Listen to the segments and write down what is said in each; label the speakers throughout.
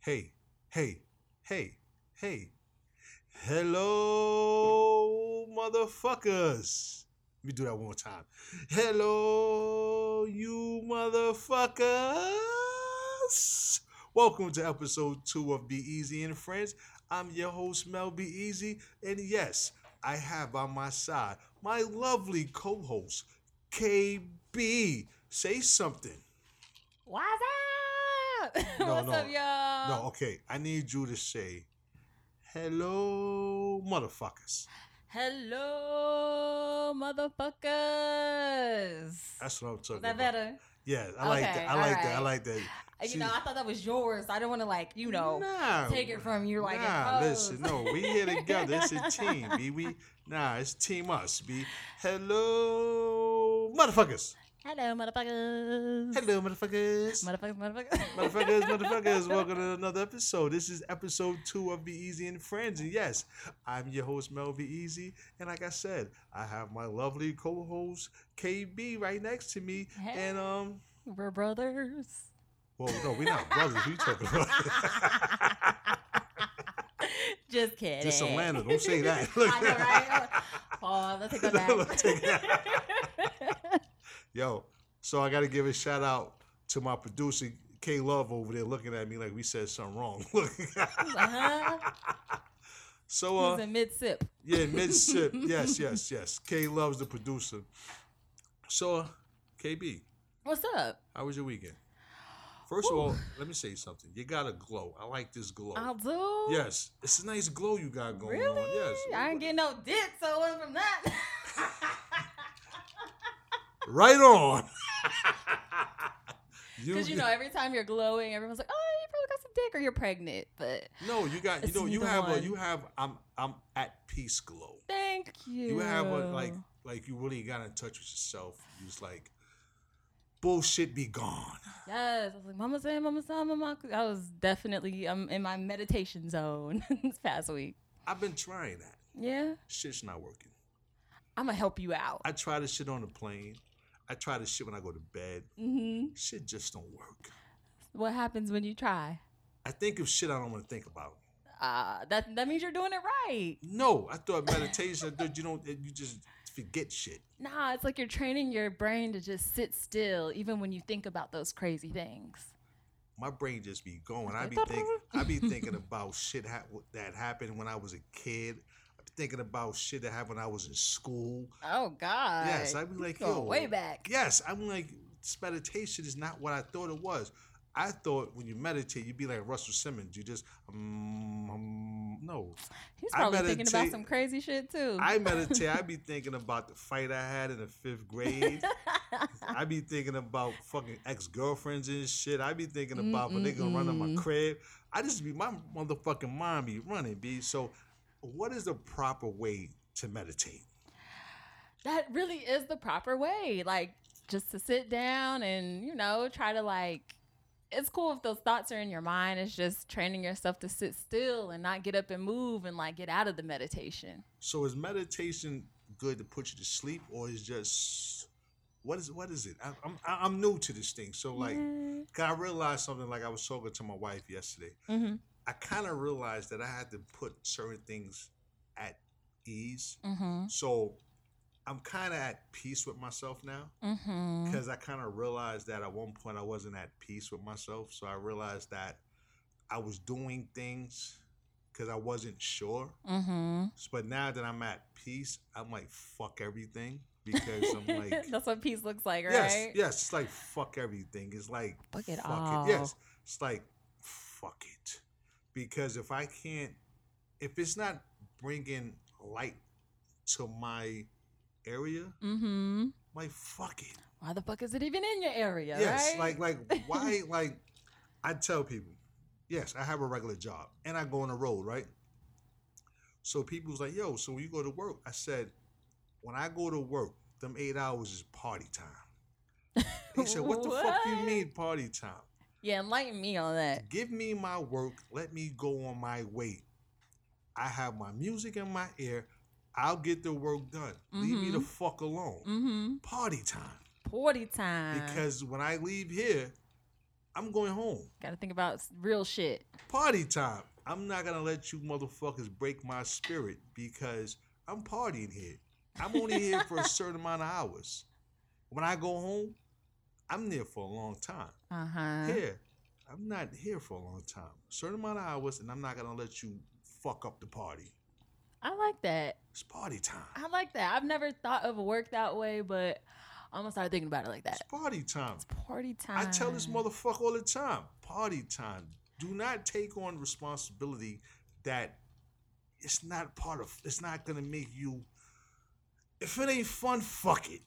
Speaker 1: Hey, hey, hey, hey. Hello, motherfuckers. Let me do that one more time. Hello, you motherfuckers. Welcome to episode two of Be Easy and Friends. I'm your host, Mel Be Easy. And yes, I have by my side my lovely co host, KB. Say something.
Speaker 2: What's up?
Speaker 1: No,
Speaker 2: What's
Speaker 1: no.
Speaker 2: up,
Speaker 1: No,
Speaker 2: y'all?
Speaker 1: okay. I need you to say, hello, motherfuckers.
Speaker 2: Hello, motherfuckers.
Speaker 1: That's what I'm talking
Speaker 2: Is that
Speaker 1: about.
Speaker 2: better?
Speaker 1: Yeah, I like
Speaker 2: Okay,
Speaker 1: that. I like that. I
Speaker 2: alright.
Speaker 1: like that.
Speaker 2: Uh,
Speaker 1: She-
Speaker 2: You know, I thought that was yours. I don't want to like, you know,
Speaker 1: nah,
Speaker 2: take it from you like
Speaker 1: nah,
Speaker 2: impose.
Speaker 1: listen, no, we here together. It's a team, B. We nah, it's team us, B. Hello, motherfuckers.
Speaker 2: Hello, motherfuckers.
Speaker 1: Hello, motherfuckers.
Speaker 2: Motherfuckers, motherfuckers.
Speaker 1: Motherfuckers, motherfuckers, welcome to another episode. This is episode two of Be Easy and Friends. And yes, I'm your host, Mel Be Easy. And like I said, I have my lovely co host, KB, right next to me.
Speaker 2: Hey.
Speaker 1: And, um,
Speaker 2: We're brothers.
Speaker 1: well, no, we're not brothers. We talking about.
Speaker 2: Just kidding.
Speaker 1: Just Atlanta. Don't say that.
Speaker 2: I know, right? Oh, let's take that back.
Speaker 1: Let's take Yo, so I got to give a shout out to my producer, K Love, over there looking at me like we said something wrong.
Speaker 2: uh-huh.
Speaker 1: so, uh,
Speaker 2: He's in mid sip.
Speaker 1: Yeah, mid sip. yes, yes, yes. K loves the producer. So, uh, KB,
Speaker 2: What's up?
Speaker 1: how was your weekend? First of all, let me say something. You got a glow. I like this glow.
Speaker 2: I'll do.
Speaker 1: yes, it's a nice glow you got going
Speaker 2: Really?
Speaker 1: on. Yes,
Speaker 2: I ain't getting no dick, so what from that?
Speaker 1: right on. you,
Speaker 2: Because you know, every time you're glowing, everyone's like, "Oh, you probably got some dick, or you're pregnant." But
Speaker 1: no, you got. You
Speaker 2: It's
Speaker 1: know, you
Speaker 2: neither
Speaker 1: have a.
Speaker 2: one.
Speaker 1: You have. I'm. I'm at peace glow.
Speaker 2: thank you.
Speaker 1: You have a like. Like you really got in touch with yourself. You was like, bullshit be gone.
Speaker 2: Yes, I was like, "Mama say, Mama say, Mama." I was definitely I'm in my meditation zone this past week.
Speaker 1: I've been trying that.
Speaker 2: Yeah,
Speaker 1: Shit's not working.
Speaker 2: I'm gonna help you out.
Speaker 1: I try this shit on the plane. I try this shit when I go to bed.
Speaker 2: hmm
Speaker 1: Shit just don't work.
Speaker 2: What happens when you try?
Speaker 1: I think of shit I don't want to think about.
Speaker 2: Uh, that that means you're doing it right.
Speaker 1: No, I thought meditation. I thought you don't. You just forget shit.
Speaker 2: Nah, it's like you're training your brain to just sit still, even when you think about those crazy things.
Speaker 1: My brain just be going. I be thinking. I be thinking about shit ha- that happened when I was a kid. I be thinking about shit that happened when I was in school.
Speaker 2: Oh God.
Speaker 1: Yes, I be like,
Speaker 2: Going
Speaker 1: yo,
Speaker 2: way back.
Speaker 1: Yes, I'm like, this meditation is not what I thought it was. I thought when you meditate, you'd be like Russell Simmons. You just, um, um, no.
Speaker 2: He's
Speaker 1: I
Speaker 2: probably thinking about
Speaker 1: meditate-
Speaker 2: some crazy shit too.
Speaker 1: I meditate. I'd be thinking about the fight I had in the fifth grade. I'd be thinking about fucking ex girlfriends and shit. I'd be thinking about when they gonna run on my crib. I just be my motherfucking mind be running, b. So, what is the proper way to meditate?
Speaker 2: that really is the proper way. Like just to sit down and, you know, try to like it's cool if those thoughts are in your mind. It's just training yourself to sit still and not get up and move and like get out of the meditation.
Speaker 1: So, is meditation good to put you to sleep, or is just what is what is it? I, I'm I- I'm new to this thing, so like,
Speaker 2: Mhm.
Speaker 1: I realized something. Like I was talking to my wife yesterday.
Speaker 2: Mhm.
Speaker 1: I kind of realized that I had to put certain things at ease.
Speaker 2: Mhm.
Speaker 1: So I'm kind of at peace with myself now
Speaker 2: Mhm.
Speaker 1: because I kind of realized that at one point I wasn't at peace with myself. So I realized that I was doing things because I wasn't sure.
Speaker 2: Mhm.
Speaker 1: S- But now that I'm at peace, I'm like, fuck everything because I'm like,
Speaker 2: That's what peace looks like,
Speaker 1: yes,
Speaker 2: right?
Speaker 1: yes, it's like, fuck everything. It's like,
Speaker 2: Fuck it all.
Speaker 1: Yes, it's like, fuck it. Because if I can't, if it's not bringing light to my area,
Speaker 2: Mhm.
Speaker 1: like fuck it.
Speaker 2: Why the fuck is it even in your area,
Speaker 1: yes, like
Speaker 2: right?
Speaker 1: like why like I tell people, yes, I have a regular job and I go on the road, right? So people's like, yo, so when you go to work, I said, when I go to work, them eight hours is party time. They said, what the fuck do you
Speaker 2: What?
Speaker 1: mean party time?
Speaker 2: Yeah, enlighten me on that.
Speaker 1: Give me my work, let me go on my way. I have my music in my ear. I'll get the work done. Leave
Speaker 2: Mm-hmm.
Speaker 1: me the fuck alone.
Speaker 2: Mhm.
Speaker 1: Party time.
Speaker 2: Party time.
Speaker 1: because when I leave here, I'm going home.
Speaker 2: Got to think about s- real shit.
Speaker 1: Party time. I'm not gonna let you motherfuckers break my spirit because I'm partying here. I'm only here for a certain amount of hours. When I go home, I'm there for a long time.
Speaker 2: Uh huh.
Speaker 1: Here, I'm not here for a long time. certain amount of hours, and I'm not gonna let you fuck up the party.
Speaker 2: I like that.
Speaker 1: It's party time.
Speaker 2: I like that. I've never thought of work that way, but I'm gonna start thinking about it like
Speaker 1: It's
Speaker 2: that.
Speaker 1: party time.
Speaker 2: It's party time.
Speaker 1: I tell this motherfucker all the time, party time. Do not take on responsibility that it's not part of. It's not gonna make you. If it ain't fun, fuck it. You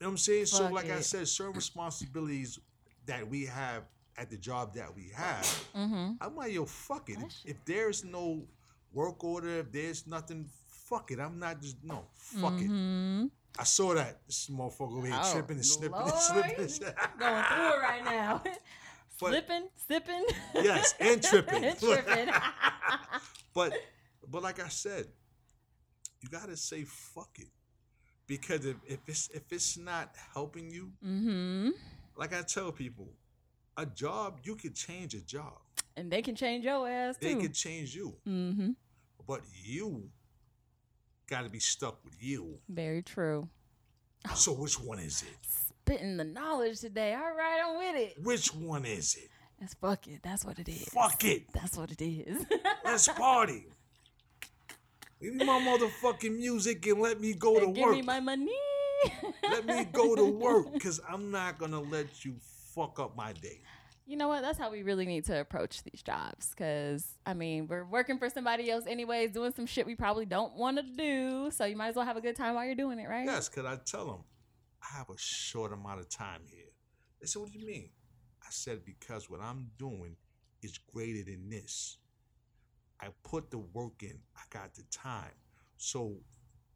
Speaker 1: know what I'm saying? so,
Speaker 2: Fuck
Speaker 1: like I
Speaker 2: it.
Speaker 1: said, certain responsibilities that we have at the job that we have,
Speaker 2: Mm-hmm.
Speaker 1: I'm like, yo, fuck it.
Speaker 2: That
Speaker 1: If,
Speaker 2: shit-
Speaker 1: if there's no work order, if there's nothing, fuck it. I'm not just no, fuck it.
Speaker 2: mm-hmm.
Speaker 1: I saw that this motherfucker over here
Speaker 2: Oh,
Speaker 1: tripping and slipping and
Speaker 2: Lord.
Speaker 1: slipping.
Speaker 2: Going through it right now.
Speaker 1: But-
Speaker 2: Slipping, sipping.
Speaker 1: Yes, and tripping.
Speaker 2: And tripping.
Speaker 1: But but like I said, you gotta say fuck it. Because if, if it's if it's not helping you,
Speaker 2: mm-hmm.
Speaker 1: like I tell people, a job, you could change a job.
Speaker 2: And they can change your ass
Speaker 1: They
Speaker 2: too.
Speaker 1: could change you.
Speaker 2: Mm-hmm.
Speaker 1: But you gotta be stuck with you.
Speaker 2: Very true.
Speaker 1: So which one is it?
Speaker 2: Spitting the knowledge today. All right, I'm with it.
Speaker 1: Which one is it?
Speaker 2: That's fuck it. That's what it is.
Speaker 1: Fuck it.
Speaker 2: That's what it is.
Speaker 1: Let's party. Give me my motherfucking music and let me go to
Speaker 2: give
Speaker 1: work.
Speaker 2: me my money.
Speaker 1: let me go to work because I'm not gonna let you fuck up my day.
Speaker 2: You know what? That's how we really need to approach these jobs. Cause I mean, we're working for somebody else anyways, doing some shit we probably don't want to do. So you might as well have a good time while you're doing it, right?
Speaker 1: Yes, because I tell them I have a short amount of time here. They said, "What do you mean?" I said, "Because what I'm doing is greater than this. I put the work in. I got the time. So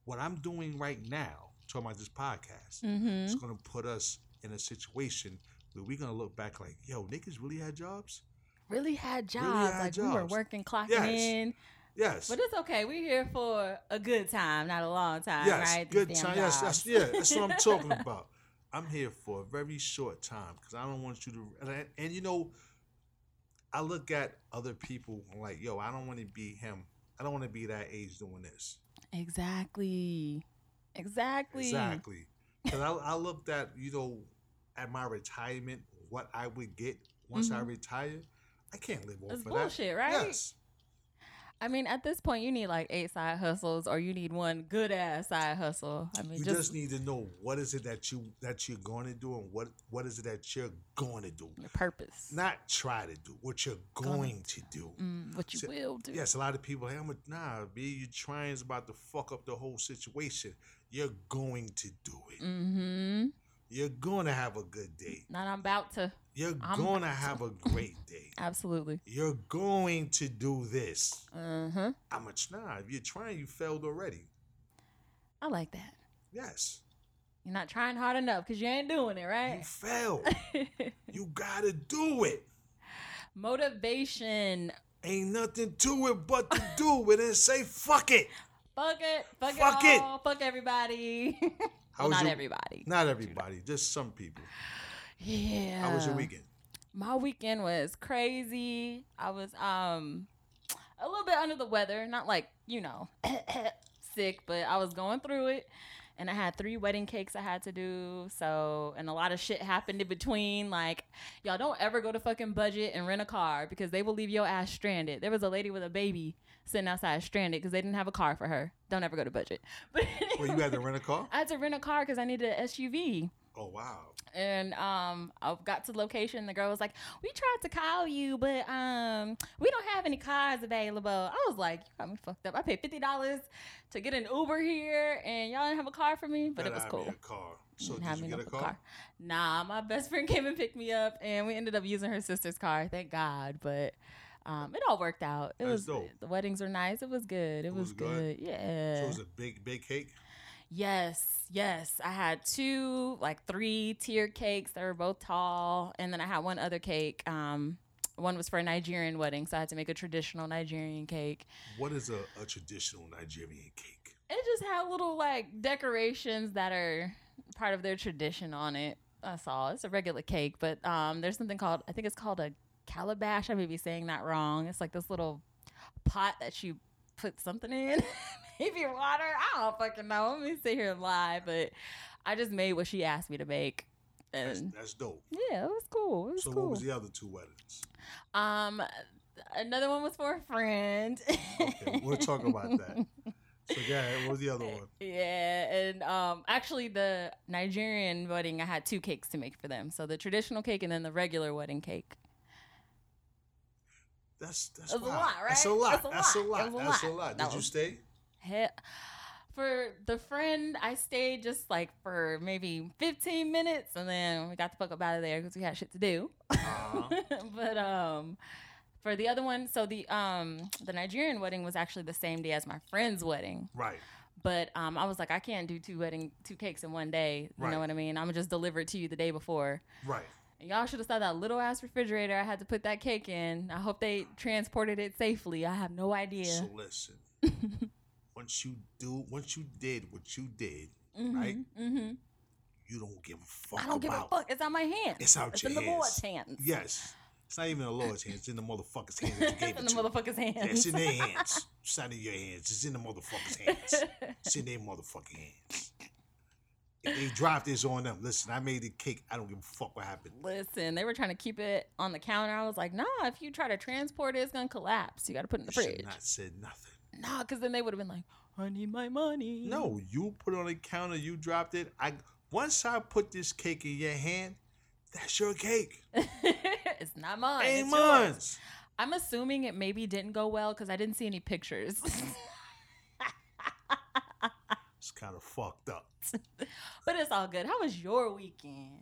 Speaker 1: what I'm doing right now, talking about this podcast,
Speaker 2: Mm-hmm.
Speaker 1: it's gonna put us in a situation." where We're gonna look back like, yo, niggas really had jobs?
Speaker 2: Really had jobs.
Speaker 1: Really had
Speaker 2: like we were
Speaker 1: jobs.
Speaker 2: working, clocking
Speaker 1: Yes.
Speaker 2: in.
Speaker 1: Yes.
Speaker 2: But it's okay. We're here for a good time, not a long time,
Speaker 1: Yes,
Speaker 2: right? These
Speaker 1: good
Speaker 2: damn
Speaker 1: time. Yes, that's
Speaker 2: jobs.
Speaker 1: yeah, that's what I'm talking about. I'm here for a very short time because I don't want you to. And, I- and you know, I look at other people like, yo, I don't want to be him. I don't want to be that age doing this.
Speaker 2: Exactly. Exactly.
Speaker 1: Exactly. Because I, I looked at you know, at my retirement, what I would get once I
Speaker 2: Mhm.
Speaker 1: retire. I can't live off
Speaker 2: It's
Speaker 1: of that.
Speaker 2: bullshit, right?
Speaker 1: Yes.
Speaker 2: I mean, at this point, you need like eight side hustles, or you need one good ass side hustle. I mean,
Speaker 1: You
Speaker 2: just,
Speaker 1: just need to know what is it that you that you're going to do and what what is it that you're going to do.
Speaker 2: your purpose,
Speaker 1: not try to do what you're going to do.
Speaker 2: mm, what you
Speaker 1: So-
Speaker 2: will do.
Speaker 1: Yes, a lot of people, hey, I'm a, nah, B, you trying is about to fuck up the whole situation. You're going to do it.
Speaker 2: Mm-hmm.
Speaker 1: You're gonna have a good day.
Speaker 2: Not I'm about to.
Speaker 1: You're
Speaker 2: I'm
Speaker 1: gonna
Speaker 2: about
Speaker 1: have a great day.
Speaker 2: Absolutely.
Speaker 1: You're going to do this.
Speaker 2: Mm-hmm.
Speaker 1: I'm a nah. If you're trying, you failed already.
Speaker 2: I like that.
Speaker 1: Yes,
Speaker 2: You're not trying hard enough because you ain't doing it
Speaker 1: you
Speaker 2: right.
Speaker 1: failed. you gotta do it.
Speaker 2: Motivation.
Speaker 1: Ain't nothing to it but to do it and say fuck it.
Speaker 2: Fuck it. Fuck,
Speaker 1: Fuck
Speaker 2: it
Speaker 1: it.
Speaker 2: all. Fuck everybody.
Speaker 1: How
Speaker 2: well,
Speaker 1: was
Speaker 2: not
Speaker 1: your-
Speaker 2: everybody.
Speaker 1: Not everybody, just some people.
Speaker 2: Yeah.
Speaker 1: How was your weekend?
Speaker 2: My weekend was crazy. I was um a little bit under the weather, not like, you know, sick, but I was going through it. And I had three wedding cakes I had to do. So, and a lot of shit happened in between. Like, y'all don't ever go to fucking budget and rent a car because they will leave your ass stranded. There was a lady with a baby sitting outside stranded because they didn't have a car for her. Don't ever go to budget. But
Speaker 1: Well, you had to rent a car.
Speaker 2: I had to rent a car because I needed an SUV.
Speaker 1: Oh wow!
Speaker 2: and um I got to the location the girl was like, "We tried to call you, but um we don't have any cars available." I was like, "You got me fucked up. I paid fifty dollars to get an Uber here, and y'all didn't have a car for me, but
Speaker 1: Gotta
Speaker 2: it was
Speaker 1: have
Speaker 2: cool."
Speaker 1: me A car. So
Speaker 2: Didn't have
Speaker 1: did you
Speaker 2: me
Speaker 1: get
Speaker 2: no
Speaker 1: a car?
Speaker 2: Nah, my best friend came and picked me up, and we ended up using her sister's car. Thank God, but. Um, it all worked out. It
Speaker 1: That's
Speaker 2: was
Speaker 1: dope.
Speaker 2: the weddings were nice. It was good. It, was,
Speaker 1: was
Speaker 2: good.
Speaker 1: good?
Speaker 2: Yeah.
Speaker 1: So it was a big, big cake.
Speaker 2: Yes, yes. I had two, like three tier cakes that were both tall, and then I had one other cake. Um, one was for a Nigerian wedding, so I had to make a traditional Nigerian cake.
Speaker 1: What is a, a traditional Nigerian cake?
Speaker 2: It just had little like decorations that are part of their tradition on it. that's all. It's a regular cake, but um, there's something called I think it's called a calabash. I may be saying that wrong. It's like this little pot that you put something in, maybe water. I don't fucking know. Let me sit here and lie, but I just made what she asked me to make,
Speaker 1: That's,
Speaker 2: and
Speaker 1: that's dope.
Speaker 2: yeah, it was cool. It was
Speaker 1: So
Speaker 2: cool.
Speaker 1: what was the other two weddings?
Speaker 2: um, another one was for a friend.
Speaker 1: Okay, we'll talk about that. So yeah, what was the other one?
Speaker 2: Yeah, and um, actually, the Nigerian wedding, I had two cakes to make for them. So the traditional cake and then the regular wedding cake.
Speaker 1: That's that's
Speaker 2: That's a
Speaker 1: wow.
Speaker 2: lot,
Speaker 1: That's a
Speaker 2: right?
Speaker 1: lot.
Speaker 2: That's a
Speaker 1: That's a
Speaker 2: lot.
Speaker 1: lot.
Speaker 2: That's a
Speaker 1: That's a
Speaker 2: lot.
Speaker 1: lot.
Speaker 2: That
Speaker 1: Did you
Speaker 2: was-
Speaker 1: stay?
Speaker 2: Hell, for the friend, I stayed just like for maybe 15 minutes, and then we got the fuck up out of there because we had shit to do.
Speaker 1: Uh-huh.
Speaker 2: but um, for the other one, so the um, the Nigerian wedding was actually the same day as my friend's wedding.
Speaker 1: Right.
Speaker 2: But um, I was like, I can't do two wedding, two cakes in one day. You
Speaker 1: Right.
Speaker 2: know what I mean? I'm gonna just deliver it to you the day before.
Speaker 1: Right.
Speaker 2: And y'all should have saw that little ass refrigerator. I had to put that cake in. I hope they transported it safely. I have no idea.
Speaker 1: So listen. once you do once you did what you did, right?
Speaker 2: hmm
Speaker 1: You don't give a fuck
Speaker 2: I don't give a
Speaker 1: about
Speaker 2: fuck. It's on my hand.
Speaker 1: It's out
Speaker 2: It's
Speaker 1: your
Speaker 2: in the
Speaker 1: hands.
Speaker 2: Lord's hands.
Speaker 1: Yes. It's not even in the Lord's hands, it's in the motherfucker's hands that you gave it
Speaker 2: it's in the
Speaker 1: to.
Speaker 2: motherfucker's hands.
Speaker 1: Yeah, it's in their hands. It's not in your hands. It's in the motherfucker's hands. It's in their motherfucking hands. If they drop this on them, listen, I made the cake. I don't give a fuck what happened.
Speaker 2: Listen, they were trying to keep it on the counter. I was like, nah, if you try to transport it, it's gonna collapse. You gotta put it in the
Speaker 1: You
Speaker 2: fridge.
Speaker 1: should not said nothing.
Speaker 2: Nah, because then they would have been like, I need my money.
Speaker 1: No, you put it on the counter, you dropped it. I once I put this cake in your hand, that's your cake.
Speaker 2: it's not mine.
Speaker 1: Ain't
Speaker 2: it's yours.
Speaker 1: mine.
Speaker 2: I'm assuming it maybe didn't go well because I didn't see any pictures.
Speaker 1: It's kind of fucked up.
Speaker 2: but it's all good. How was your weekend?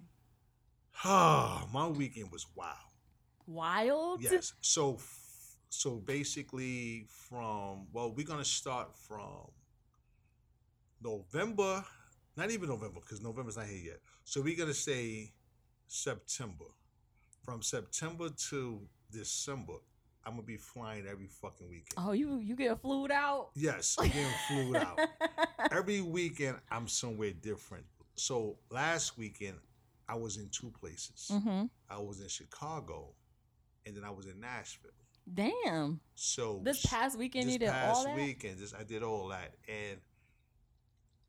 Speaker 1: Oh, my weekend was wild.
Speaker 2: Wild?
Speaker 1: Yes. So, f- so basically, from well, we're gonna start from November. Not even November because November's not here yet. So we're gonna say September. From September to December, I'm gonna be flying every fucking weekend.
Speaker 2: Oh, you you get flued out.
Speaker 1: Yes, I'm getting flued out. Every weekend, I'm somewhere different. So last weekend, I was in two places.
Speaker 2: mm-hmm.
Speaker 1: I was in Chicago, and then I was in Nashville.
Speaker 2: Damn.
Speaker 1: So
Speaker 2: This past weekend
Speaker 1: this
Speaker 2: you did
Speaker 1: past
Speaker 2: all that.
Speaker 1: weekend, just I did all that, and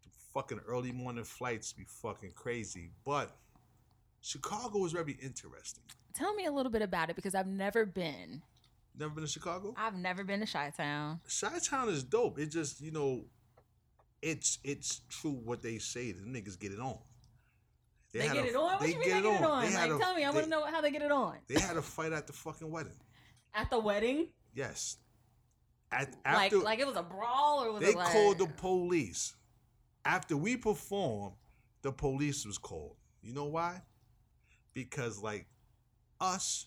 Speaker 1: the fucking early morning flights be fucking crazy. But Chicago was very interesting.
Speaker 2: Tell me a little bit about it because I've never been.
Speaker 1: Never been to Chicago?
Speaker 2: I've never been to Chi Town.
Speaker 1: Chi Town is dope. It just you know, it's it's true what they say. The niggas get it on.
Speaker 2: They,
Speaker 1: had
Speaker 2: get
Speaker 1: a-
Speaker 2: it on. What you mean they get it on?
Speaker 1: They had
Speaker 2: Like,
Speaker 1: a-
Speaker 2: tell me. I
Speaker 1: they-
Speaker 2: want to know how they get it on.
Speaker 1: They had a fight at the fucking wedding.
Speaker 2: At the wedding,
Speaker 1: Yes. At after
Speaker 2: like like it was a brawl or was
Speaker 1: they
Speaker 2: it like
Speaker 1: called the police. After we performed, the police was called. You know why? Because like us,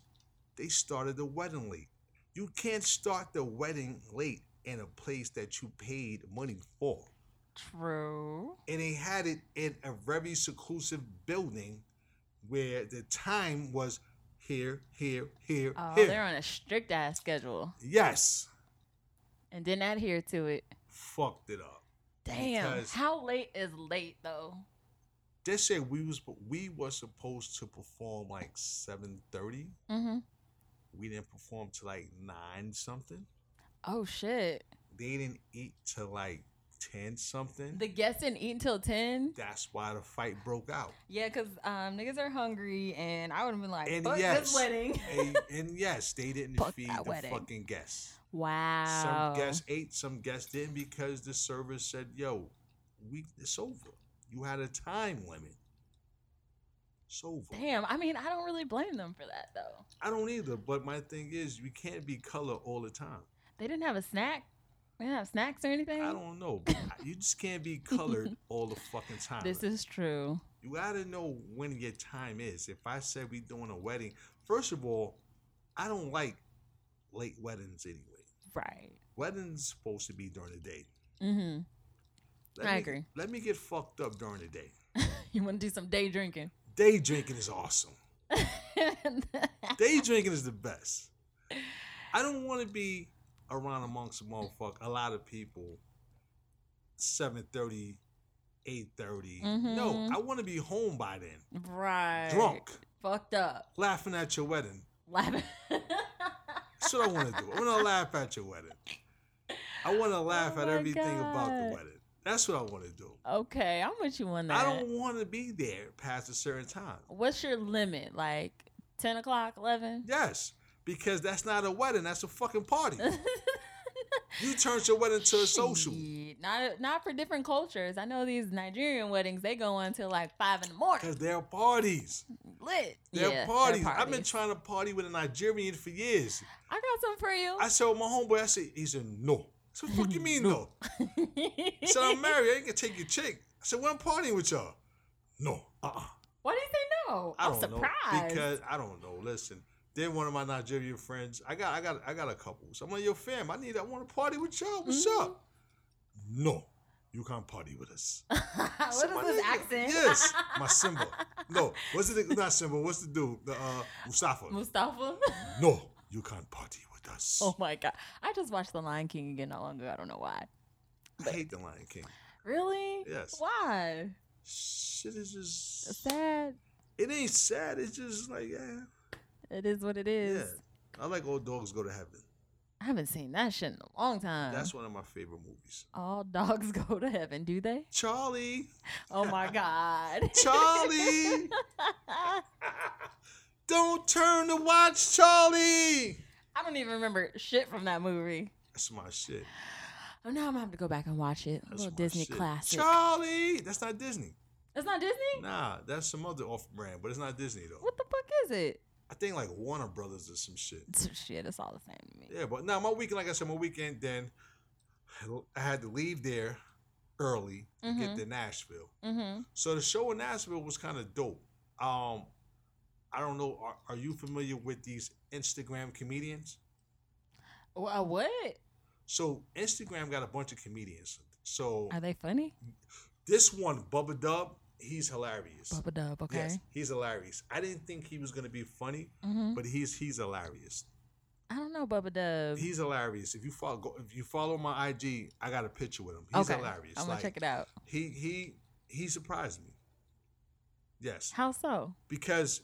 Speaker 1: they started the wedding late. You can't start the wedding late in a place that you paid money for.
Speaker 2: True.
Speaker 1: and they had it in a very seclusive building where the time was here, here, here,
Speaker 2: Oh, they're
Speaker 1: here.
Speaker 2: on a strict ass schedule
Speaker 1: Yes,
Speaker 2: and didn't adhere to it.
Speaker 1: fucked it up.
Speaker 2: Damn.
Speaker 1: Because-
Speaker 2: How late is late though?
Speaker 1: They said we was we were supposed to perform like seven thirty.
Speaker 2: Mm-hmm.
Speaker 1: We didn't perform till like nine something.
Speaker 2: Oh shit.
Speaker 1: They didn't eat till like ten something.
Speaker 2: The guests didn't eat until ten.
Speaker 1: That's why the fight broke out.
Speaker 2: Yeah, cause um niggas are hungry, and I would have been like,
Speaker 1: And
Speaker 2: "Fuck
Speaker 1: yes.
Speaker 2: this wedding."
Speaker 1: and, and yes, they didn't
Speaker 2: Fuck
Speaker 1: feed
Speaker 2: that
Speaker 1: the
Speaker 2: wedding.
Speaker 1: fucking guests.
Speaker 2: Wow.
Speaker 1: Some guests ate, some guests didn't because the server said, "Yo, we it's over. You had a time limit. It's over."
Speaker 2: Damn. I mean, I don't really blame them for that though.
Speaker 1: I don't either. But my thing is, you can't be color all the time.
Speaker 2: They didn't have a snack. They didn't have snacks or anything.
Speaker 1: I don't know. But I- you just can't be colored all the fucking time.
Speaker 2: This is true.
Speaker 1: you gotta know when your time is. If I said we doing a wedding, first of all, I don't like late weddings anyway.
Speaker 2: Right.
Speaker 1: Weddings supposed to be during the day.
Speaker 2: Mm-hmm. I
Speaker 1: me,
Speaker 2: agree.
Speaker 1: Let me get fucked up during the day.
Speaker 2: You want to do some day drinking?
Speaker 1: Day drinking is awesome. Day drinking is the best. I don't want to be around amongst a motherfucker, a lot of people, 7.30 8.30. No,
Speaker 2: Mhm.
Speaker 1: I want to be home by then.
Speaker 2: Right.
Speaker 1: Drunk,
Speaker 2: Fucked up.
Speaker 1: laughing at your wedding.
Speaker 2: Laughing.
Speaker 1: That's what I want to do. I want to laugh at your wedding. I want to laugh
Speaker 2: Oh
Speaker 1: at
Speaker 2: my
Speaker 1: everything about the
Speaker 2: God.
Speaker 1: wedding. That's what I want to do.
Speaker 2: okay, I'm with you on that.
Speaker 1: I don't want to be there past a certain time.
Speaker 2: What's your limit? Like 10 o'clock, 11?
Speaker 1: Yes, because that's not a wedding. That's a fucking party. you turned your wedding to a social.
Speaker 2: Shit, Not not for different cultures. I know these Nigerian weddings they go until like five in the morning.
Speaker 1: Because they're parties.
Speaker 2: Lit.
Speaker 1: They're
Speaker 2: Yeah,
Speaker 1: parties. I've been
Speaker 2: parties.
Speaker 1: trying to party with a Nigerian for years.
Speaker 2: I got some for you.
Speaker 1: I said, well, my homeboy, I said, he said, no. I said, what the fuck you mean, no? He said, I'm married. I ain't going to take your chick. I said, well, I'm partying with y'all. No. Uh-uh.
Speaker 2: Why do you say no?
Speaker 1: I
Speaker 2: I'm
Speaker 1: don't know
Speaker 2: surprised.
Speaker 1: because I don't know. Listen, then one of my Nigerian friends, I got, I got, I got a couple. So I'm like, yo, fam, I need, I want to party with y'all. What's
Speaker 2: Mhm.
Speaker 1: up? No, you can't party with us.
Speaker 2: what
Speaker 1: So my
Speaker 2: is this
Speaker 1: nigga-
Speaker 2: accent?
Speaker 1: Yes, my Simba. No, what's the not Simba? What's the dude? The uh, Mustafa.
Speaker 2: Mustafa.
Speaker 1: no, you can't party with us.
Speaker 2: oh my god! I just watched The Lion King again not long ago. I don't know why.
Speaker 1: I hate the Lion King.
Speaker 2: Really?
Speaker 1: Yes.
Speaker 2: Why?
Speaker 1: Shit is
Speaker 2: It's
Speaker 1: just.
Speaker 2: sad.
Speaker 1: It ain't sad. It's just like yeah,
Speaker 2: It is what it is.
Speaker 1: yeah. I like old dogs go to heaven.
Speaker 2: I haven't seen that shit in a long time.
Speaker 1: That's one of my favorite movies.
Speaker 2: All dogs go to heaven, do they?
Speaker 1: Charlie.
Speaker 2: Oh my god.
Speaker 1: Charlie! Don't turn to watch Charlie.
Speaker 2: I don't even remember shit from that movie.
Speaker 1: That's my shit.
Speaker 2: Oh no, I'm gonna have to go back and watch it.
Speaker 1: That's
Speaker 2: A little
Speaker 1: my
Speaker 2: Disney
Speaker 1: shit.
Speaker 2: classic.
Speaker 1: Charlie. That's not Disney.
Speaker 2: It's not Disney?
Speaker 1: Nah, that's some other off-brand, but it's not Disney though.
Speaker 2: What the fuck is it?
Speaker 1: I think like Warner Brothers or some shit.
Speaker 2: It's- Shit, it's all the same to me.
Speaker 1: Yeah, but now my weekend, like I said, my weekend then I had to leave there early and
Speaker 2: Mhm.
Speaker 1: get to Nashville.
Speaker 2: Mm-hmm.
Speaker 1: So the show in Nashville was kind of dope. Um, I don't know. Are, are you familiar with these Instagram comedians?
Speaker 2: Well, uh, what?
Speaker 1: So Instagram got a bunch of comedians. So
Speaker 2: Are they funny?
Speaker 1: this one, Bubba Dub, he's hilarious.
Speaker 2: Bubba Dub, okay.
Speaker 1: Yes, he's hilarious. I didn't think he was gonna be funny,
Speaker 2: hmm
Speaker 1: but he's he's hilarious.
Speaker 2: I don't know Bubba Dub.
Speaker 1: He's hilarious. If you follow go, if you follow my IG, I got a picture with him. He's
Speaker 2: okay.
Speaker 1: hilarious.
Speaker 2: I'm gonna
Speaker 1: like
Speaker 2: check it out.
Speaker 1: he he he surprised me. Yes,
Speaker 2: How so?
Speaker 1: because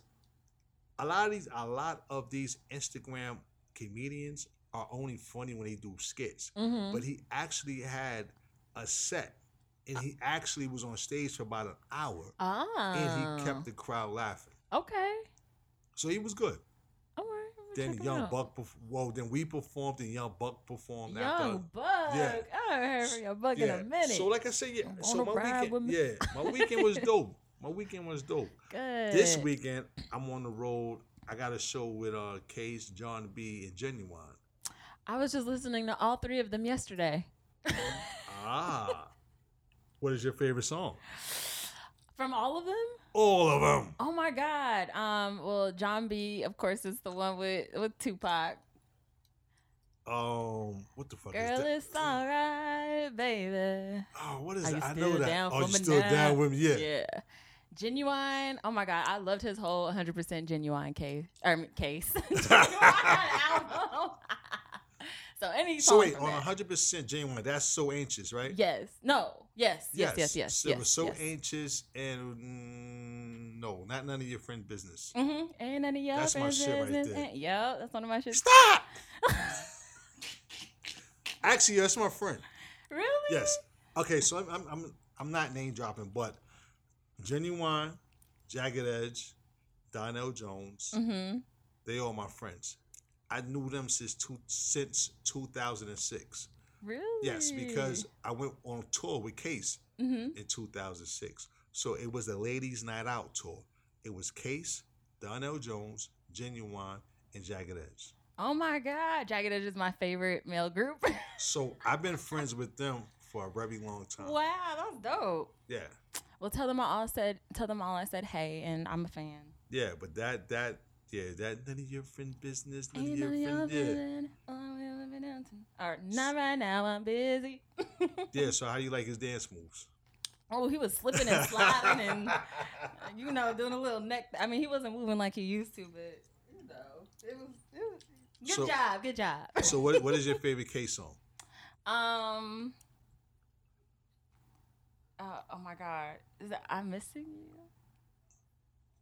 Speaker 1: a lot of these a lot of these Instagram comedians are only funny when they do skits.
Speaker 2: Mm-hmm.
Speaker 1: but he actually had a set and he actually was on stage for about an hour
Speaker 2: ah.
Speaker 1: and he kept the crowd laughing
Speaker 2: Okay.
Speaker 1: so he was good
Speaker 2: All right. I'm gonna
Speaker 1: then
Speaker 2: check it
Speaker 1: young
Speaker 2: out.
Speaker 1: buck perf- well then we performed and young buck performed after
Speaker 2: Young Buck.
Speaker 1: Yeah.
Speaker 2: I haven't heard from Young Buck in a minute.
Speaker 1: so like i said yeah
Speaker 2: You
Speaker 1: so
Speaker 2: wanna
Speaker 1: my
Speaker 2: ride with
Speaker 1: weekend
Speaker 2: me?
Speaker 1: yeah my weekend was dope my weekend was dope
Speaker 2: Good.
Speaker 1: this weekend i'm on the road i got a show with uh case john b and genuine
Speaker 2: I was just listening to all three of them yesterday.
Speaker 1: ah what is your favorite song
Speaker 2: From all of them?
Speaker 1: all of them
Speaker 2: Oh my god. Um well John B of course is the one with with Tupac.
Speaker 1: um what the fuck is
Speaker 2: Girl
Speaker 1: that
Speaker 2: it's alright, baby.
Speaker 1: Oh, what is
Speaker 2: Are you
Speaker 1: that? I
Speaker 2: still
Speaker 1: know that.
Speaker 2: down
Speaker 1: oh, you
Speaker 2: for me
Speaker 1: still
Speaker 2: now?
Speaker 1: down with me? Yeah.
Speaker 2: Genuine. Oh my god, I loved his whole 100% genuine case. Or I mean, case. Genuine album. so any
Speaker 1: So
Speaker 2: song
Speaker 1: wait,
Speaker 2: from
Speaker 1: on
Speaker 2: that.
Speaker 1: 100 percent genuine. That's so anxious, right?
Speaker 2: Yes. No. Yes. Yes. Yes. Yes.
Speaker 1: So
Speaker 2: yes,
Speaker 1: we're so
Speaker 2: yes.
Speaker 1: anxious, and mm, no, not none of your friend business.
Speaker 2: Mm-hmm. Ain't none of your
Speaker 1: That's my shit right
Speaker 2: business.
Speaker 1: there.
Speaker 2: Ain't- Yup, that's one of my shit.
Speaker 1: Stop. Actually, that's my friend.
Speaker 2: Really?
Speaker 1: Yes. Okay, so I'm I'm I'm, I'm not name dropping, but genuine, jagged edge, Donnell Jones,
Speaker 2: Mm-hmm.
Speaker 1: they all my friends. I knew them since two, since 2006.
Speaker 2: Really?
Speaker 1: Yes, because I went on tour with Case
Speaker 2: Mm-hmm.
Speaker 1: in 2006. So it was the Ladies Night Out tour. It was Case, Donnell Jones, Genuine, and Jagged Edge.
Speaker 2: Oh my God, Jagged Edge is my favorite male group.
Speaker 1: So I've been friends with them for a very long time.
Speaker 2: wow, that's dope.
Speaker 1: Yeah,
Speaker 2: Well, tell them I all said, tell them all I said, hey, and I'm a fan.
Speaker 1: yeah, but that that yeah that none of your friend business, none of
Speaker 2: Ain't
Speaker 1: your
Speaker 2: none of your
Speaker 1: friend yeah
Speaker 2: business. Oh, I'm living in town. Or not right now, I'm busy.
Speaker 1: yeah. So how do you like his dance moves?
Speaker 2: Oh, he was slipping and sliding and you know doing a little neck. I mean, he wasn't moving like he used to, but you know, it was. It was good
Speaker 1: So-
Speaker 2: job, good job.
Speaker 1: so what what is your favorite Case song?
Speaker 2: Um, Uh, oh my God. Is that I'm missing you?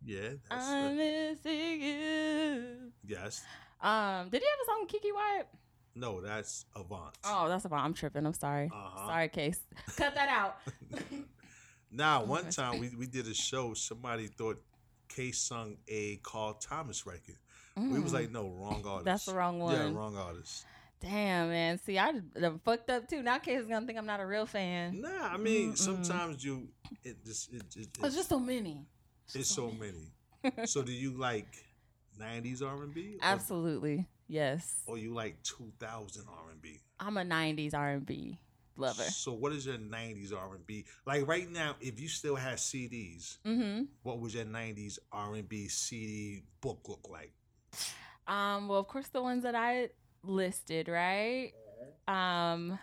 Speaker 1: Yeah, that's
Speaker 2: I'm
Speaker 1: it.
Speaker 2: missing you.
Speaker 1: yes.
Speaker 2: Um, did he have a song with Kiki Wyatt?
Speaker 1: No, that's Avant.
Speaker 2: Oh, that's about I'm tripping. I'm sorry.
Speaker 1: Uh-huh.
Speaker 2: Sorry, Case. Cut that out.
Speaker 1: Now, one
Speaker 2: Okay.
Speaker 1: time we, we did a show. Somebody thought K sung a Carl Thomas record. We was
Speaker 2: Mm,
Speaker 1: like, no, wrong artist.
Speaker 2: that's the wrong one.
Speaker 1: Yeah, wrong artist.
Speaker 2: Damn, man. See, I done fucked up too. Now Case is gonna think I'm not a real fan.
Speaker 1: Nah, I mean
Speaker 2: Mm-mm.
Speaker 1: sometimes you it just it, it,
Speaker 2: Mm, Oh, It's just so many.
Speaker 1: it's so many. so do you like '90s R&B? Or,
Speaker 2: Absolutely. Yes.
Speaker 1: Or you like 2000 R&B?
Speaker 2: I'm a 90s R&B lover.
Speaker 1: So what is your '90s R&B like right now? If you still had CDs,
Speaker 2: Mhm.
Speaker 1: what would your '90s R&B CD book look like?
Speaker 2: Um well, of course the ones that I listed, right? Um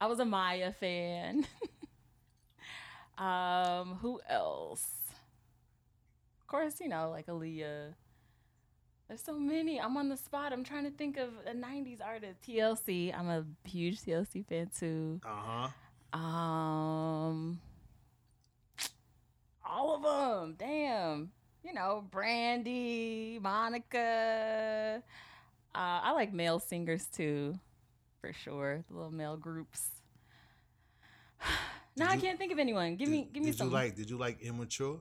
Speaker 2: I was a Maya fan. um who else? Of course, you know, like Aaliyah. There's so many. I'm on the spot. I'm trying to think of a 90s artist. TLC. I'm a huge TLC fan too.
Speaker 1: Uh huh.
Speaker 2: Um, all of them. Damn. You know, Brandy, Monica. Uh, I like male singers too, for sure. The little male groups. no,
Speaker 1: Did
Speaker 2: I
Speaker 1: you-
Speaker 2: can't think of anyone. Give me,
Speaker 1: Did-
Speaker 2: give me
Speaker 1: Did
Speaker 2: some.
Speaker 1: you like? Did you like Immature?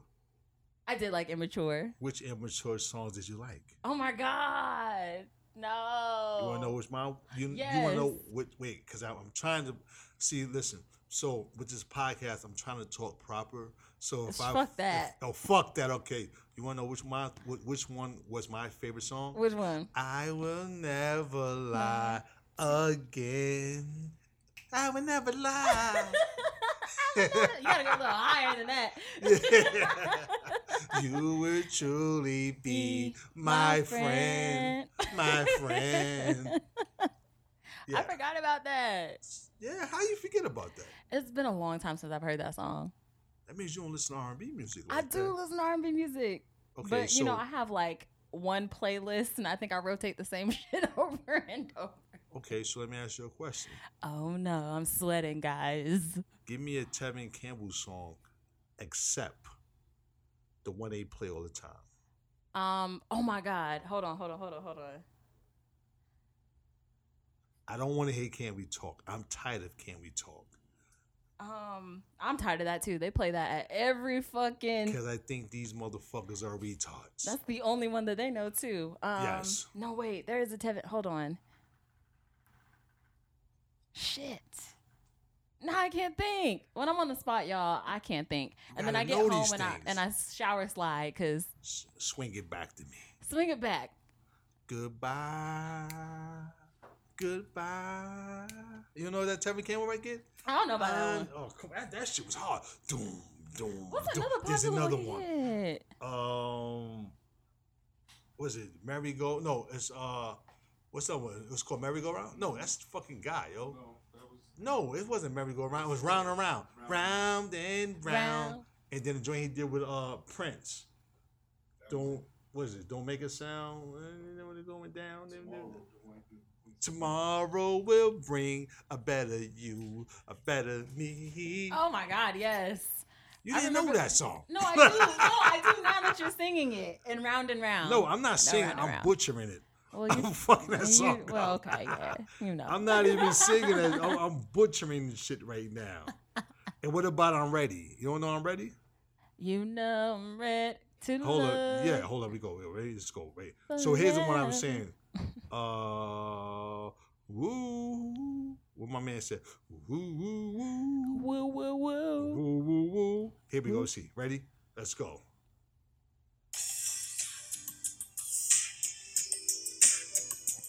Speaker 2: I did like Immature.
Speaker 1: Which Immature songs did you like?
Speaker 2: Oh my god, no.
Speaker 1: You want to know which mom? You, you want to know
Speaker 2: Oh, Yes.
Speaker 1: what? Wait, because I'm trying to see. Listen, so with this podcast, I'm trying to talk proper. So if I
Speaker 2: Fuck that.
Speaker 1: if- oh fuck that. Okay, you want to know which my wh- which one was my favorite song?
Speaker 2: Which one?
Speaker 1: I will never lie again. I will never lie.
Speaker 2: you gotta go a little higher than that.
Speaker 1: you will truly be my friend, my friend.
Speaker 2: I
Speaker 1: Yeah.
Speaker 2: forgot about that.
Speaker 1: Yeah, how you forget about that?
Speaker 2: It's been a long time since I've heard that song.
Speaker 1: That means you don't listen to R and B music.
Speaker 2: I
Speaker 1: like
Speaker 2: do
Speaker 1: That.
Speaker 2: listen to R&B music,
Speaker 1: Okay,
Speaker 2: but
Speaker 1: so
Speaker 2: you know I have like one playlist, and I think I rotate the same shit over and over.
Speaker 1: okay, so let me ask you a question.
Speaker 2: Oh no, I'm sweating, guys.
Speaker 1: Give me a Tevin Campbell song, except the one they play all the time.
Speaker 2: Um. Oh my God. Hold on. Hold on. Hold on. Hold on.
Speaker 1: I don't want to hear "Can We Talk." I'm tired of "Can We Talk"
Speaker 2: Um. I'm tired of that too. They play that at every fucking
Speaker 1: because I think these motherfuckers are retards.
Speaker 2: That's the only one that they know too. Um,
Speaker 1: Yes.
Speaker 2: No, wait. There is a Tevin. Hold on. Shit. No, I can't think. When I'm on the spot, y'all, I can't think. And then
Speaker 1: Gotta
Speaker 2: I get
Speaker 1: know
Speaker 2: home
Speaker 1: these
Speaker 2: and I
Speaker 1: things.
Speaker 2: and I shower slide because
Speaker 1: S- swing it back to me.
Speaker 2: swing it back.
Speaker 1: Goodbye, goodbye. You know that Tevin Campbell record?
Speaker 2: I don't know about that one.
Speaker 1: Oh, come on, that shit was hard. Doom, doom,
Speaker 2: What's
Speaker 1: doom.
Speaker 2: another popular
Speaker 1: There's another
Speaker 2: one? he
Speaker 1: one.
Speaker 2: had?
Speaker 1: um was it merry go no it's uh what's that one it was called merry go round no that's the fucking guy yo no it wasn't merry go round it was round and round round and round,
Speaker 2: Round.
Speaker 1: and then the joint he did with uh prince don't what is it don't make a sound eh, when it's going down tomorrow will bring a better you a better me
Speaker 2: Oh my God! Yes.
Speaker 1: you
Speaker 2: I
Speaker 1: didn't know
Speaker 2: remember-
Speaker 1: that song
Speaker 2: No, I do. no, I do. Now that you're singing it and round and round.
Speaker 1: no i'm not singing
Speaker 2: round and
Speaker 1: i'm
Speaker 2: round.
Speaker 1: butchering it
Speaker 2: Well, you,
Speaker 1: I'm fucking that
Speaker 2: you-
Speaker 1: song.
Speaker 2: well,
Speaker 1: up.
Speaker 2: okay, yeah, you know.
Speaker 1: I'm not even singing it. I'm, I'm butchering this shit right now. And what about I'm ready? You don't know I'm ready?
Speaker 2: You know I'm ready to
Speaker 1: Hold
Speaker 2: love. Oh,
Speaker 1: up. Yeah, hold up. We go. We're ready. Let's go. Wait. So here's the one I was saying. Uh, woo. What my man said. Woo, woo, woo.
Speaker 2: Woo woo woo.
Speaker 1: Woo, woo, woo. Here we go. See. Ready? Let's go.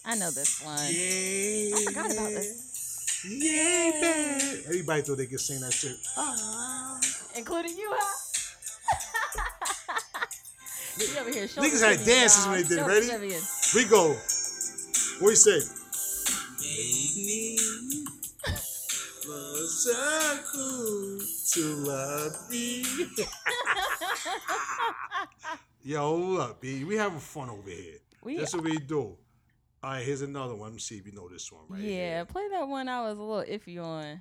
Speaker 2: I know this one.
Speaker 1: Yeah.
Speaker 2: I forgot about this,
Speaker 1: Yeah, babe. Everybody thought they could sing that shit. Ah.
Speaker 2: including you. Huh? You over here, shoulder
Speaker 1: Niggas had
Speaker 2: jigging,
Speaker 1: dances
Speaker 2: y'all.
Speaker 1: when they did it,
Speaker 2: Shoulder
Speaker 1: ready?
Speaker 2: jigging.
Speaker 1: We go. What do you say? to love me. Yo, look, B, we having fun over here.
Speaker 2: We,
Speaker 1: That's what we do. All right, here's another one. Let me see if you know this one right
Speaker 2: yeah,
Speaker 1: here.
Speaker 2: play that one. I was a little iffy on.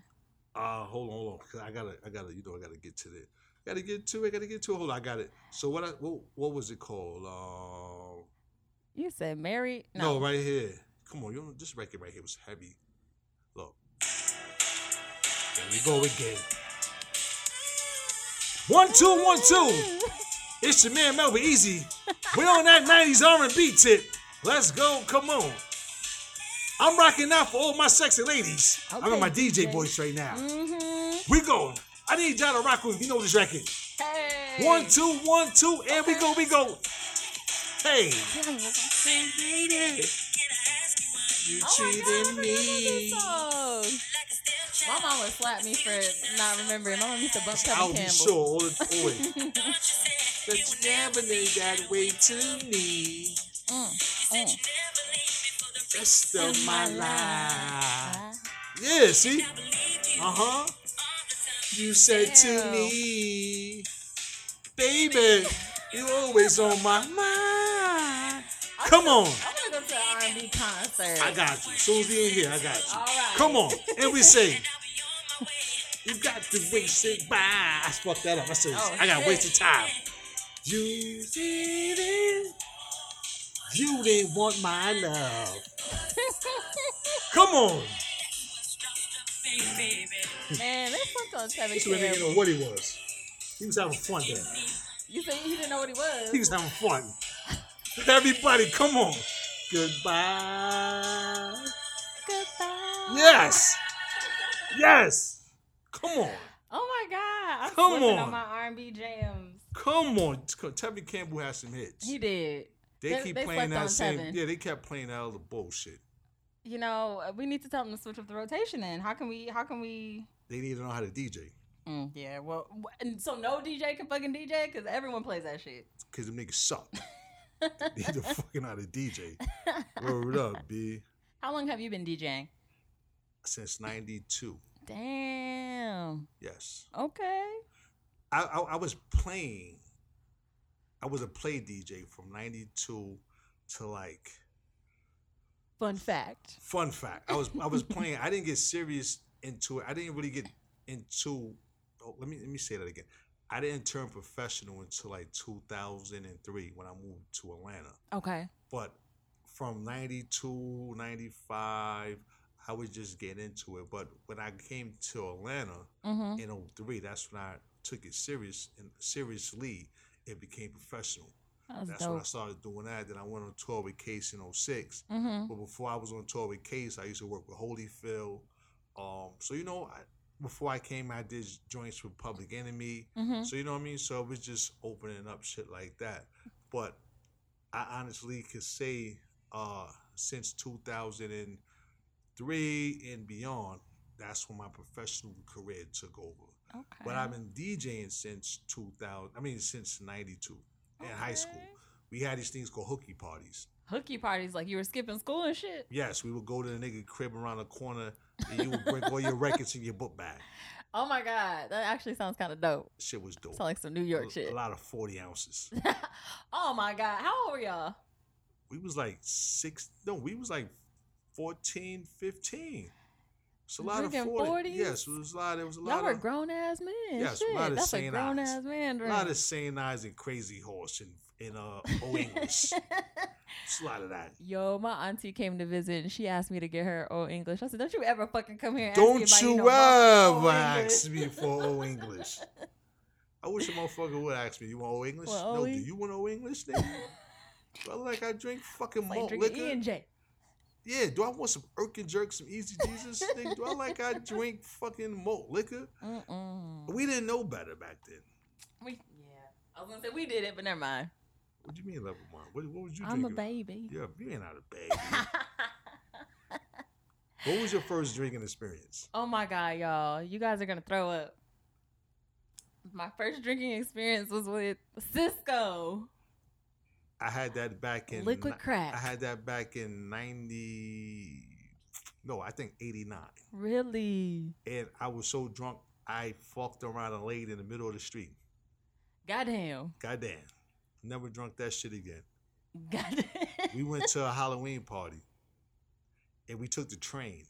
Speaker 1: Uh, hold on, hold on. 'cause I gotta, I gotta, you know, I gotta get to it. Gotta get to it. Gotta get to it. Hold on, I got it. So what? I, what, what was it called? Um,
Speaker 2: You said married?
Speaker 1: no.
Speaker 2: No.
Speaker 1: right here. Come on, you don't, this record right here was heavy. Look, there we go again. One two one two. It's your man Melvin Easy. We're on that '90s R&B tip. Let's go. Come on. I'm rocking out for all my sexy ladies. I'm in
Speaker 2: Okay,
Speaker 1: my DJ,
Speaker 2: DJ.
Speaker 1: voice right now.
Speaker 2: Mm-hmm.
Speaker 1: We going. I need y'all to rock with. me. You know this record.
Speaker 2: Hey.
Speaker 1: One, two, one, two, and we go, we go. Hey. Hey, lady. You
Speaker 2: Oh my God, I forgot about this song. My mom would slap me for not remembering. My mom used to bump Tubby
Speaker 1: I'll
Speaker 2: Campbell.
Speaker 1: be sure all the always. But you never laid that way to me.
Speaker 2: Mm,
Speaker 1: Rest of my life.
Speaker 2: mm.
Speaker 1: Yeah, see? Uh huh. You said to
Speaker 2: Ew.
Speaker 1: me, baby, you always on my mind. Come on.
Speaker 2: I want to go to an R&B concert.
Speaker 1: I got you. Soon as we in here, I got you.
Speaker 2: All right.
Speaker 1: Come on. And we say, You got to waste it by. I fucked that up. I said,
Speaker 2: Oh,
Speaker 1: I got
Speaker 2: shit.
Speaker 1: wasted time. You didn't. You didn't want my love. Come on.
Speaker 2: Man, this one on Tubby
Speaker 1: This man didn't
Speaker 2: Campbell.
Speaker 1: know what he was. He was having fun then.
Speaker 2: You said you didn't know what he was.
Speaker 1: He was having fun. Everybody, come on. Goodbye.
Speaker 2: Goodbye.
Speaker 1: Yes. Yes. Come on.
Speaker 2: Oh my God. I'm
Speaker 1: Come
Speaker 2: slipping on.
Speaker 1: on.
Speaker 2: my R&B jams.
Speaker 1: Come on. Tubby Campbell has some hits.
Speaker 2: He did.
Speaker 1: They,
Speaker 2: They-
Speaker 1: keep
Speaker 2: they
Speaker 1: playing
Speaker 2: slept on
Speaker 1: that same.
Speaker 2: Tevin.
Speaker 1: Yeah, they kept playing that other bullshit.
Speaker 2: You know, we need to tell them to switch up the rotation. Then how can we? How can we?
Speaker 1: They need to know how to DJ
Speaker 2: Mm, yeah. Well, wh- and so no DJ can fucking DJ because everyone plays that shit.
Speaker 1: because them niggas suck. they need to fucking know how to DJ. Word up, B.
Speaker 2: How long have you been DJing?
Speaker 1: Since '92,
Speaker 2: Damn.
Speaker 1: yes.
Speaker 2: Okay.
Speaker 1: I, I I was playing. I was a play DJ from '92 to like.
Speaker 2: Fun fact.
Speaker 1: Fun fact: I was I was playing. I didn't get serious into it. I didn't really get into. Oh, let me let me say that again. I didn't turn professional until like 2003 when I moved to Atlanta.
Speaker 2: Okay.
Speaker 1: but from 92 95 i was just getting into it but when i came to atlanta
Speaker 2: Mm-hmm.
Speaker 1: in 03 that's when i took it serious and seriously it became professional
Speaker 2: That was
Speaker 1: that's when i
Speaker 2: dope.
Speaker 1: started doing that then i went on tour with case in 06
Speaker 2: Mm-hmm.
Speaker 1: but before i was on tour with case i used to work with holyfield um, so you know I, before i came i did joints with public enemy
Speaker 2: Mm-hmm.
Speaker 1: so you know what I mean? So it was just opening up shit like that. But I honestly could say uh since 2003 and beyond, that's when my professional career took over.
Speaker 2: Okay.
Speaker 1: But I've been DJing since 2000, I mean since 92 in high school.
Speaker 2: Okay.
Speaker 1: We had these things called hookie parties.
Speaker 2: Hooky parties, like you were skipping school and shit.
Speaker 1: Yes, we would go to the nigga crib around the corner and you would bring all your records in your book bag.
Speaker 2: Oh my god, that actually sounds kind of dope.
Speaker 1: Shit was dope.
Speaker 2: Sound like some New York
Speaker 1: a,
Speaker 2: shit.
Speaker 1: a lot of 40 ounces.
Speaker 2: oh my god, how old were y'all?
Speaker 1: we was like six no we was like 14 15 it's a lot
Speaker 2: Drinking
Speaker 1: of 40
Speaker 2: 40s?
Speaker 1: yes it was a lot it was a
Speaker 2: Y'all
Speaker 1: lot
Speaker 2: were
Speaker 1: of
Speaker 2: grown ass men.
Speaker 1: Yes, a
Speaker 2: shit.
Speaker 1: lot of
Speaker 2: That's a
Speaker 1: sane
Speaker 2: grown
Speaker 1: eyes.
Speaker 2: ass man.
Speaker 1: a lot of sane eyes and crazy horse in, in uh old english it's a lot of that
Speaker 2: Yo, my auntie came to visit and she asked me to get her old English. I said, "Don't you ever fucking come here." And
Speaker 1: don't
Speaker 2: ask me
Speaker 1: you
Speaker 2: about
Speaker 1: ever
Speaker 2: no more Old English."
Speaker 1: ask me for old english i wish a motherfucker would ask me you want old english
Speaker 2: Want
Speaker 1: no
Speaker 2: Old
Speaker 1: do
Speaker 2: Eng-
Speaker 1: you want old english nigga? Do I look like i drink fucking
Speaker 2: Like
Speaker 1: malt
Speaker 2: drinking
Speaker 1: liquor
Speaker 2: E and J.
Speaker 1: yeah do i want some irk and jerk some easy jesus nigga? do i like i drink fucking malt liquor
Speaker 2: Mm-mm.
Speaker 1: We didn't know better back then.
Speaker 2: We, yeah, I was gonna say we did it, but never mind.
Speaker 1: What do you mean level one? What, what was you
Speaker 2: I'm a
Speaker 1: drinking?
Speaker 2: baby.
Speaker 1: Yeah, you ain't out of bed. what was your first drinking experience?
Speaker 2: Oh my god, y'all. You guys are gonna throw up. My first drinking experience was with Cisco.
Speaker 1: I had that back in
Speaker 2: Liquid crack.
Speaker 1: I had that back in ninety. No, I think eighty nine,
Speaker 2: really?
Speaker 1: and I was so drunk I fucked around and laid in the middle of the street.
Speaker 2: Goddamn.
Speaker 1: Goddamn, never drunk that shit again.
Speaker 2: Goddamn.
Speaker 1: We went to a Halloween party, and we took the train.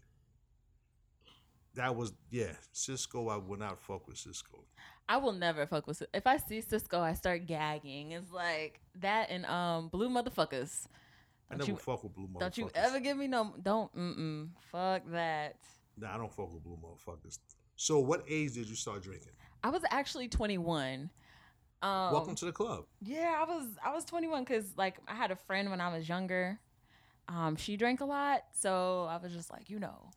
Speaker 1: that was yeah. Cisco, I will not fuck with Cisco.
Speaker 2: I will never fuck with. If I see Cisco, I start gagging. It's like that and um blue motherfuckers.
Speaker 1: I
Speaker 2: Don't
Speaker 1: never
Speaker 2: you-
Speaker 1: fuck with blue motherfuckers.
Speaker 2: Don't you ever give me no. Don't. Mm mm. Fuck that.
Speaker 1: Nah, I don't fuck with blue motherfuckers. So, what age did you start drinking?
Speaker 2: I was actually 21. Um,
Speaker 1: Welcome to the club.
Speaker 2: Yeah, I was I was 21 because like I had a friend when I was younger. Um, she drank a lot, so I was just like, you know,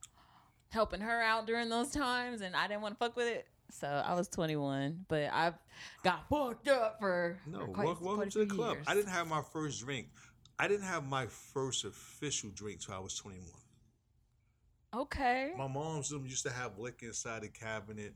Speaker 2: helping her out during those times, and I didn't want to fuck with it. So I was 21, but I got fucked up for
Speaker 1: No,
Speaker 2: for
Speaker 1: wel- welcome
Speaker 2: quite a
Speaker 1: to the
Speaker 2: few
Speaker 1: club.
Speaker 2: years.
Speaker 1: I didn't have my first drink. I didn't have my first official drink till I was 21.
Speaker 2: Okay.
Speaker 1: My mom's them used to have liquor inside the cabinet,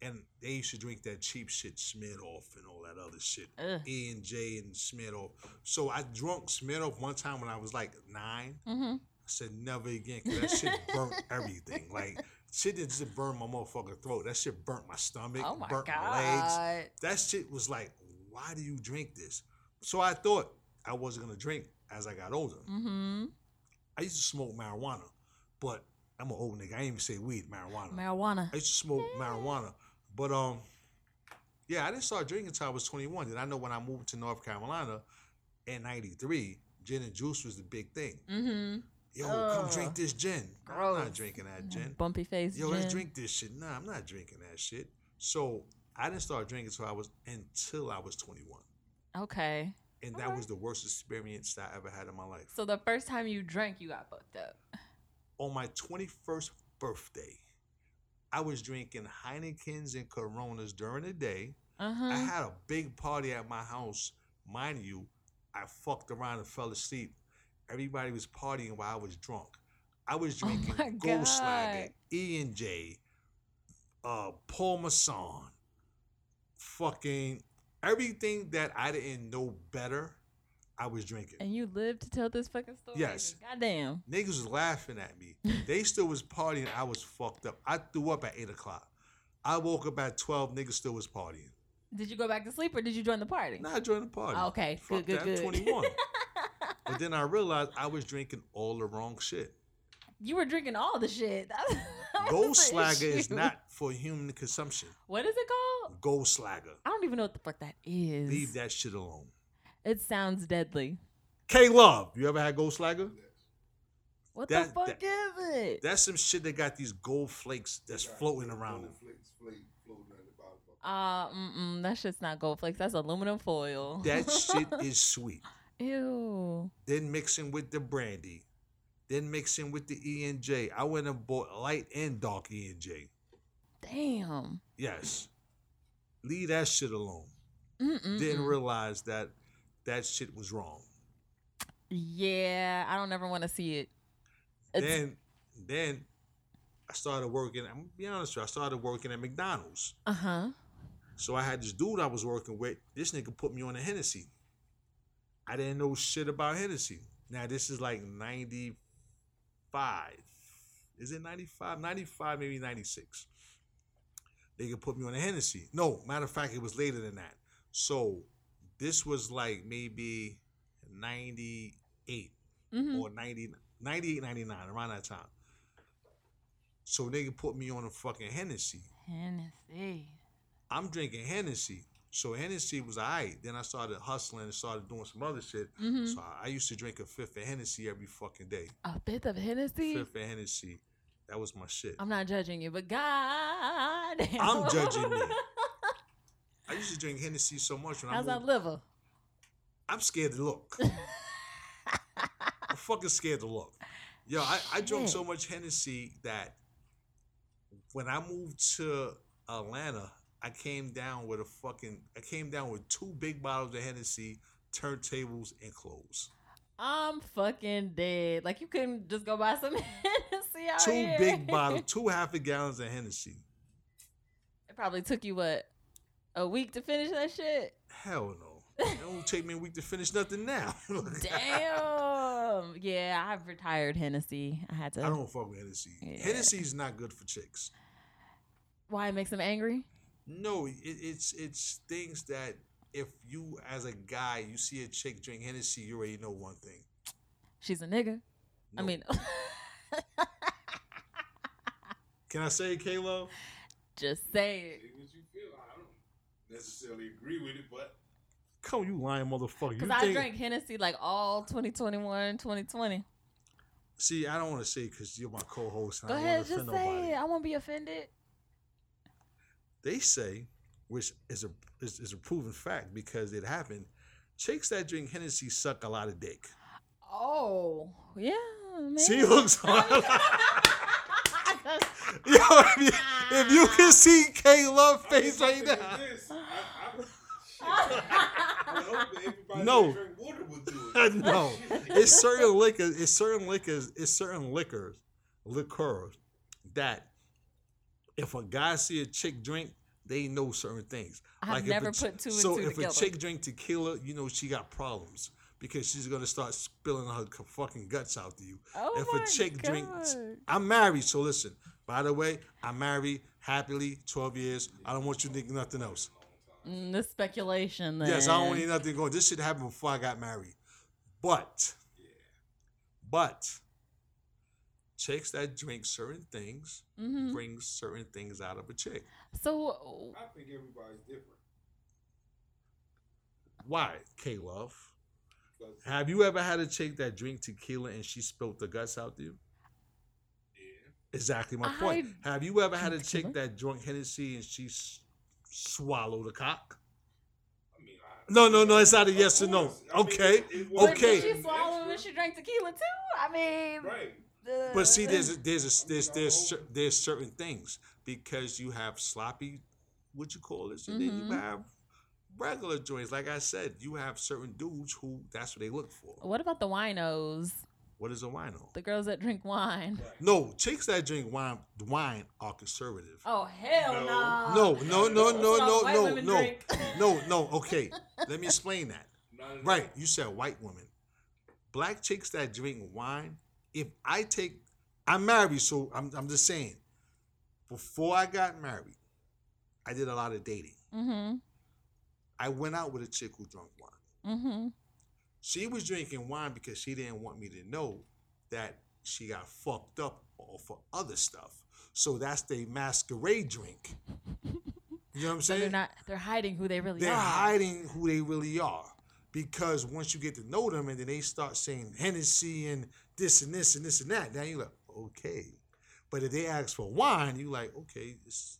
Speaker 1: and they used to drink that cheap shit, Smirnoff, and all that other shit.
Speaker 2: Ugh.
Speaker 1: E and J and Smirnoff. So I drunk Smirnoff one time when I was like nine.
Speaker 2: Mm-hmm.
Speaker 1: I said never again because that shit burnt everything. Like shit didn't just burn my motherfucking throat. That shit burnt my stomach.
Speaker 2: Oh my
Speaker 1: burnt my legs.
Speaker 2: god.
Speaker 1: That shit was like, why do you drink this? So I thought I wasn't gonna drink as I got older.
Speaker 2: Mm-hmm.
Speaker 1: I used to smoke marijuana, but I'm an old nigga. I ain't even say weed, marijuana.
Speaker 2: Marijuana.
Speaker 1: I used to smoke marijuana, but um, yeah, I didn't start drinking until I was 21. Then I know when I moved to North Carolina in '93, gin and juice was the big thing.
Speaker 2: Mm-hmm.
Speaker 1: Yo, come
Speaker 2: Ugh.
Speaker 1: drink this gin. I'm not
Speaker 2: Gross.
Speaker 1: drinking that gin.
Speaker 2: Bumpy face.
Speaker 1: Yo, let's
Speaker 2: gin.
Speaker 1: drink this shit. Nah, I'm not drinking that shit. So I didn't start drinking until I was until I was 21,
Speaker 2: Okay.
Speaker 1: and that
Speaker 2: Okay.
Speaker 1: was the worst experience that I ever had in my life.
Speaker 2: So the first time you drank, you got fucked up.
Speaker 1: on my 21st birthday, I was drinking Heinekens and Coronas during the day.
Speaker 2: Uh
Speaker 1: I
Speaker 2: huh.
Speaker 1: had a big party at my house. Mind you, I fucked around and fell asleep. Everybody was partying while I was drunk. I was
Speaker 2: Oh
Speaker 1: drinking
Speaker 2: my
Speaker 1: Ghost Lager,
Speaker 2: God.
Speaker 1: E and J, uh, Paul Masson, fucking everything that I didn't know better, I was drinking.
Speaker 2: And you lived to tell this fucking story.
Speaker 1: Yes.
Speaker 2: Goddamn.
Speaker 1: Niggas was laughing at me. They still was partying. I was fucked up. I threw up at eight o'clock. I woke up at twelve. Niggas still was partying.
Speaker 2: Did you go back to sleep or did you join the party? Oh,
Speaker 1: Now I joined the party.
Speaker 2: Ah, Okay,
Speaker 1: Fuck
Speaker 2: good, good,
Speaker 1: that.
Speaker 2: good.
Speaker 1: Twenty one. but then I realized I was drinking all the wrong shit.
Speaker 2: You were drinking all the shit. That was- that was
Speaker 1: Gold
Speaker 2: the
Speaker 1: Slagger is
Speaker 2: issue.
Speaker 1: not for human consumption.
Speaker 2: What is it called?
Speaker 1: Gold Slagger.
Speaker 2: I don't even know what the fuck that is.
Speaker 1: Leave that shit alone.
Speaker 2: It sounds deadly.
Speaker 1: K Love, you ever had Gold Slagger?
Speaker 2: What the
Speaker 1: That-
Speaker 2: fuck is it?
Speaker 1: That's some shit that got these gold flakes that's floating around.
Speaker 3: Gold flakes, flake, floating around the bottom of
Speaker 2: uh, mm-mm, that shit's not gold flakes. That's aluminum foil.
Speaker 1: That shit is sweet.
Speaker 2: Ew.
Speaker 1: then mixing with the brandy, then mixing with the E and J. I went and bought light and dark E and J.
Speaker 2: Damn.
Speaker 1: Yes, leave that shit alone.
Speaker 2: Mm-mm.
Speaker 1: Didn't realize that that shit was wrong.
Speaker 2: Yeah, I don't ever want to see it. It's,
Speaker 1: then, then I started working. I'm gonna be honest with you. I started working at McDonald's.
Speaker 2: uh-huh.
Speaker 1: So I had this dude I was working with. This nigga put me on a Hennessy. I didn't know shit about Hennessy. Now this is like 95. Is it 95? 95, maybe 96. They could put me on a Hennessy. No, matter of fact, it was later than that. So this was like maybe 98
Speaker 2: Mm-hmm.
Speaker 1: or 90, 98, 99, around that time. So nigga put me on a fucking Hennessy.
Speaker 2: Hennessy.
Speaker 1: I'm drinking Hennessy. So Hennessy was all right. Then I started hustling and started doing some other shit.
Speaker 2: Mm-hmm.
Speaker 1: So I, I used to drink a fifth of Hennessy every fucking day.
Speaker 2: A fifth of Hennessy?
Speaker 1: Fifth of Hennessy. That was my shit.
Speaker 2: I'm not judging you, but God.
Speaker 1: I'm judging me. I used to drink Hennessy so much when
Speaker 2: How's
Speaker 1: I'm,
Speaker 2: that liver?
Speaker 1: I'm scared to look. I'm fucking scared to look. Yo, I, I drank so
Speaker 2: Shit.
Speaker 1: much Hennessy that when I moved to Atlanta, I came down with a fucking I came down with two big bottles of Hennessy, turntables, and clothes.
Speaker 2: I'm fucking dead. Like you couldn't just go buy some Hennessy out
Speaker 1: Two
Speaker 2: here.
Speaker 1: big bottles, two half a gallons of Hennessy.
Speaker 2: It probably took you what a week to finish that shit.
Speaker 1: Hell no. It don't take me a week to finish nothing now.
Speaker 2: Damn. yeah, I've retired Hennessy. I had
Speaker 1: I
Speaker 2: to.
Speaker 1: don't fuck with Hennessy.
Speaker 2: Yeah.
Speaker 1: Hennessy's not good for chicks.
Speaker 2: Why it makes them angry?
Speaker 1: No, it, it's it's things that if you as a guy you see a chick drink Hennessy, you already know one thing.
Speaker 2: She's a nigga. I
Speaker 1: No.
Speaker 2: mean,
Speaker 1: Can I say, Kalo?
Speaker 2: Just say it.
Speaker 3: Say what you feel. I don't necessarily agree with it, but
Speaker 1: Come, you lying motherfucker. You
Speaker 2: Because I drank Hennessy like all 2021, 2020.
Speaker 1: See, I don't want to say because you're my co-host. And
Speaker 2: Go
Speaker 1: I don't
Speaker 2: ahead,
Speaker 1: wanna
Speaker 2: just
Speaker 1: offend
Speaker 2: say
Speaker 1: nobody.
Speaker 2: it. I won't be offended.
Speaker 1: They say, which is a is, is a proven fact because it happened. Chicks that drink Hennessy suck a lot of dick.
Speaker 2: Oh, yeah. Man.
Speaker 1: She looks hard.
Speaker 2: I
Speaker 1: Yo, if you, if you can see K Love face
Speaker 3: I
Speaker 1: right
Speaker 3: can say
Speaker 1: now.
Speaker 3: this. I, I, shit, I hope that everybody
Speaker 1: No.
Speaker 3: that drink water will do it.
Speaker 1: No.
Speaker 3: Shit.
Speaker 1: It's certain liquors, it's certain liquors, it's certain liquors, liqueurs that if a guy see a chick drink, they know certain things.
Speaker 2: I've
Speaker 1: if a
Speaker 2: never
Speaker 1: ch-
Speaker 2: put two and
Speaker 1: so
Speaker 2: two
Speaker 1: if
Speaker 2: together.
Speaker 1: a chick drink tequila, you know she got problems because she's gonna start spilling her c- fucking guts out to you.
Speaker 2: Oh
Speaker 1: if
Speaker 2: my
Speaker 1: a chick drinks,
Speaker 2: God.
Speaker 1: I'm married, so listen. By the way, I'm married happily, 12 years. I don't want you to think nothing else.
Speaker 2: Mm, the speculation. Then.
Speaker 1: Yes, I don't need nothing going. This shit happened before I got married. But, but, chicks that drink certain things
Speaker 2: Mhm.
Speaker 1: bring certain things out of a chick.
Speaker 2: So
Speaker 3: I think everybody's different.
Speaker 1: Why, K Love?
Speaker 3: 'Cause,
Speaker 1: Have you ever had a chick that drink tequila and she spilt the guts out to you?
Speaker 3: yeah,
Speaker 1: Exactly my
Speaker 2: I-
Speaker 1: point. Have you ever had a
Speaker 2: Drink
Speaker 1: chick
Speaker 2: tequila?
Speaker 1: that drunk Hennessy and she s- swallowed a cock?
Speaker 3: I mean, I,
Speaker 1: No, no, no. It's not a
Speaker 3: Of
Speaker 1: yes or no.
Speaker 3: course. I mean,
Speaker 1: Okay,
Speaker 3: it- it
Speaker 2: But
Speaker 3: wasn't
Speaker 1: okay.
Speaker 2: Did she
Speaker 3: an
Speaker 2: swallow when
Speaker 3: extra.
Speaker 2: she drank tequila too? I mean,
Speaker 3: Right.
Speaker 2: the-
Speaker 1: But see, there's there's there's there's cer- there's certain things because you have sloppy, what you call this, and then
Speaker 2: Mhm.
Speaker 1: you have regular joints. Like I said, you have certain dudes who that's what they look for.
Speaker 2: What about the winos?
Speaker 1: What is a wino?
Speaker 2: The girls that drink wine.
Speaker 1: No, chicks that drink wine wine are conservative.
Speaker 2: Oh hell
Speaker 3: No.
Speaker 2: no.
Speaker 1: No, no, no,
Speaker 2: That's
Speaker 1: no,
Speaker 2: what
Speaker 1: no,
Speaker 2: white
Speaker 1: no,
Speaker 2: women
Speaker 1: no,
Speaker 2: drink.
Speaker 1: no, no. Okay, let me explain that.
Speaker 3: Not at
Speaker 1: Right,
Speaker 3: all.
Speaker 1: you said white women. Black chicks that drink wine, if I take I'm married, so I'm I'm just saying, before I got married, I did a lot of dating.
Speaker 2: Mhm.
Speaker 1: I went out with a chick who drank wine.
Speaker 2: Mhm.
Speaker 1: She was drinking wine because she didn't want me to know that she got fucked up or for other stuff. So that's the masquerade drink. You know what I'm
Speaker 2: So
Speaker 1: saying?
Speaker 2: they're not. They're hiding who they really
Speaker 1: they're
Speaker 2: are.
Speaker 1: hiding who they really are because once you get to know them and then they start saying Hennessy and this and this and this and that, now you're like, okay. But if they ask for wine, you like, okay, this,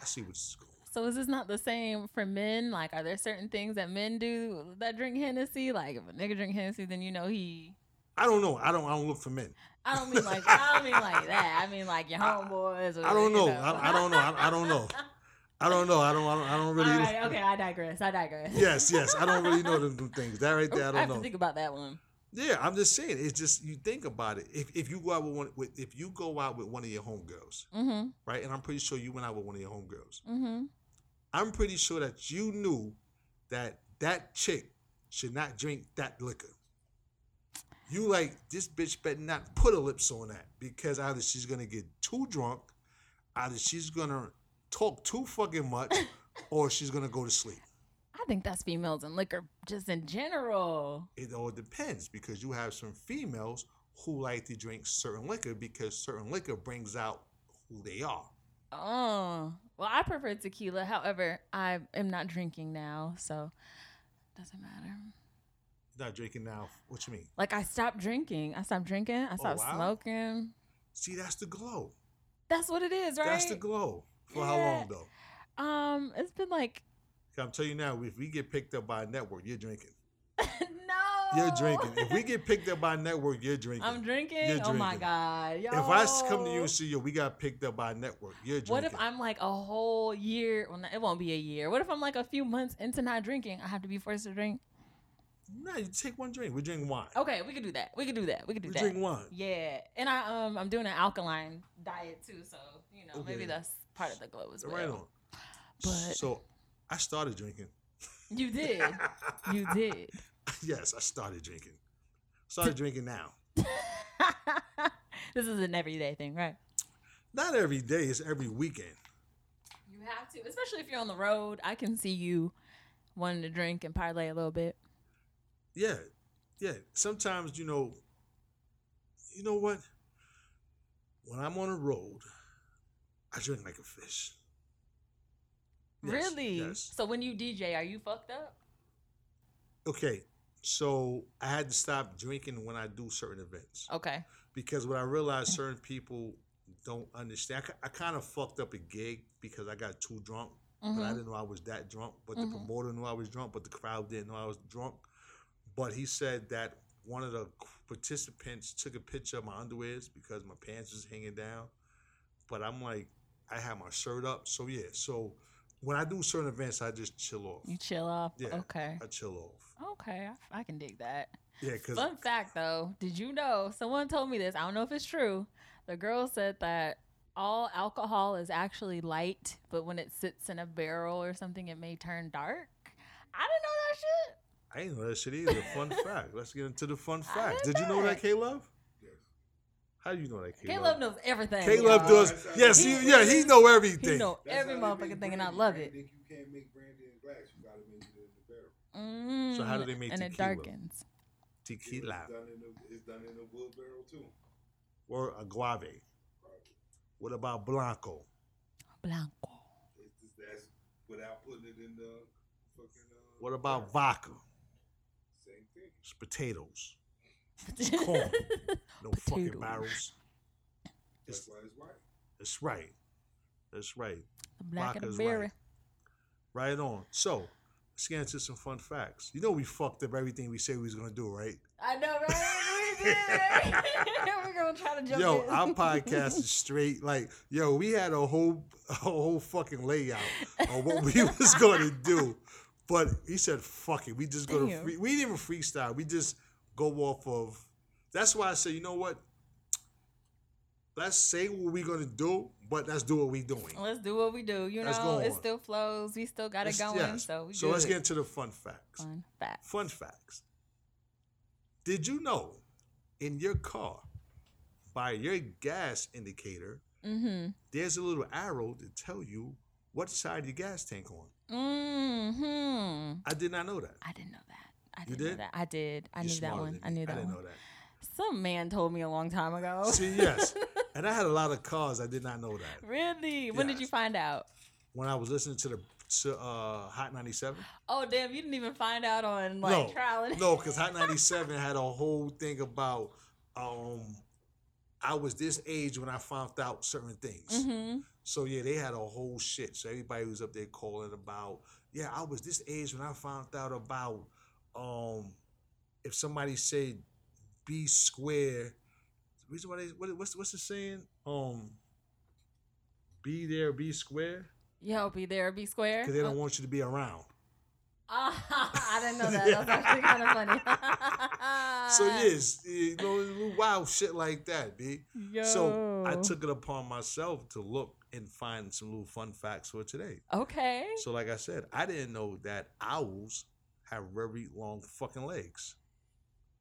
Speaker 1: I see what's going. on.
Speaker 2: So is this not the same for men? Like, are there certain things that men do that drink Hennessy? Like, if a nigga drink Hennessy, then you know he.
Speaker 1: I don't know. I don't. I don't look for men.
Speaker 2: I don't mean like. I don't mean like that. I mean like your homeboys. Or,
Speaker 1: I don't
Speaker 2: you
Speaker 1: know. I, I don't know. I, I don't know. I don't know. I don't. I don't, I don't really.
Speaker 2: All right. Okay. I digress. I digress.
Speaker 1: Yes, yes. I don't really know them, them things. That right there, I
Speaker 2: I have to
Speaker 1: don't know.
Speaker 2: think about that one.
Speaker 1: Yeah, I'm just saying. It's just you think about it. If if you go out with one, with, if you go out with one of your homegirls,
Speaker 2: Mm-hmm.
Speaker 1: right? And I'm pretty sure you went out with one of your homegirls.
Speaker 2: Mm-hmm.
Speaker 1: I'm pretty sure that you knew that that chick should not drink that liquor. You like this bitch better not put her lips on that because either she's gonna get too drunk, either she's gonna talk too fucking much, or she's gonna go to sleep.
Speaker 2: I think that's females and liquor just in general.
Speaker 1: It all depends because you have some females who like to drink certain liquor because certain liquor brings out who they are.
Speaker 2: Oh, well, I prefer tequila. However, I am not drinking now, so doesn't matter.
Speaker 1: Not drinking now. What you mean?
Speaker 2: Like I stopped drinking. I stopped drinking. I stopped
Speaker 1: Oh, wow.
Speaker 2: smoking.
Speaker 1: See, that's the glow.
Speaker 2: That's what it is, right?
Speaker 1: That's the glow. For how
Speaker 2: Yeah.
Speaker 1: long though?
Speaker 2: um, it's been like
Speaker 1: I'm telling you now, if we get picked up by a network, you're drinking.
Speaker 2: no.
Speaker 1: You're drinking. If we get picked up by a network, you're drinking.
Speaker 2: I'm drinking.
Speaker 1: You're
Speaker 2: Oh my
Speaker 1: drinking.
Speaker 2: god. Yo.
Speaker 1: If I s- come to you and see you, we got picked up by a network, you're drinking.
Speaker 2: What if I'm like a whole year? Well, not- it won't be a year. What if I'm like a few months into not drinking? I have to be forced to drink.
Speaker 1: No, you take one drink. We drink wine.
Speaker 2: Okay, we could do that. We could do that. We could do
Speaker 1: we
Speaker 2: that.
Speaker 1: drink wine.
Speaker 2: Yeah, and I um I'm doing an alkaline diet too, so you know
Speaker 1: Okay.
Speaker 2: maybe that's part of the glow as well.
Speaker 1: Right on.
Speaker 2: But-
Speaker 1: so I started drinking.
Speaker 2: You did, you did.
Speaker 1: yes, I started drinking. Started drinking now.
Speaker 2: this is an everyday thing, right?
Speaker 1: Not every day, it's every weekend.
Speaker 2: You have to, especially if you're on the road. I can see you wanting to drink and parlay a little bit.
Speaker 1: Yeah. Yeah. Sometimes, you know, you know what? When I'm on the road, I drink like a fish. Yes,
Speaker 2: really?
Speaker 1: yes.
Speaker 2: So when you DJ, are you fucked up?
Speaker 1: Okay, so I had to stop drinking when I do certain events
Speaker 2: Okay.
Speaker 1: because what I realized certain people don't understand. I, ki- I kind of fucked up a gig because I got too drunk, but I
Speaker 2: Mhm.
Speaker 1: didn't know I was that drunk. But
Speaker 2: Mhm.
Speaker 1: the promoter knew I was drunk, but the crowd didn't know I was drunk. But he said that one of the participants took a picture of my underwears because my pants was hanging down. But I'm like, I had my shirt up, so yeah. So when I do certain events, I just chill off.
Speaker 2: You chill off.
Speaker 1: Yeah.
Speaker 2: Okay.
Speaker 1: I chill off.
Speaker 2: Okay. I, I can dig that.
Speaker 1: Yeah, because
Speaker 2: Fun fact though, did you know someone told me this? I don't know if it's true. The girl said that all alcohol is actually light, but when it sits in a barrel or something, it may turn dark. I didn't know that shit.
Speaker 1: I ain't know that shit either. Fun fact. Let's get into the fun
Speaker 2: I
Speaker 1: fact.
Speaker 2: didn't
Speaker 1: Did you know
Speaker 2: know
Speaker 1: that,
Speaker 2: it.
Speaker 1: K Love?
Speaker 3: Yes.
Speaker 1: How do you know that, K
Speaker 2: Caleb
Speaker 1: Love?
Speaker 2: knows everything.
Speaker 1: K Love
Speaker 2: y'all.
Speaker 1: does.
Speaker 3: That's how
Speaker 1: Yes,
Speaker 2: he-
Speaker 1: he, yeah, he know everything.
Speaker 2: He know
Speaker 3: That's
Speaker 2: every
Speaker 3: how they make
Speaker 2: motherfucking thing, and I
Speaker 3: brandy.
Speaker 2: love it.
Speaker 3: Brandy, You can't make brandy in glass. You gotta make it in the barrel.
Speaker 2: Mm,
Speaker 1: So how do they make
Speaker 2: And it
Speaker 1: tequila?
Speaker 2: darkens.
Speaker 1: Tequila
Speaker 3: It's done in a, it's done in a wood barrel too.
Speaker 1: or agave. What about blanco?
Speaker 2: Blanco.
Speaker 3: It's just, that's without putting it in the fucking. Uh,
Speaker 1: What about
Speaker 3: barrel.
Speaker 1: vodka?
Speaker 3: Same thing.
Speaker 1: It's potatoes. corn. No fucking
Speaker 2: Potatoes.
Speaker 1: barrels.
Speaker 3: That's
Speaker 1: It's,
Speaker 3: why it's white.
Speaker 1: it's right. That's right.
Speaker 2: Black and
Speaker 1: Vodka's
Speaker 2: berry.
Speaker 1: right. Right on. So, let's get into some fun facts. You know we fucked up everything we said we was gonna do, right?
Speaker 2: I know, right? We did. We're gonna try to jump
Speaker 1: Yo,
Speaker 2: in.
Speaker 1: our podcast is straight. Like, yo, we had a whole a whole fucking layout on what we was gonna do. But he said, fuck it. We just gonna
Speaker 2: Damn.
Speaker 1: free, we didn't even freestyle. We just go off of that's why I say, you know what? Let's say what we're gonna do, but let's do what we're doing.
Speaker 2: Let's do what we do. You
Speaker 1: Let's
Speaker 2: know,
Speaker 1: go
Speaker 2: it
Speaker 1: on.
Speaker 2: still flows. We still got it
Speaker 1: Let's-
Speaker 2: going.
Speaker 1: yes.
Speaker 2: So we
Speaker 1: so let's
Speaker 2: good.
Speaker 1: get into the fun facts.
Speaker 2: fun facts.
Speaker 1: Fun facts. Did you know in your car, by your gas indicator,
Speaker 2: Mm-hmm.
Speaker 1: there's a little arrow to tell you what side your gas tank on.
Speaker 2: Mm-hmm.
Speaker 1: I did not know that.
Speaker 2: I didn't know that. I
Speaker 1: You
Speaker 2: didn't know
Speaker 1: did?
Speaker 2: that. I did. I
Speaker 1: You're
Speaker 2: knew that
Speaker 1: smarter
Speaker 2: one.
Speaker 1: than
Speaker 2: I
Speaker 1: me.
Speaker 2: knew that
Speaker 1: I didn't
Speaker 2: one. Oh.
Speaker 1: know that.
Speaker 2: Some man told me a long time ago.
Speaker 1: See, yes. and I had a lot of cars. I did not know that.
Speaker 2: really? When did you
Speaker 1: Yes.
Speaker 2: find out?
Speaker 1: When I was listening to the to, uh, Hot 97.
Speaker 2: Oh damn! You didn't even find out on like
Speaker 1: no,
Speaker 2: trial and
Speaker 1: no, because Hot 97 had a whole thing about um, I was this age when I found out certain things.
Speaker 2: hmm
Speaker 1: So yeah, they had a whole shit. So everybody was up there calling about, yeah, I was this age when I found out about um if somebody said B square, the reason why they what, what's what's the saying? Um be there, be square.
Speaker 2: Yo, be there, be square.
Speaker 1: Cause they don't want you to be around.
Speaker 2: I didn't know that. That's actually kind of
Speaker 1: So
Speaker 2: funny.
Speaker 1: yes, you know, little wild shit like that, B.
Speaker 2: Yo.
Speaker 1: So I took it upon myself to look and find some little fun facts for today.
Speaker 2: Okay.
Speaker 1: So, like I said, I didn't know that owls have very long fucking legs.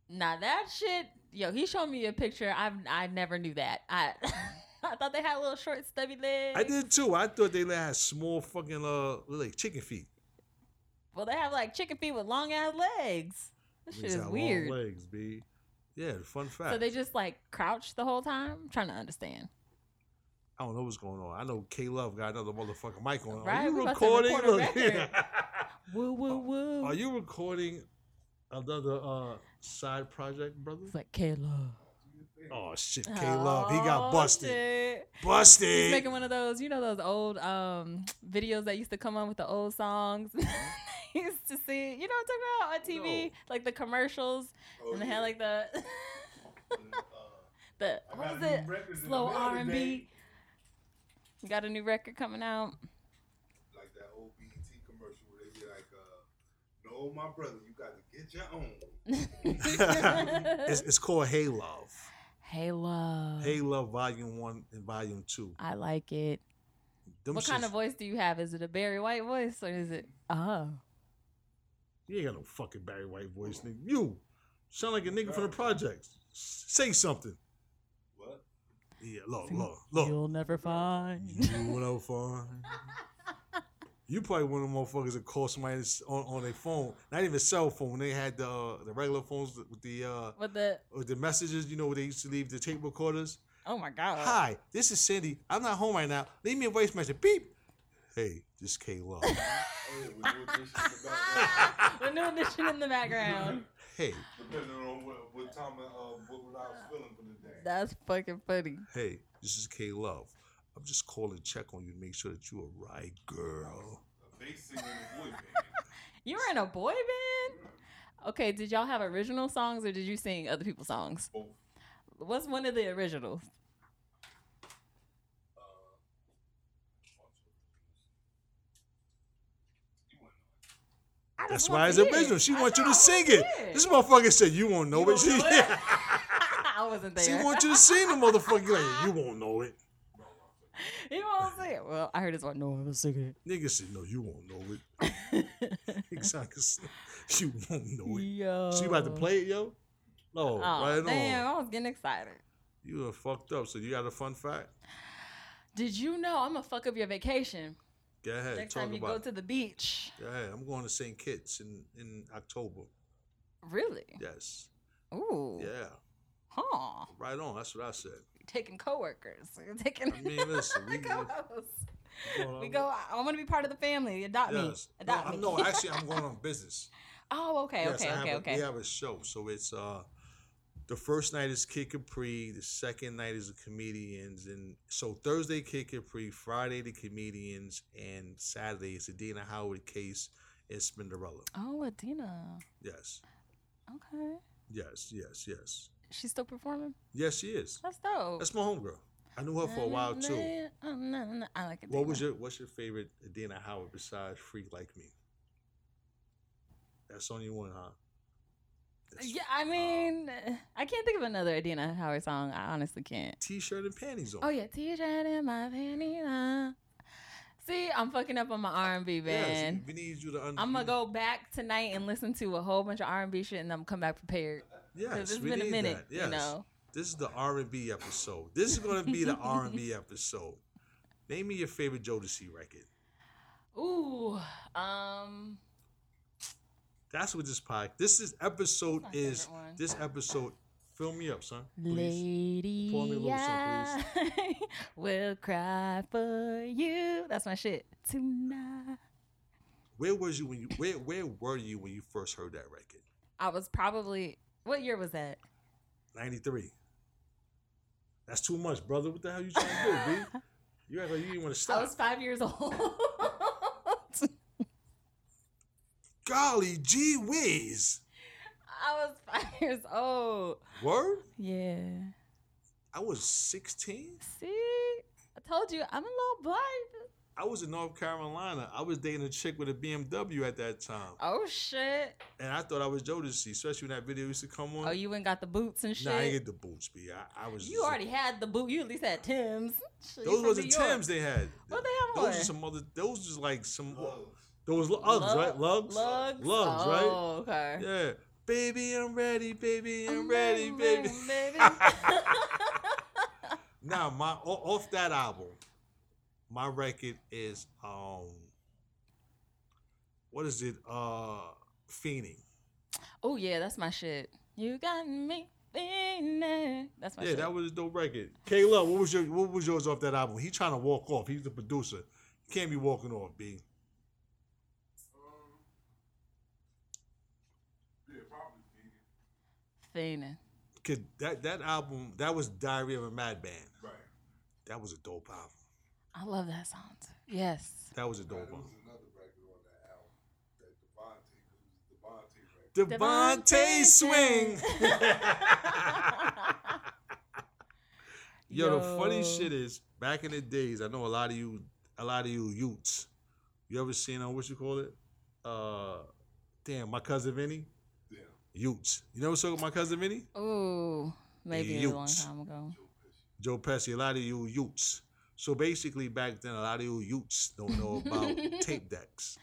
Speaker 2: Now that shit, yo, he showed me a picture. I I never knew that. I I thought they had little short stubby legs.
Speaker 1: I did too. I thought they had small fucking uh like chicken feet.
Speaker 2: Well, they have like chicken feet with long ass legs. This shit
Speaker 1: Niggas
Speaker 2: is
Speaker 1: have Long
Speaker 2: weird.
Speaker 1: legs, b. Yeah, fun fact.
Speaker 2: So they just like crouch the whole time. I'm trying to understand.
Speaker 1: I don't know what's going on. I know K Love got another motherfucking mic on.
Speaker 2: Right,
Speaker 1: Are you
Speaker 2: we about to
Speaker 1: recording?
Speaker 2: record a
Speaker 1: Look,
Speaker 2: record. Woo woo woo.
Speaker 1: Are you recording another uh side project, brother?
Speaker 2: It's like Caleb.
Speaker 1: Oh shit, K Love, he got
Speaker 2: Oh,
Speaker 1: busted.
Speaker 2: shit.
Speaker 1: Busted.
Speaker 2: He's making one of those, you know, those old um videos that used to come on with the old songs. He used to see, you know what I'm talking about on TV,
Speaker 1: No.
Speaker 2: like the commercials,
Speaker 3: Oh,
Speaker 2: and they
Speaker 3: yeah.
Speaker 2: had like the
Speaker 3: Uh,
Speaker 2: the
Speaker 3: I
Speaker 2: what
Speaker 3: got
Speaker 2: was
Speaker 3: a new
Speaker 2: it?
Speaker 3: record in the
Speaker 2: Slow
Speaker 3: mail
Speaker 2: R and B.
Speaker 3: today.
Speaker 2: Got a new record coming out.
Speaker 3: Like that old BET commercial where they be like, uh, "No, my brother, you got to get your own."
Speaker 1: it's, it's called Hey Love.
Speaker 2: Hey love,
Speaker 1: Hey Love Volume One and Volume Two.
Speaker 2: I like it.
Speaker 1: Them
Speaker 2: what kind
Speaker 1: shits-
Speaker 2: of voice do you have? Is it a Barry White voice or is it? Oh,
Speaker 1: You ain't got no fucking Barry White voice, nigga. You sound like a nigga from the projects. Say something.
Speaker 3: What?
Speaker 1: Yeah, look, look, look.
Speaker 2: you'll never find.
Speaker 1: You know, fun. You probably one of the motherfuckers that called somebody that's on, on their phone, not even cell phone. When they had the uh, the regular phones with the uh,
Speaker 2: With the
Speaker 1: with the messages, you know, where they used to leave the tape recorders.
Speaker 2: Oh my god.
Speaker 1: Hi, this is Cindy. I'm not home right now. Leave me a voice message. Beep. Hey, this is K Love.
Speaker 3: Oh, yeah, with new additions in the background.
Speaker 2: With new addition in the background.
Speaker 1: hey,
Speaker 3: Depending on what, what time and uh, what, what I was feeling for the day.
Speaker 2: That's fucking funny.
Speaker 1: hey, this is K Love. I'm just calling to check on you to make sure that you're a right girl.
Speaker 3: They singing the boy band.
Speaker 2: You were in a boy band? Okay, did y'all have original songs or did you sing other people's songs?
Speaker 3: Both.
Speaker 2: What's one of the originals?
Speaker 3: Uh, you wouldn't know.
Speaker 2: I just
Speaker 1: That's
Speaker 2: want
Speaker 1: why
Speaker 2: to
Speaker 1: it's
Speaker 2: hear
Speaker 1: original. She
Speaker 2: I
Speaker 1: wants you
Speaker 2: know,
Speaker 1: to
Speaker 2: I
Speaker 1: sing
Speaker 2: wanna
Speaker 1: it.
Speaker 2: hear it.
Speaker 1: This motherfucker said you won't know
Speaker 2: You
Speaker 1: it.
Speaker 2: won't know it?
Speaker 1: Yeah.
Speaker 2: I wasn't there.
Speaker 1: She wants you to sing the motherfucker. Like, you won't know it.
Speaker 2: He won't sing it. Well, I heard his one. No, I'm singing
Speaker 1: Nigga said, no, you won't know it.
Speaker 2: it.
Speaker 1: Exactly. You won't know it.
Speaker 2: Yo.
Speaker 1: So you about to play it, yo? No,
Speaker 2: Oh,
Speaker 1: right
Speaker 2: damn,
Speaker 1: on.
Speaker 2: I was getting excited.
Speaker 1: You done fucked up. So you got a fun fact?
Speaker 2: Did you know I'm gonna fuck up your vacation
Speaker 1: Go ahead,
Speaker 2: next
Speaker 1: talk
Speaker 2: time you
Speaker 1: about
Speaker 2: go
Speaker 1: it.
Speaker 2: to the beach?
Speaker 1: Go ahead. I'm going to St. Kitts in, in October.
Speaker 2: Really?
Speaker 1: Yes.
Speaker 2: Ooh.
Speaker 1: Yeah.
Speaker 2: Huh.
Speaker 1: Right on. That's what I said.
Speaker 2: You're taking coworkers. You're taking
Speaker 1: I mean, listen, we,
Speaker 2: co-hosts.
Speaker 1: going
Speaker 2: We
Speaker 1: on-
Speaker 2: go. I want to be part of the family. Adopt me.
Speaker 1: Yes. No,
Speaker 2: Adopt
Speaker 1: I'm-
Speaker 2: me.
Speaker 1: no, actually, I'm going on business.
Speaker 2: oh, okay,
Speaker 1: yes, I
Speaker 2: okay,
Speaker 1: have
Speaker 2: okay,
Speaker 1: a,
Speaker 2: okay.
Speaker 1: We have a show, so it's uh, the first night is Kid Capri, the second night is the comedians, and so Thursday Kid Capri, Friday the comedians, and Saturday is the Dina Howard case and Spinderella.
Speaker 2: Oh, Adina.
Speaker 1: Yes,
Speaker 2: Okay.
Speaker 1: yes, yes, yes,
Speaker 2: She's still performing.
Speaker 1: yes. She is.
Speaker 2: That's dope.
Speaker 1: That's my homegirl. I knew her for a while too.
Speaker 2: Oh, no, no, no. I like it.
Speaker 1: What was your What's your favorite Adina Howard besides Freak Like Me? That's the only one, huh? That's-
Speaker 2: Uh, Yeah, I
Speaker 1: um,
Speaker 2: mean, I can't think of another Adina Howard song. I honestly can't.
Speaker 1: T-shirt and panties on.
Speaker 2: Oh yeah, T-shirt in my panties. huh? See, I'm fucking up on my R&B
Speaker 1: Yes,
Speaker 2: band.
Speaker 1: we need you to. Un-
Speaker 2: I'm gonna go back tonight and listen to a whole bunch of R&B shit, and I'm come back prepared.
Speaker 1: Yes,
Speaker 2: Cause it's
Speaker 1: we
Speaker 2: been a
Speaker 1: need
Speaker 2: minute,
Speaker 1: that. Yes.
Speaker 2: you know.
Speaker 1: This is the R and B episode. This is gonna be the R and B episode. Name me your favorite Jodeci record.
Speaker 2: Ooh, um,
Speaker 1: That's what this podcast. This is episode
Speaker 2: That's my
Speaker 1: is
Speaker 2: favorite one.
Speaker 1: this episode. Fill me up, son. Please.
Speaker 2: lady,
Speaker 1: Pour me a little something,
Speaker 2: I will cry for you. That's my shit tonight.
Speaker 1: Where was you when you where where were you when you first heard that record?
Speaker 2: I was probably what year was that?
Speaker 1: Ninety three. That's too much, brother. What the hell you trying to do, B? You act like you didn't want to
Speaker 2: I
Speaker 1: stop.
Speaker 2: was five years old.
Speaker 1: Golly gee whiz.
Speaker 2: I was five years old.
Speaker 1: Word?
Speaker 2: Yeah.
Speaker 1: I was sixteen?
Speaker 2: See, I told you I'm a little blind.
Speaker 1: I was in North Carolina. I was dating a chick with a BMW at that time.
Speaker 2: Oh shit.
Speaker 1: And I thought I was Jodeci, especially when that video used to come on.
Speaker 2: Oh, you went got the boots and shit.
Speaker 1: Mm. nah, I didn't get the boots, B. I, I was.
Speaker 2: You already had the boot. You at least had Tim's. Shit, you
Speaker 1: Those
Speaker 2: from
Speaker 1: wasn't
Speaker 2: New York.
Speaker 1: Tim's they had.
Speaker 2: What they have
Speaker 1: Those
Speaker 2: on?
Speaker 1: are some other. Those was like some.
Speaker 3: Love.
Speaker 1: Those lu- Uggs,
Speaker 2: Lug-
Speaker 1: right? Lugs.
Speaker 2: Lugs.
Speaker 1: Lugs, right?
Speaker 2: oh, okay.
Speaker 1: Yeah. Baby, I'm ready. Baby, I'm,
Speaker 2: I'm
Speaker 1: ready, baby.
Speaker 2: baby.
Speaker 1: Now, my o- off that album, my record is um. What is it? Uh, fiending.
Speaker 2: oh yeah, that's my shit. You got me feeling. That's my
Speaker 1: Yeah,
Speaker 2: shit.
Speaker 1: that was a dope record. K Love, what was your what was yours off that album? He trying to walk off. He's the producer. He can't be walking off, B.
Speaker 3: Um, yeah, probably be.
Speaker 2: Feeling.
Speaker 1: Cause that that album that was Diary of a Madman.
Speaker 3: Right.
Speaker 1: That was a dope album.
Speaker 2: I love that song. Too. Yes.
Speaker 1: That was a
Speaker 3: Now,
Speaker 1: dope
Speaker 3: there
Speaker 1: album.
Speaker 3: was another record on that album, that Devontae, it was Devontae
Speaker 1: Devontae
Speaker 3: record.
Speaker 2: Devontae
Speaker 1: Swing. Yo, the funny
Speaker 2: Yo.
Speaker 1: shit is back in the days. I know a lot of you, a lot of you Utes. You ever seen on what you call it? Uh, damn, my cousin Vinny.
Speaker 3: Yeah,
Speaker 1: Utes. You never saw my cousin Vinny?
Speaker 2: Ooh, maybe a long
Speaker 1: Utes.
Speaker 2: time ago.
Speaker 3: Joe Pesci.
Speaker 1: Joe Pesci, a lot of you Utes. So basically, back then, a lot of you Utes don't know about tape decks.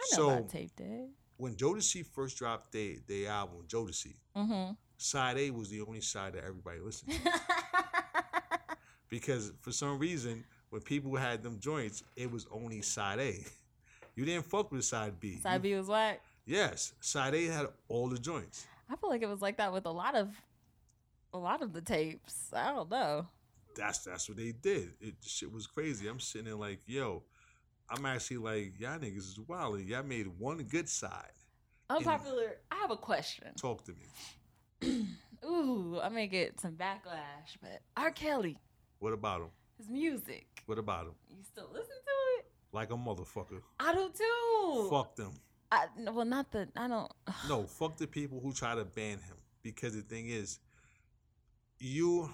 Speaker 2: I know
Speaker 1: so
Speaker 2: about tape day.
Speaker 1: when Jodeci first dropped their their album Jodeci,
Speaker 2: Mm-hmm.
Speaker 1: side A was the only side that everybody listened to because for some reason, when people had them joints, it was only side A. You didn't fuck with side B.
Speaker 2: Side B was whack.
Speaker 1: Yes, side A had all the joints.
Speaker 2: I feel like it was like that with a lot of, a lot of the tapes. I don't know.
Speaker 1: that's that's what they did. It shit was crazy. I'm sitting there like, yo, I'm actually like, y'all niggas is wild. Y'all made one good side.
Speaker 2: Unpopular. I have a question.
Speaker 1: Talk to me.
Speaker 2: Ooh, I may get some backlash, but R. Kelly,
Speaker 1: What about him?
Speaker 2: his music.
Speaker 1: What about him?
Speaker 2: You still listen to it?
Speaker 1: Like a motherfucker.
Speaker 2: I do too.
Speaker 1: Fuck them.
Speaker 2: I, no, well, not the. I don't.
Speaker 1: No, fuck the people who try to ban him. Because the thing is, you,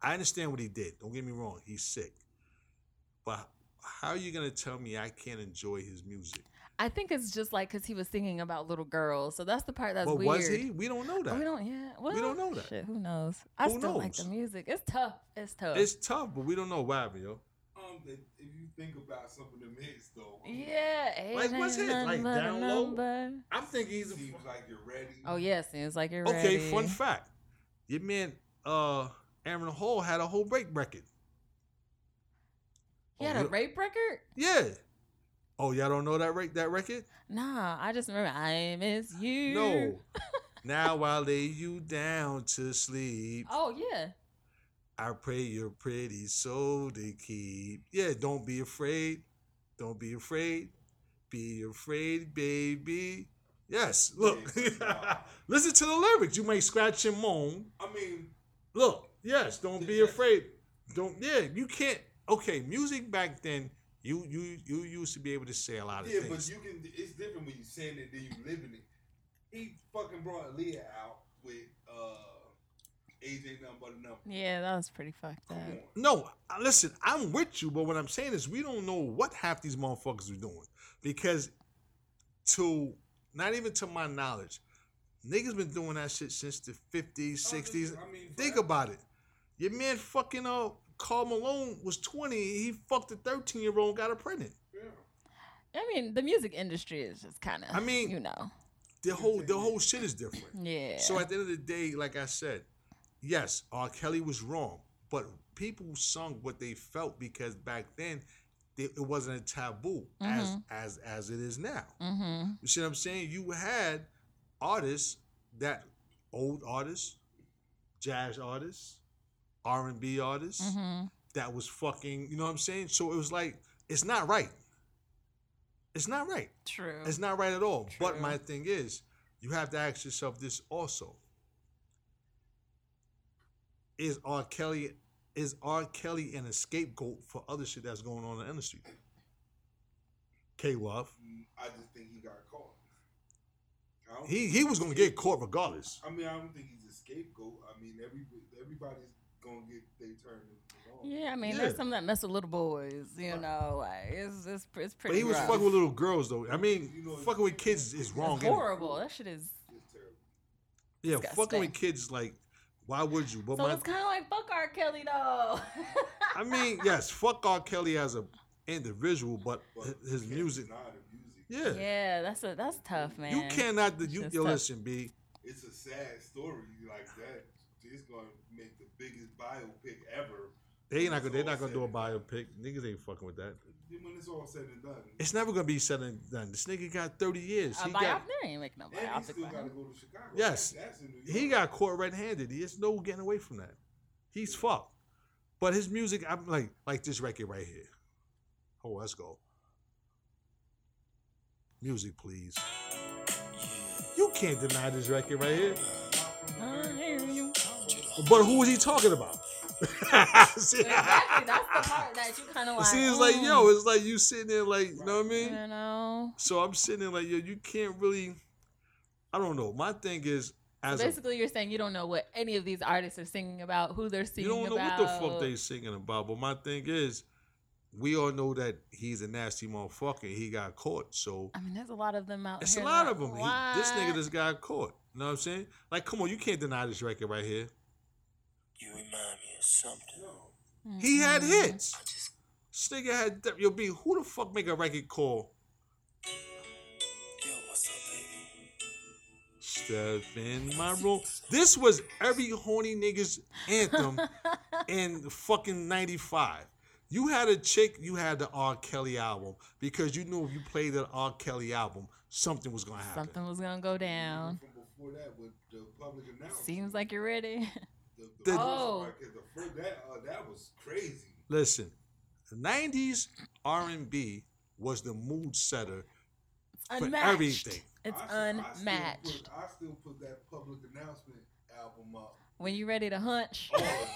Speaker 1: I understand what he did. Don't get me wrong. He's sick. But how are you going to tell me I can't enjoy his music?
Speaker 2: I think it's just like because he was singing about little girls, so that's the part that's
Speaker 1: Well,
Speaker 2: weird.
Speaker 1: was he? We don't know that.
Speaker 2: We don't. Yeah. Well,
Speaker 1: We don't know that.
Speaker 2: Shit, who knows? I
Speaker 1: Who
Speaker 2: still like the
Speaker 1: knows?
Speaker 2: music. It's tough. It's tough.
Speaker 1: It's tough, but we don't know why, yo.
Speaker 3: Um, if, if you think about some of them hits though,
Speaker 2: yeah. it
Speaker 1: Like, what's
Speaker 2: ain't
Speaker 1: his?
Speaker 2: nothing
Speaker 1: Like,
Speaker 2: but a
Speaker 1: down low?
Speaker 2: number.
Speaker 1: I'm thinking
Speaker 3: it seems like you're ready.
Speaker 2: Oh yes, it's like you're
Speaker 1: Okay,
Speaker 2: ready.
Speaker 1: fun fact. Your man, uh, Aaron Hall had a whole break record.
Speaker 2: He had
Speaker 1: Oh,
Speaker 2: a
Speaker 1: yeah.
Speaker 2: rape record.
Speaker 1: Yeah. Oh, y'all don't know that rec- that record?
Speaker 2: Nah, I just remember I miss you.
Speaker 1: No. now I lay you down to sleep.
Speaker 2: Oh yeah.
Speaker 1: I pray your pretty soul to keep. Yeah, don't be afraid. Don't be afraid. Be afraid, baby. Yes, look. Listen to the lyrics. You may scratch and moan.
Speaker 3: I mean,
Speaker 1: Look, yes, don't be
Speaker 3: Yes.
Speaker 1: afraid. Don't yeah, you can't okay, music back then, you you you used to be able to say a lot of
Speaker 3: yeah, but
Speaker 1: things.
Speaker 3: you can. It's different when you saying it than you living it. He fucking brought Leah out with uh, AJ nothing but a number.
Speaker 2: Yeah, that was pretty fucked up.
Speaker 3: Come on.
Speaker 1: No, I- listen, I'm with you, but what I'm saying is we don't know what half these motherfuckers are doing because to not even to my knowledge, niggas been doing that shit since the
Speaker 3: Oh,
Speaker 1: 50s, 60s.
Speaker 3: I mean,
Speaker 1: Think
Speaker 3: forever.
Speaker 1: about it. Your man fucking uh Carl Malone was 20. He fucked a 13 year old, got her pregnant.
Speaker 3: Yeah.
Speaker 2: I mean, the music industry is just kind of.
Speaker 1: I mean-
Speaker 2: you know.
Speaker 1: The whole the whole shit is different.
Speaker 2: Yeah.
Speaker 1: So at the end of the day, like I said, yes, R. Kelly was wrong, but people sung what they felt because back then they, it wasn't a taboo as as as it is now.
Speaker 2: mm-hmm.
Speaker 1: You see what I'm saying? You had artists that old artists, jazz artists, R and B artists
Speaker 2: Mm-hmm.
Speaker 1: that was fucking. You know what I'm saying? So it was like it's not right. It's not right.
Speaker 2: True.
Speaker 1: It's not right at all. But
Speaker 2: True.
Speaker 1: my thing is, you have to ask yourself this also. Is R. Kelly is R. Kelly an a scapegoat for other shit that's going on in the industry? K Love.
Speaker 3: Mm, I just think he got caught. I don't
Speaker 1: He
Speaker 3: think
Speaker 1: he was
Speaker 3: a
Speaker 1: gonna get
Speaker 3: scapegoat.
Speaker 1: caught regardless.
Speaker 2: Oh,
Speaker 3: I mean, I don't think he's a scapegoat. I mean, every everybody's gonna get they turn. along.
Speaker 2: Yeah, I mean,
Speaker 1: Yeah.
Speaker 2: there's some that mess with little boys, you
Speaker 1: Right.
Speaker 2: know. Like it's it's, pr- it's
Speaker 1: But
Speaker 2: pretty.
Speaker 1: he was
Speaker 2: rough.
Speaker 1: fucking with little girls though. I
Speaker 3: You
Speaker 1: mean,
Speaker 3: know,
Speaker 1: fucking with kids is wrong.
Speaker 2: It's
Speaker 1: innit?
Speaker 2: horrible. That shit is.
Speaker 3: It's terrible.
Speaker 1: Yeah, fucking
Speaker 2: disgusting.
Speaker 1: with kids like, why would you? But
Speaker 2: So
Speaker 1: my
Speaker 2: it's kind of like fuck R. Kelly though.
Speaker 1: I mean, yes, fuck R. Kelly as a individual, but
Speaker 3: But
Speaker 1: hi-
Speaker 3: you
Speaker 1: his
Speaker 3: can't
Speaker 1: music,
Speaker 3: deny the music.
Speaker 1: yeah.
Speaker 2: yeah, that's a that's tough, man.
Speaker 1: You cannot. do- You,
Speaker 2: It's
Speaker 1: yo,
Speaker 2: tough.
Speaker 1: listen, B.
Speaker 3: It's a sad story like that. It's gonna make the biggest biopic ever.
Speaker 1: They ain't not gonna. They not gonna do a biopic. Niggas ain't fucking with that.
Speaker 3: When it's all said and done,
Speaker 1: It's never gonna be said and done. This nigga got thirty years.
Speaker 2: a
Speaker 1: He
Speaker 2: biopic?
Speaker 1: got.
Speaker 2: They ain't making no
Speaker 3: and he
Speaker 2: biopic.
Speaker 3: still
Speaker 2: about
Speaker 3: gotta
Speaker 2: him.
Speaker 3: go to Chicago.
Speaker 1: Yes.
Speaker 3: that's in New York.
Speaker 1: He got caught red-handed. There's no getting away from that. He's fucked. But his music, I'm like, like this record right here. Oh, let's go. Music, please. You can't deny this record right here.
Speaker 2: I hear you.
Speaker 1: But who is he talking about? See,
Speaker 2: Exactly. That's the part that you kind of like.
Speaker 1: See, it's like,
Speaker 2: mm,
Speaker 1: yo, it's like you sitting there, like, you know what I mean?
Speaker 2: You know.
Speaker 1: So I'm sitting there like, yo, you can't really. I don't know. My thing is, as a,
Speaker 2: Basically, you're saying you don't know what any of these artists are singing about, who they're
Speaker 1: you
Speaker 2: singing
Speaker 1: don't know
Speaker 2: about.
Speaker 1: what the fuck they singing about, but my thing is, we all know that he's a nasty motherfucker. He got caught, so
Speaker 2: I mean, there's a lot of them out
Speaker 1: it's
Speaker 2: here.
Speaker 1: a lot
Speaker 2: that-
Speaker 1: of them. He, this nigga
Speaker 2: What?
Speaker 1: just got caught. You know what I'm saying? Like, come on, you can't deny this record right here.
Speaker 4: You remind me of something.
Speaker 3: No,
Speaker 1: He had
Speaker 2: Mm-mm.
Speaker 1: hits.
Speaker 4: Mm-hmm. I just
Speaker 1: This nigga had. th- Yo, B, who the fuck make a record call?
Speaker 4: yo, what's up, baby?
Speaker 1: Step in my room. This was every horny nigga's anthem in fucking 95. You had a chick, you had the R. Kelly album because you knew if you played that R. Kelly album, something was going to happen.
Speaker 2: Something was gonna go down.
Speaker 3: from before that with the public announcement.
Speaker 2: Seems like you're ready.
Speaker 3: the The, the,
Speaker 1: The-
Speaker 2: Oh.
Speaker 3: first, like, the first- that, uh, that was crazy.
Speaker 1: Listen, the '90s R&B was the mood setter for
Speaker 2: Unmatched.
Speaker 1: everything.
Speaker 2: It's
Speaker 3: I s- I still
Speaker 2: unmatched.
Speaker 3: put- I still put that public announcement album up.
Speaker 2: when you ready to hunch,
Speaker 3: All of the album.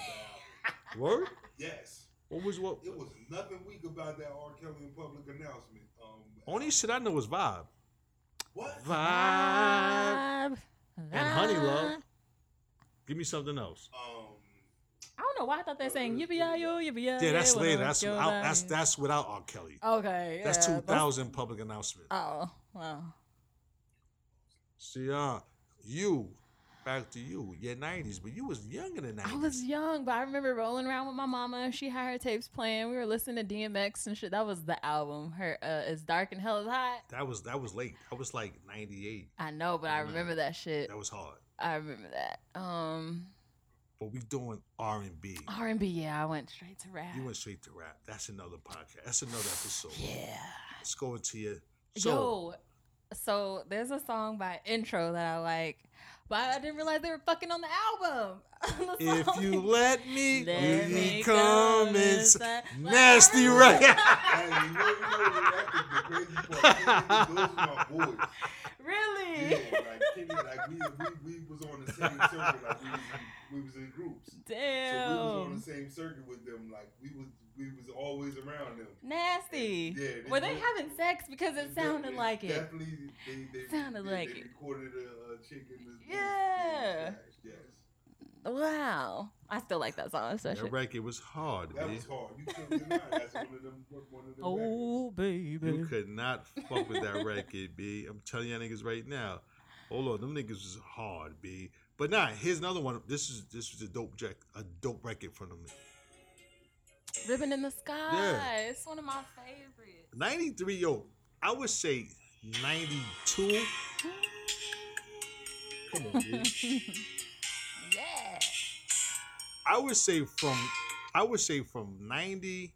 Speaker 1: Word?
Speaker 3: Yes.
Speaker 1: What was what?
Speaker 3: It was nothing weak about that R. Kelly and public announcement. Um,
Speaker 1: Only shit I know was vibe.
Speaker 3: what?
Speaker 1: Vibe and Honey Love.
Speaker 2: Vibe.
Speaker 1: Give me something else.
Speaker 3: Um,
Speaker 2: I don't know why I thought they sang yippee-yi-yo, yippee-yi-yo.
Speaker 1: Yeah, that's later. That's
Speaker 2: yo,
Speaker 1: out, that's
Speaker 2: yo.
Speaker 1: that's without R. Kelly.
Speaker 2: Okay.
Speaker 1: That's
Speaker 2: Oh, yeah,
Speaker 1: 2000 public announcement.
Speaker 2: Oh, wow.
Speaker 1: See, uh, you, back to you, your 90s, but you was younger than 90s.
Speaker 2: I was young, but I remember rolling around with my mama. She had her tapes playing. We were listening to DMX and shit. That was the album. Her uh, "It's Dark and Hell Is Hot."
Speaker 1: that was that was late. I was like 98.
Speaker 2: I know, but I remember that shit.
Speaker 1: That was hard.
Speaker 2: I remember that. Um,
Speaker 1: But we doing R&B.
Speaker 2: R and B. Oh, Yeah, I went straight to rap.
Speaker 1: You went straight to rap. That's another podcast. That's another episode.
Speaker 2: yeah.
Speaker 1: Let's go into your soul.
Speaker 2: Yo, so there's a song by Intro that I like, but I didn't realize they were fucking on the album. The
Speaker 1: If
Speaker 2: song
Speaker 1: you
Speaker 2: is-
Speaker 1: let me,
Speaker 2: Let
Speaker 1: you
Speaker 2: me
Speaker 1: come
Speaker 2: come
Speaker 1: inside.
Speaker 2: inside.
Speaker 1: Nasty right.
Speaker 3: hey, you know, you know, that's the crazy part. Kenny, Those are my boys.
Speaker 2: really?
Speaker 3: Yeah, like Kenny, like we, we, we was on the same circuit. Like we was, in, we was in groups. So we was on
Speaker 2: Damn.
Speaker 3: the same circuit with them. Like we was, we was always around them.
Speaker 2: Nasty.
Speaker 3: Yeah, they
Speaker 2: were they
Speaker 3: did.
Speaker 2: having sex? Because it sounded
Speaker 3: They
Speaker 2: like it.
Speaker 3: Definitely, they, they,
Speaker 2: Sounded
Speaker 3: they,
Speaker 2: like
Speaker 3: they
Speaker 2: it.
Speaker 3: recorded a, a chick in the- in the
Speaker 2: Yeah.
Speaker 3: trash, Yes.
Speaker 2: Wow. I still like that song, especially.
Speaker 1: That record was hard,
Speaker 3: That
Speaker 1: man.
Speaker 3: was hard. You couldn't deny it. That's one of them. One of them records.
Speaker 2: Oh, baby.
Speaker 1: You could not fuck with that record, B. I'm telling y'all niggas right now. Hold on, them niggas is hard, B. But nah, here's another one. This is this was a dope jack, a dope record from them.
Speaker 2: Ribbon in the Sky.
Speaker 1: Yeah.
Speaker 2: It's one of my favorites.
Speaker 1: 93, yo, I would say 92. Come on, B.
Speaker 2: Yeah.
Speaker 1: I would say from I would say from 92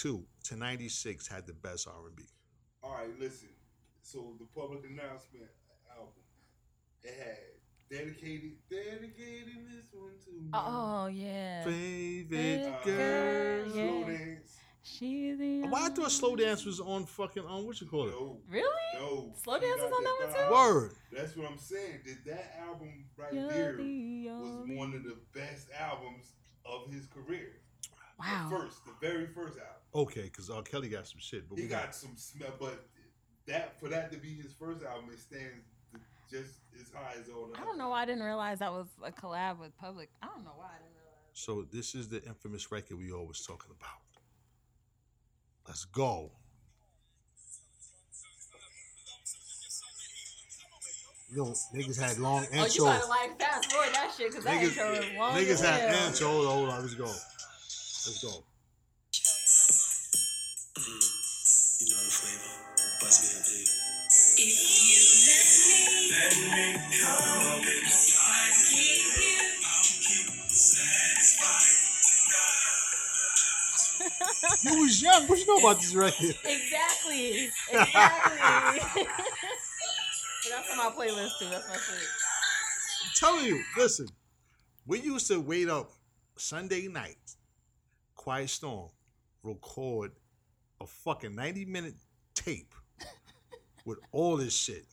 Speaker 1: to 96 had the best R&B.
Speaker 3: All right, listen. So the public announcement album, it had dedicated, dedicating this one to me.
Speaker 2: Oh, yeah.
Speaker 1: Favorite
Speaker 3: Uh,
Speaker 1: girl.
Speaker 2: Girl,
Speaker 3: slow
Speaker 2: yeah.
Speaker 3: dance.
Speaker 2: She's the
Speaker 1: Why I thought slow
Speaker 2: only-
Speaker 1: dance was on fucking on what you call it?
Speaker 3: No,
Speaker 2: Really?
Speaker 3: no.
Speaker 2: Slow
Speaker 3: You
Speaker 2: dance
Speaker 3: got
Speaker 2: is on
Speaker 3: that
Speaker 2: that one, too?
Speaker 3: vibe.
Speaker 1: Word.
Speaker 3: That's what I'm saying. Did that album right
Speaker 2: You're
Speaker 3: there
Speaker 2: the
Speaker 3: was
Speaker 2: only-
Speaker 3: one of the best albums of his career. The
Speaker 2: Wow.
Speaker 3: first, the very first album.
Speaker 1: Okay, because R. Kelly got some shit, but
Speaker 3: He
Speaker 1: we got,
Speaker 3: got some smell, but that for that to be his first album, it stands just as high as all. the
Speaker 2: I
Speaker 3: others.
Speaker 2: don't know why I didn't realize that was a collab with Public. I don't know why I didn't realize.
Speaker 1: so this is the infamous record we always talking about. Let's go. Yo, niggas had long
Speaker 2: Oh, you
Speaker 1: intros.
Speaker 2: gotta like fast forward that shit because that
Speaker 1: Niggas-
Speaker 2: intro is long.
Speaker 1: niggas
Speaker 2: as
Speaker 1: had
Speaker 2: hell.
Speaker 1: intros. Hold on, hold on, let's go. Let's go.
Speaker 4: You know the flavor. Buzz me up, baby.
Speaker 1: You was young. What you know about this record?
Speaker 2: Exactly. Exactly. But that's on my playlist too. That's my shit.
Speaker 1: I'm telling you, listen, we used to wait up Sunday night, Quiet Storm, record a fucking 90 minute tape with all this shit.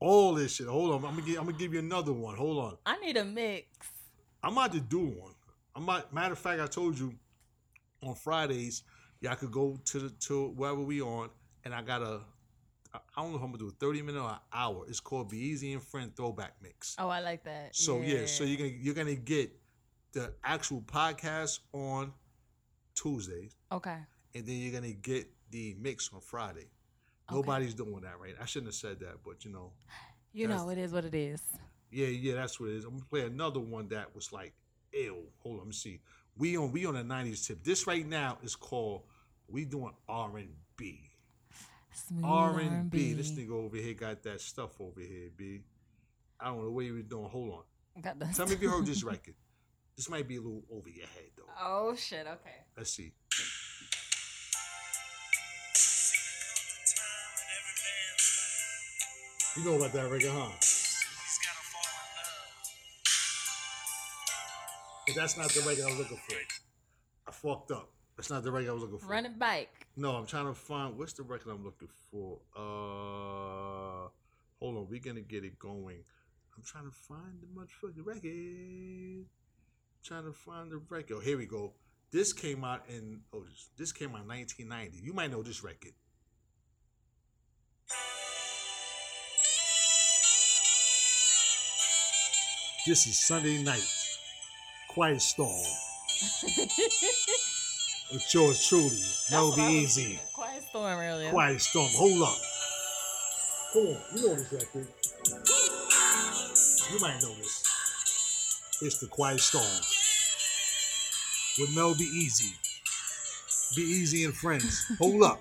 Speaker 1: All this shit. Hold on. I'm gonna, give, I'm gonna give you another one. Hold on.
Speaker 2: I need a mix.
Speaker 1: I'm about to do one. I'm about, matter of fact, I told you on Fridays, y'all could go to the to wherever we on, and I got a I I don't know how I'm gonna do a 30 minute or an hour. It's called Be Easy and Friend Throwback Mix.
Speaker 2: Oh, I like that.
Speaker 1: So yeah, so you're gonna you're gonna get the actual podcast on Tuesday,
Speaker 2: okay.
Speaker 1: and then you're gonna get the mix on Friday.
Speaker 2: Okay.
Speaker 1: Nobody's doing that right. I shouldn't have said that, but you know,
Speaker 2: You
Speaker 1: That's-
Speaker 2: know it is what it is.
Speaker 1: yeah, yeah, that's what it is. I'm gonna play another one that was like, ew. Hold on, let me see. We on we on a '90s tip. This right now is called we doing R and B.
Speaker 2: Smooth
Speaker 1: Mm, R and B. This nigga over here got that stuff over here, B. I don't know what he was doing. Hold on.
Speaker 2: Got that.
Speaker 1: Tell me if you heard this record. This might be a little over your head though.
Speaker 2: Oh shit. Okay.
Speaker 1: Let's see. You know about that record, huh? That's not the record I was looking for. I fucked up. That's not the record I was looking for.
Speaker 2: Running bike.
Speaker 1: No, I'm trying to find what's the record I'm looking for. Uh, hold on, we're gonna get it going. I'm trying to find the motherfucking record. trying to find the record. Oh, here we go. This came out in oh, this, this came out in 1990. You might know this record. This is Sunday night. Quiet storm. It's yours truly. That
Speaker 2: That's
Speaker 1: will
Speaker 2: what
Speaker 1: be
Speaker 2: I was
Speaker 1: easy.
Speaker 2: thinking. Quiet storm earlier.
Speaker 1: Quiet Storm. Hold up. Hold on. You know this record. You might know this. It's the Quiet Storm. With Mel Be Easy. Be Easy and Friends. Hold up.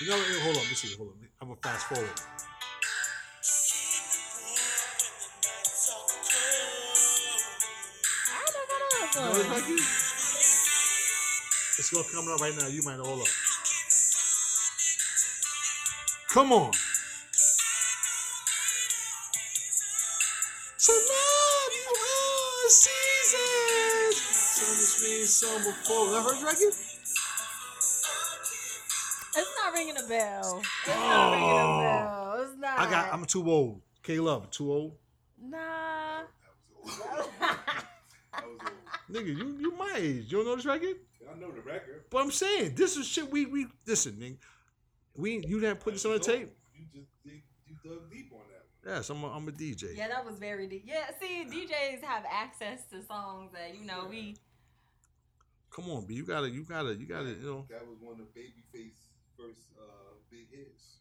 Speaker 1: You know, what? hold on. Let me see. Hold on. I'm going to fast forward.
Speaker 2: I don't
Speaker 1: You know
Speaker 2: know
Speaker 1: this
Speaker 2: about
Speaker 1: record? It's going to come up right now. You might know. Hold up. Come on. So love you all seasons. Summer sweet summer fall. That her record?
Speaker 2: It's not ringing a bell. It's not ringing
Speaker 1: Oh.
Speaker 2: a bell. It's not.
Speaker 1: I got. I'm too old. K Love, too old.
Speaker 2: Nah.
Speaker 3: was old. I was old.
Speaker 1: Nigga, you you my age. You don't know this record?
Speaker 3: I know the record.
Speaker 1: But I'm saying this is shit. We we listen, nigga. We you didn't put this on the tape.
Speaker 3: You just dig, you dug deep on that one.
Speaker 1: Yes, I'm a, I'm a DJ.
Speaker 2: Yeah, that was very deep. Yeah, see, DJs have access to songs that you know we.
Speaker 1: Come on, B. You gotta you gotta you gotta you know.
Speaker 3: That was one of Babyface's first uh, big hits.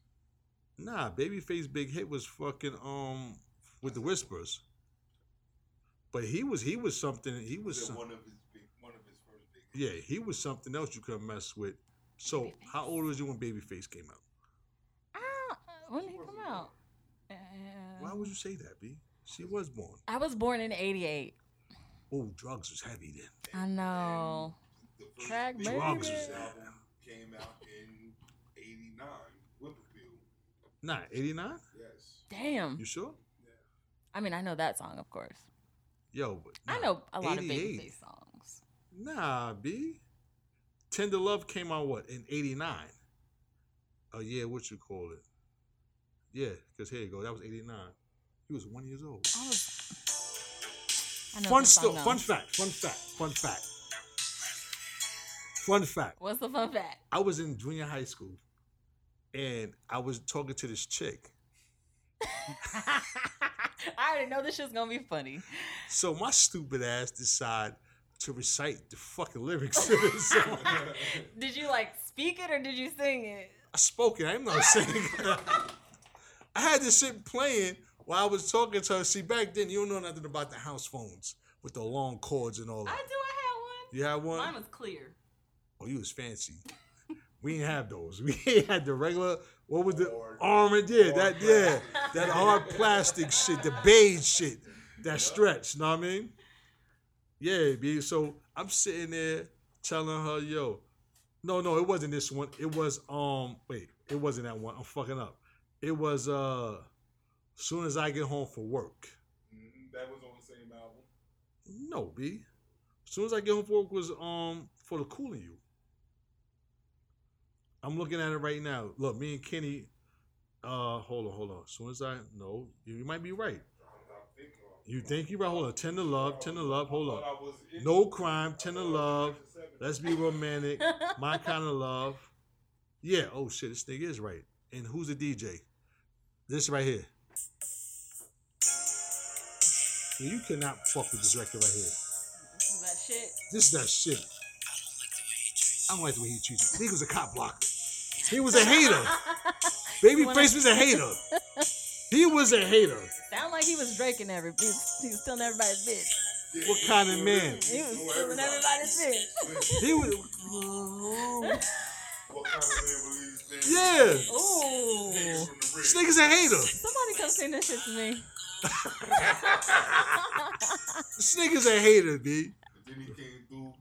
Speaker 1: Nah, Babyface big hit was fucking um with the whispers. But he was he was something. He was.
Speaker 3: Was
Speaker 1: some-
Speaker 3: that one of his big, one of his first big hits.
Speaker 1: Yeah, he was something else you couldn't mess with. So, how old was you when Babyface came out?
Speaker 2: Ah, when did he come
Speaker 3: Wasn't
Speaker 2: out?
Speaker 1: Why
Speaker 2: Uh,
Speaker 1: would you say that, B? She was born.
Speaker 2: I was born in '88.
Speaker 1: Oh, drugs was heavy then.
Speaker 2: I know.
Speaker 3: The first
Speaker 2: Track
Speaker 3: big
Speaker 1: Drugs
Speaker 3: hits
Speaker 1: was-
Speaker 3: album came out in '89. Whipperfield.
Speaker 1: Nah, 89?
Speaker 3: Yes.
Speaker 2: Damn.
Speaker 1: You sure?
Speaker 2: I mean, I know that song, of course.
Speaker 1: Yo, but
Speaker 2: I
Speaker 1: nah,
Speaker 2: know a lot
Speaker 1: 88.
Speaker 2: of Babyface songs.
Speaker 1: Nah, B. Tender Love came out what, in 89? Oh, yeah, what you call it? Yeah, because here you go. That was 89. He was one years old.
Speaker 2: I was. I know
Speaker 1: Fun
Speaker 2: this
Speaker 1: stuff.
Speaker 2: song, though.
Speaker 1: Fun fact. Fun fact. Fun fact. Fun fact.
Speaker 2: What's the fun fact?
Speaker 1: I was in junior high school, and I was talking to this chick.
Speaker 2: I already know this shit's gonna be funny.
Speaker 1: So my stupid ass decided to recite the fucking lyrics to this song.
Speaker 2: Did you like speak it or did you sing it?
Speaker 1: I spoke it. I'm not saying. I had this shit playing while I was talking to her. See, back then you don't know nothing about the house phones with the long cords and all
Speaker 2: I do. I
Speaker 1: that.
Speaker 2: had
Speaker 1: You had
Speaker 2: one.
Speaker 1: one.
Speaker 2: Mine was clear.
Speaker 1: Oh, you was fancy. We didn't have those. We had the regular. What was the
Speaker 3: Hard-
Speaker 1: orange? Yeah,
Speaker 3: hard
Speaker 1: that yeah, that hard plastic shit, the
Speaker 3: Mm-hmm.
Speaker 1: beige shit, that stretch. Know what I mean? Yeah, B. So I'm sitting there telling her, "Yo, no, no, it wasn't this one. It was um, wait, it wasn't that one. I'm fucking up. It was uh, soon as I get home from work.
Speaker 3: Mhm, That was on the same album.
Speaker 1: No, B. Soon as I get home from work was um for the cooling you. I'm looking at it right now. Look, me and Kenny. Uh, hold on, hold on. Soon as I no, you, you might be right.
Speaker 3: I'm thinking of.
Speaker 1: You think you right? Hold on. Tender love, tender love. Hold
Speaker 3: Thought
Speaker 1: on.
Speaker 3: I was in-
Speaker 1: No crime,
Speaker 3: I
Speaker 1: tender
Speaker 3: thought I was
Speaker 1: love.
Speaker 3: in the 70s.
Speaker 1: Let's be romantic. My kind of love. Yeah. Oh shit, this nigga is right. And who's the DJ? This right here. Yeah, You cannot fuck with this record right here.
Speaker 2: This is that shit.
Speaker 1: This is that shit. I don't like the way he treats you. He was a cop blocker. He was a hater. Babyface was a hater. He was a hater.
Speaker 2: Sound like he was draking every. He was, he was stealing everybody's bitch.
Speaker 3: Yeah,
Speaker 1: What
Speaker 3: you
Speaker 1: kind of
Speaker 3: know
Speaker 1: man?
Speaker 3: it.
Speaker 2: He was
Speaker 3: You know
Speaker 2: stealing
Speaker 3: everybody.
Speaker 2: everybody's bitch.
Speaker 1: He was.
Speaker 3: What kind of man believes that?
Speaker 1: Yeah.
Speaker 2: Ooh.
Speaker 3: From the
Speaker 1: This
Speaker 3: rich.
Speaker 1: nigga's a hater.
Speaker 2: Somebody come sing this shit to me.
Speaker 1: This nigga's a hater, B.
Speaker 3: But Then he came through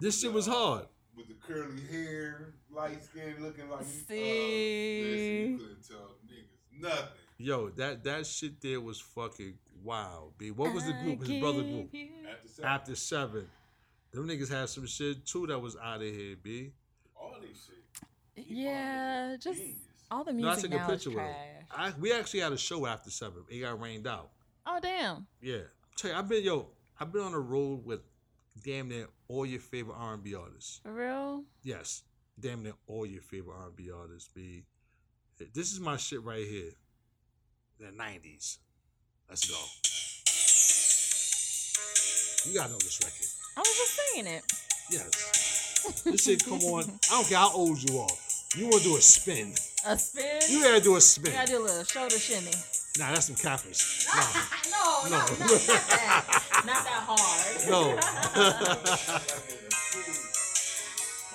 Speaker 1: This shit was hard.
Speaker 3: with the curly hair, light skin, looking like. um,
Speaker 2: See.
Speaker 3: Uh, listen, you couldn't tell niggas nothing.
Speaker 1: Yo, that that shit there was fucking Wow, B. What was the group? His brother group.
Speaker 3: After seven,
Speaker 1: After seven. Them niggas had some shit too that was out of here, B.
Speaker 3: all these shit.
Speaker 2: Yeah, just
Speaker 3: Genius.
Speaker 2: all the
Speaker 1: No, I
Speaker 2: music
Speaker 1: took a
Speaker 2: now is
Speaker 1: picture with
Speaker 2: trash.
Speaker 1: it. I, we actually had a show after seven. It got rained out.
Speaker 2: Oh damn!
Speaker 1: Yeah. Tell you, I've been yo, I've been on the road with damn near all your favorite R and B artists.
Speaker 2: For real?
Speaker 1: Yes. Damn near all your favorite R and B artists, B. This is my shit right here. The nineties. Let's go. You gotta know this record.
Speaker 2: I was just singing it.
Speaker 1: Yes. This shit come on. I don't care how old you are. You wanna do a spin.
Speaker 2: A spin.
Speaker 1: You gotta do a
Speaker 2: You
Speaker 1: spin.
Speaker 2: gotta do a little shoulder shimmy.
Speaker 1: Nah, that's some cappers. Nah.
Speaker 2: no,
Speaker 1: No.
Speaker 2: no, no, not that. Not that hard.
Speaker 1: No.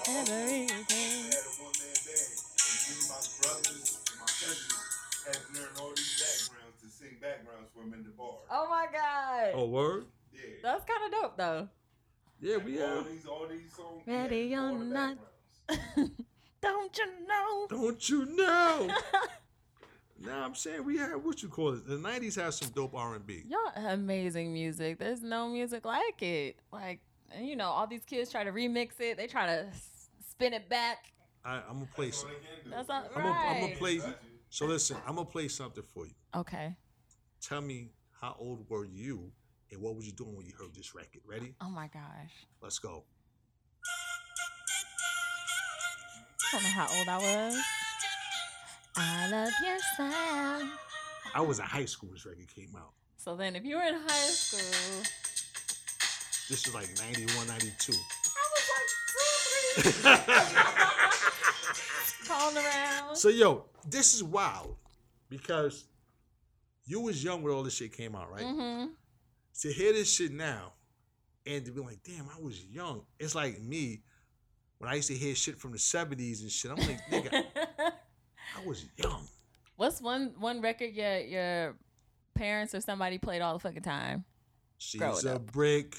Speaker 2: Everything.
Speaker 3: had a one-man band, and me, my brothers, and my cousins had to learn all these backgrounds to sing backgrounds for them in the bar.
Speaker 2: Oh my god.
Speaker 1: oh word?
Speaker 3: Yeah.
Speaker 2: That's kind of dope though.
Speaker 1: Yeah, we
Speaker 3: all
Speaker 1: have.
Speaker 3: these, all these songs.
Speaker 2: Ready
Speaker 3: yeah, all
Speaker 2: or
Speaker 3: the
Speaker 2: not.
Speaker 3: backgrounds.
Speaker 2: Don't you know?
Speaker 1: Don't you know? now I'm saying we had what you call it. The '90s had some dope R&B.
Speaker 2: Y'all have amazing music. There's no music like it. Like, and you know, all these kids try to remix it. They try to s- spin it back.
Speaker 1: I, I'm gonna play.
Speaker 3: That's all
Speaker 1: Some,
Speaker 3: they can do.
Speaker 2: That's all
Speaker 1: I'm gonna I'm
Speaker 2: Right.
Speaker 1: gonna play.
Speaker 3: Touch it.
Speaker 1: So listen, I'm gonna play something for you.
Speaker 2: Okay.
Speaker 1: Tell me how old were you and what were you doing when you heard this record? Ready?
Speaker 2: Oh my gosh.
Speaker 1: Let's go.
Speaker 2: I don't know how old I was. I love your sound.
Speaker 1: I was in high school when this record came out.
Speaker 2: So then, if you were in high school,
Speaker 1: This is like '91, '92.
Speaker 2: I was like two, three, crawling around.
Speaker 1: So yo, this is wild because you was young when all this shit came out, right?
Speaker 2: mm-hmm.
Speaker 1: to hear this shit now and to be like, damn, I was young. It's like me when I used to hear shit from the 70s and shit. I'm like, nigga, I was young.
Speaker 2: What's one one record your your parents or somebody played all the fucking time?
Speaker 1: She's
Speaker 2: Growing
Speaker 1: a
Speaker 2: up.
Speaker 1: brick.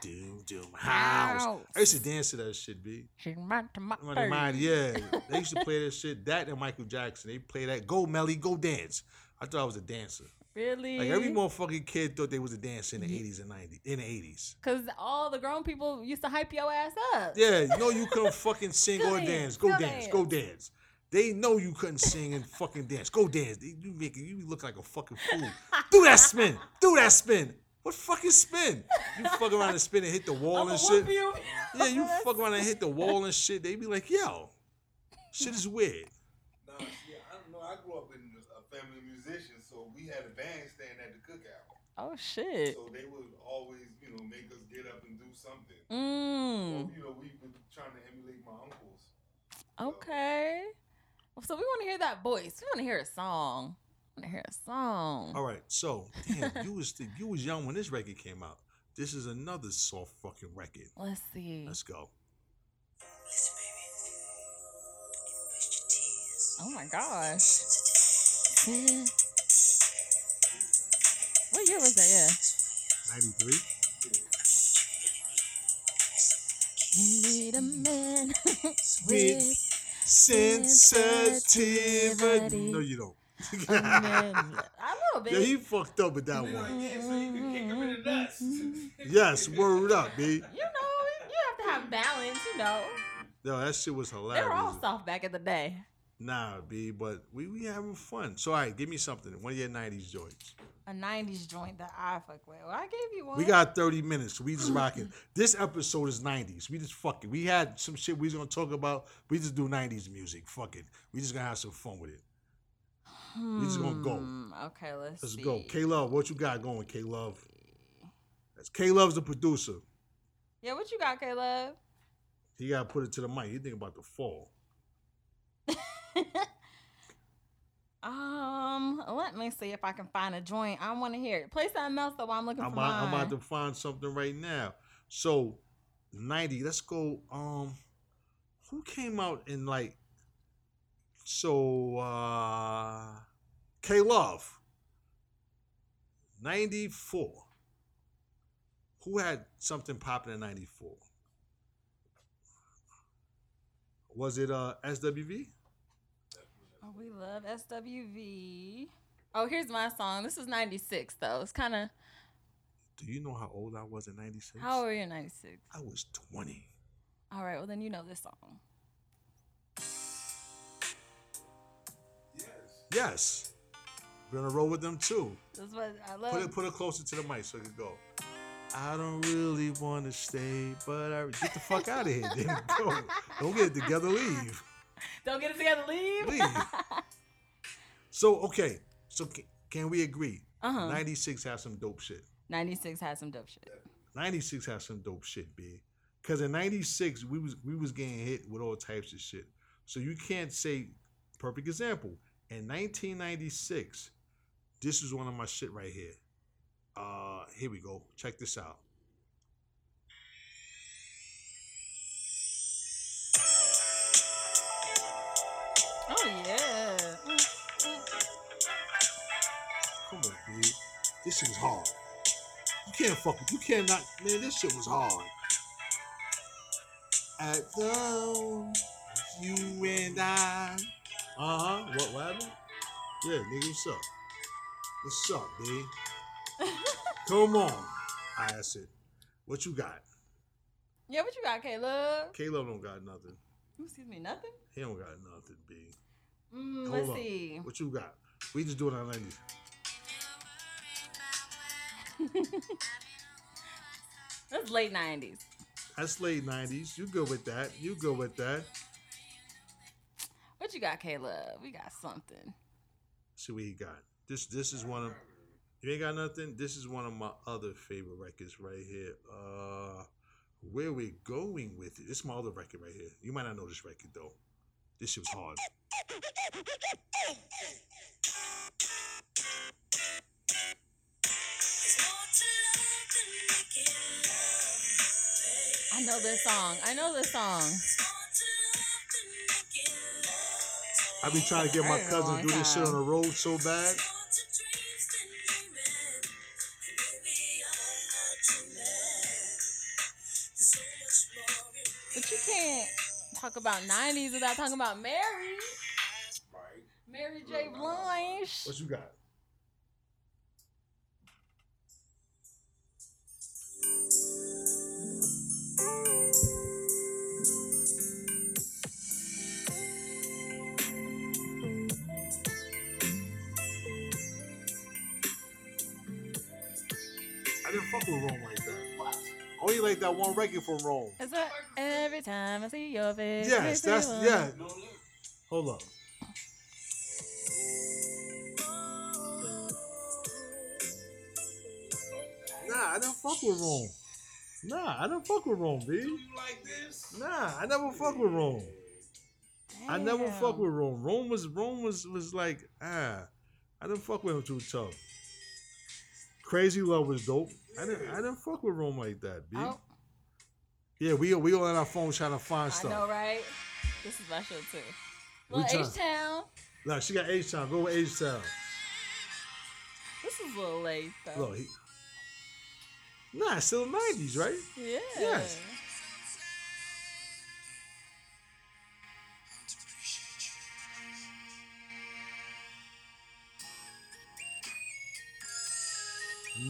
Speaker 1: doom, doom, house. I used to dance to that shit, B.
Speaker 2: She's mine to my
Speaker 1: Money, mind, yeah. They used to play that shit. That and Michael Jackson. They play that. Go, Melly, go dance. I thought I was a dancer.
Speaker 2: Really?
Speaker 1: Like every motherfucking kid thought they was a dancer
Speaker 2: Mm-hmm.
Speaker 1: in the 80s and 90s. In the 80s.
Speaker 2: Cause all the grown people used to hype your ass up.
Speaker 1: Yeah, you know you couldn't fucking sing or
Speaker 2: Go dance,
Speaker 1: dance. Go
Speaker 2: go
Speaker 1: dance, go dance. They know you couldn't sing and fucking dance. Go dance. They- You make you look like a fucking fool. Do that spin. Do that spin. What fucking spin? You fuck around and spin and hit the wall
Speaker 2: I'ma
Speaker 1: and
Speaker 2: whoop
Speaker 1: shit.
Speaker 2: you.
Speaker 1: Yeah, you fuck around and hit the wall and shit. They be like, yo, shit is weird.
Speaker 3: Nah, see, I don't know. I grew up in a family of musicians, so we had a bandstand at the cookout.
Speaker 2: Oh shit.
Speaker 3: So they would always, you know, make us get up and do something.
Speaker 2: Mm.
Speaker 3: So, you know, we were trying to emulate my uncles.
Speaker 2: Okay. Well, So we want to hear that voice. We want to hear a song. Want to hear a song?
Speaker 1: All right, so damn, you was you was young when this record came out. This is another soft fucking record.
Speaker 2: Let's see.
Speaker 1: Let's go.
Speaker 4: Listen, baby. Don't even waste your tears.
Speaker 2: Oh my gosh. Yeah. What year was that? Yeah.
Speaker 1: Ninety three.
Speaker 2: You need a man
Speaker 1: With
Speaker 2: with
Speaker 1: sensitivity.
Speaker 2: Sensitivity.
Speaker 1: No, you don't.
Speaker 2: a man. I know,
Speaker 1: Yeah, he
Speaker 2: baby.
Speaker 1: fucked up with that
Speaker 3: They like,
Speaker 1: one.
Speaker 3: yeah, so you can kick him in the nuts.
Speaker 1: Yes, word up, B.
Speaker 2: You know, you have to have balance. You know,
Speaker 1: No, that shit was hilarious.
Speaker 2: they were all soft back in the day.
Speaker 1: Nah, B, but we we having fun. So, all right, give me something. One of your 90s joints.
Speaker 2: A '90s joint that I fuck with. Well, I gave you one.
Speaker 1: We got 30 minutes. So we just rocking. This episode is 90s. We just fucking. We had some shit we was going to talk about. We just do 90s music. Fuck it. We just going to have some fun with it. We just going to go.
Speaker 2: Hmm, Okay, let's
Speaker 1: Let's
Speaker 2: see.
Speaker 1: go. K Love, what you got going, K Love? That's K Love's the producer.
Speaker 2: Yeah, what you got, Caleb?
Speaker 1: He gotta put it to the mic. He think about the fall.
Speaker 2: Um, let me see if I can find a joint. I want to hear it. Play something else though. While I'm looking
Speaker 1: I'm
Speaker 2: for
Speaker 1: about,
Speaker 2: mine.
Speaker 1: I'm about to find something right now. So, ninety. Let's go. Um, who came out in like? So, uh, K Love. Ninety four. Who had something popping in ninety four? Was it uh SWV?
Speaker 2: Oh, we love SWV. Oh, here's my song. This is 96, though. It's kind of.
Speaker 1: Do you know how old I was in '96?
Speaker 2: How old are you in 96?
Speaker 1: I was 20.
Speaker 2: All right, well, then you know this song.
Speaker 3: Yes.
Speaker 1: Yes. We're gonna roll with them too.
Speaker 2: This is what I love.
Speaker 1: Put it put it closer to the mic so it can go. I don't really want to stay, but I get the fuck out of here. Then go. Don't get it together. Leave.
Speaker 2: Don't get it together. Leave.
Speaker 1: Leave. So okay. So can, can we agree?
Speaker 2: Uh-huh.
Speaker 1: '96 has some dope shit.
Speaker 2: 96 has some dope shit.
Speaker 1: '96 has some dope shit, b. Because in '96 we was we was getting hit with all types of shit. So you can't say. Perfect example. In 1996, this is one of my shit right here. Uh, here we go. Check this out.
Speaker 2: Oh, yeah. Mm.
Speaker 1: Come on, dude. This shit was hard. You can't fuck with. You cannot. Man, this shit was hard. At the you and I. Uh huh. What, what happened? Yeah, nigga, what's up? What's up, B? Come on. I asked it. What you got?
Speaker 2: Yeah, what you got, Caleb?
Speaker 1: Caleb don't got nothing.
Speaker 2: Ooh, Excuse me, nothing?
Speaker 1: He don't got nothing, B.
Speaker 2: Mm,
Speaker 1: Hold
Speaker 2: let's
Speaker 1: on.
Speaker 2: see.
Speaker 1: What you got? We just doing our 90s.
Speaker 2: That's late 90s.
Speaker 1: That's late 90s. You good with that. You good with that.
Speaker 2: What you got, Caleb? We got something.
Speaker 1: see what he got. This this is one of you ain't got nothing. This is one of my other favorite records right here. Uh, where we going with it? This is my other record right here. You might not know this record though. This shit was hard.
Speaker 2: I know this song. I know this song.
Speaker 1: I be trying to get my
Speaker 2: Heard it a
Speaker 1: cousin to
Speaker 2: long
Speaker 1: do this shit on
Speaker 2: time.
Speaker 1: the road so bad.
Speaker 2: But you can't talk about 90s without talking about Mary.
Speaker 3: Right.
Speaker 2: Mary J. Blige.
Speaker 1: What you got? I didn't fuck with Rome like that. Only like that one record from Rome.
Speaker 2: Is that every time I see your face?
Speaker 1: Yes, that's
Speaker 2: everyone-
Speaker 1: yeah.
Speaker 3: No look.
Speaker 1: Hold up. Nah, I don't fuck with Rome. Nah, I don't fuck with Rome,
Speaker 3: Do
Speaker 1: B.
Speaker 3: you like this?
Speaker 1: Nah, I never fuck with Rome. I never
Speaker 2: Damn.
Speaker 1: fuck with Rome. Rome was Rome was was like ah, I didn't fuck with him too tough. Crazy Love was dope. I didn't I didn't fuck with Rome like that, B.
Speaker 2: Oh,
Speaker 1: Yeah, we we all on our phone trying to find
Speaker 2: I
Speaker 1: stuff.
Speaker 2: know, right? This is my show too.
Speaker 1: We
Speaker 2: Little
Speaker 1: trying-
Speaker 2: H Town.
Speaker 1: Nah, she got H Town. Go with H Town.
Speaker 2: This is a little late though.
Speaker 1: Look, he, nah, it's still nineties, right?
Speaker 2: yeah.
Speaker 1: yes.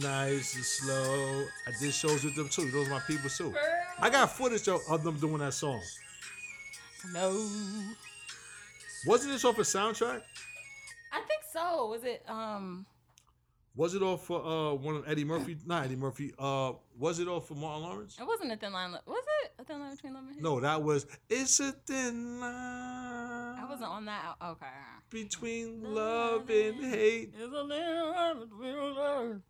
Speaker 1: Nice and slow. I did shows with them too. Those are my people too. I got footage of, of them doing that song.
Speaker 2: No.
Speaker 1: Wasn't this off a soundtrack?
Speaker 2: I think so. Was it um
Speaker 1: Was it off for uh, one of Eddie Murphy? Not Eddie Murphy. Uh, was it off for Martin Lawrence?
Speaker 2: it wasn't a thin line Lo- was it? A thin line between love and hate?
Speaker 1: No, that was It's a Thin Line.
Speaker 2: I wasn't on that al- okay.
Speaker 1: Between love and hate.
Speaker 2: It's a little line between love.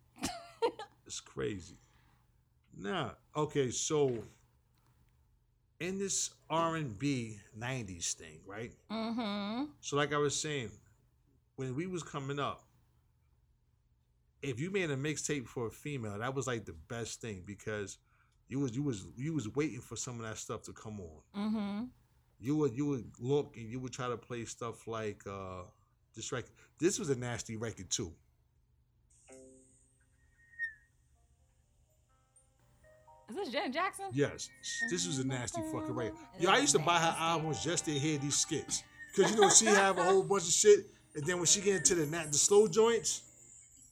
Speaker 1: It's crazy. Nah. Okay, so in this R and B nineties thing, right?
Speaker 2: Mm-hmm.
Speaker 1: So like I was saying, when we was coming up, if you made a mixtape for a female, that was like the best thing because you was you was you was waiting for some of that stuff to come on.
Speaker 2: Mm-hmm.
Speaker 1: You would you would look and you would try to play stuff like uh this record. This was a nasty record too.
Speaker 2: Is this Janet Jackson?
Speaker 1: Yes, this was a nasty fucking record. Yo, I used to buy her albums just to hear these skits because you know she have a whole bunch of shit, And then when she get into the na- the slow joints,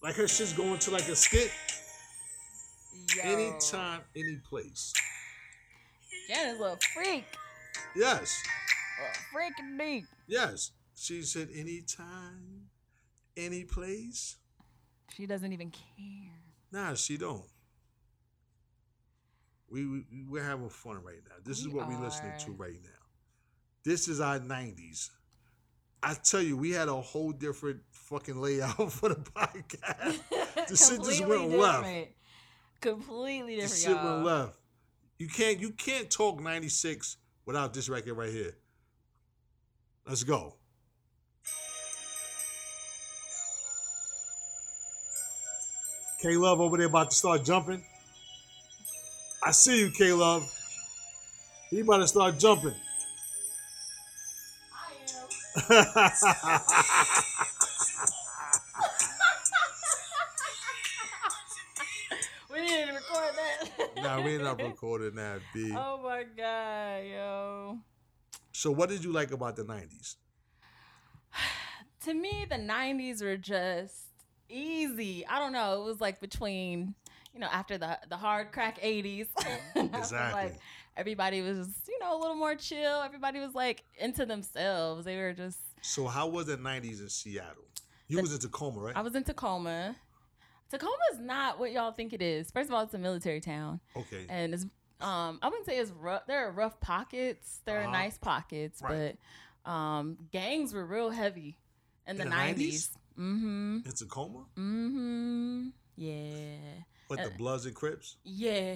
Speaker 1: like her shit's going to like a skit.
Speaker 2: Yo.
Speaker 1: Anytime, any place.
Speaker 2: Janice a freak.
Speaker 1: Yes,
Speaker 2: A freaking deep.
Speaker 1: yes. She said anytime, any place.
Speaker 2: She doesn't even care.
Speaker 1: Nah, she don't. We, we we're having fun right now. This is
Speaker 2: We
Speaker 1: what we're listening to
Speaker 2: are.
Speaker 1: right now. This is our '90s. I tell you, we had a whole different fucking layout for the podcast. This shit just went left.
Speaker 2: Completely different.
Speaker 1: This shit
Speaker 2: y'all.
Speaker 1: went left. You can't you can't talk '96 without this record right here. Let's go. K Love over there about to start jumping. I see you, K Love. He about to start jumping.
Speaker 2: We didn't record that.
Speaker 1: nah, we're not recording that, B.
Speaker 2: Oh my god, yo.
Speaker 1: So, what did you like about the '90s?
Speaker 2: to me the 90s were just easy i don't know it was like between you know after the the hard crack 80s I feel
Speaker 1: Exactly.
Speaker 2: like everybody was you know a little more chill everybody was like into themselves they were just
Speaker 1: So, how was the '90s in Seattle? You
Speaker 2: The-
Speaker 1: was in Tacoma, right?
Speaker 2: i was in tacoma tacoma's not what y'all think it is first of all it's a military town
Speaker 1: okay.
Speaker 2: and it's um i wouldn't say it's rough there are rough pockets there
Speaker 1: Uh-huh.
Speaker 2: are nice pockets
Speaker 1: Right.
Speaker 2: but um gangs were real heavy in,
Speaker 1: In
Speaker 2: the
Speaker 1: the
Speaker 2: 90s,
Speaker 1: 90s?
Speaker 2: mm-hmm
Speaker 1: In Tacoma?
Speaker 2: Mm-hmm. Yeah.
Speaker 1: But the
Speaker 2: Uh,
Speaker 1: Bloods and Crips?
Speaker 2: Yeah.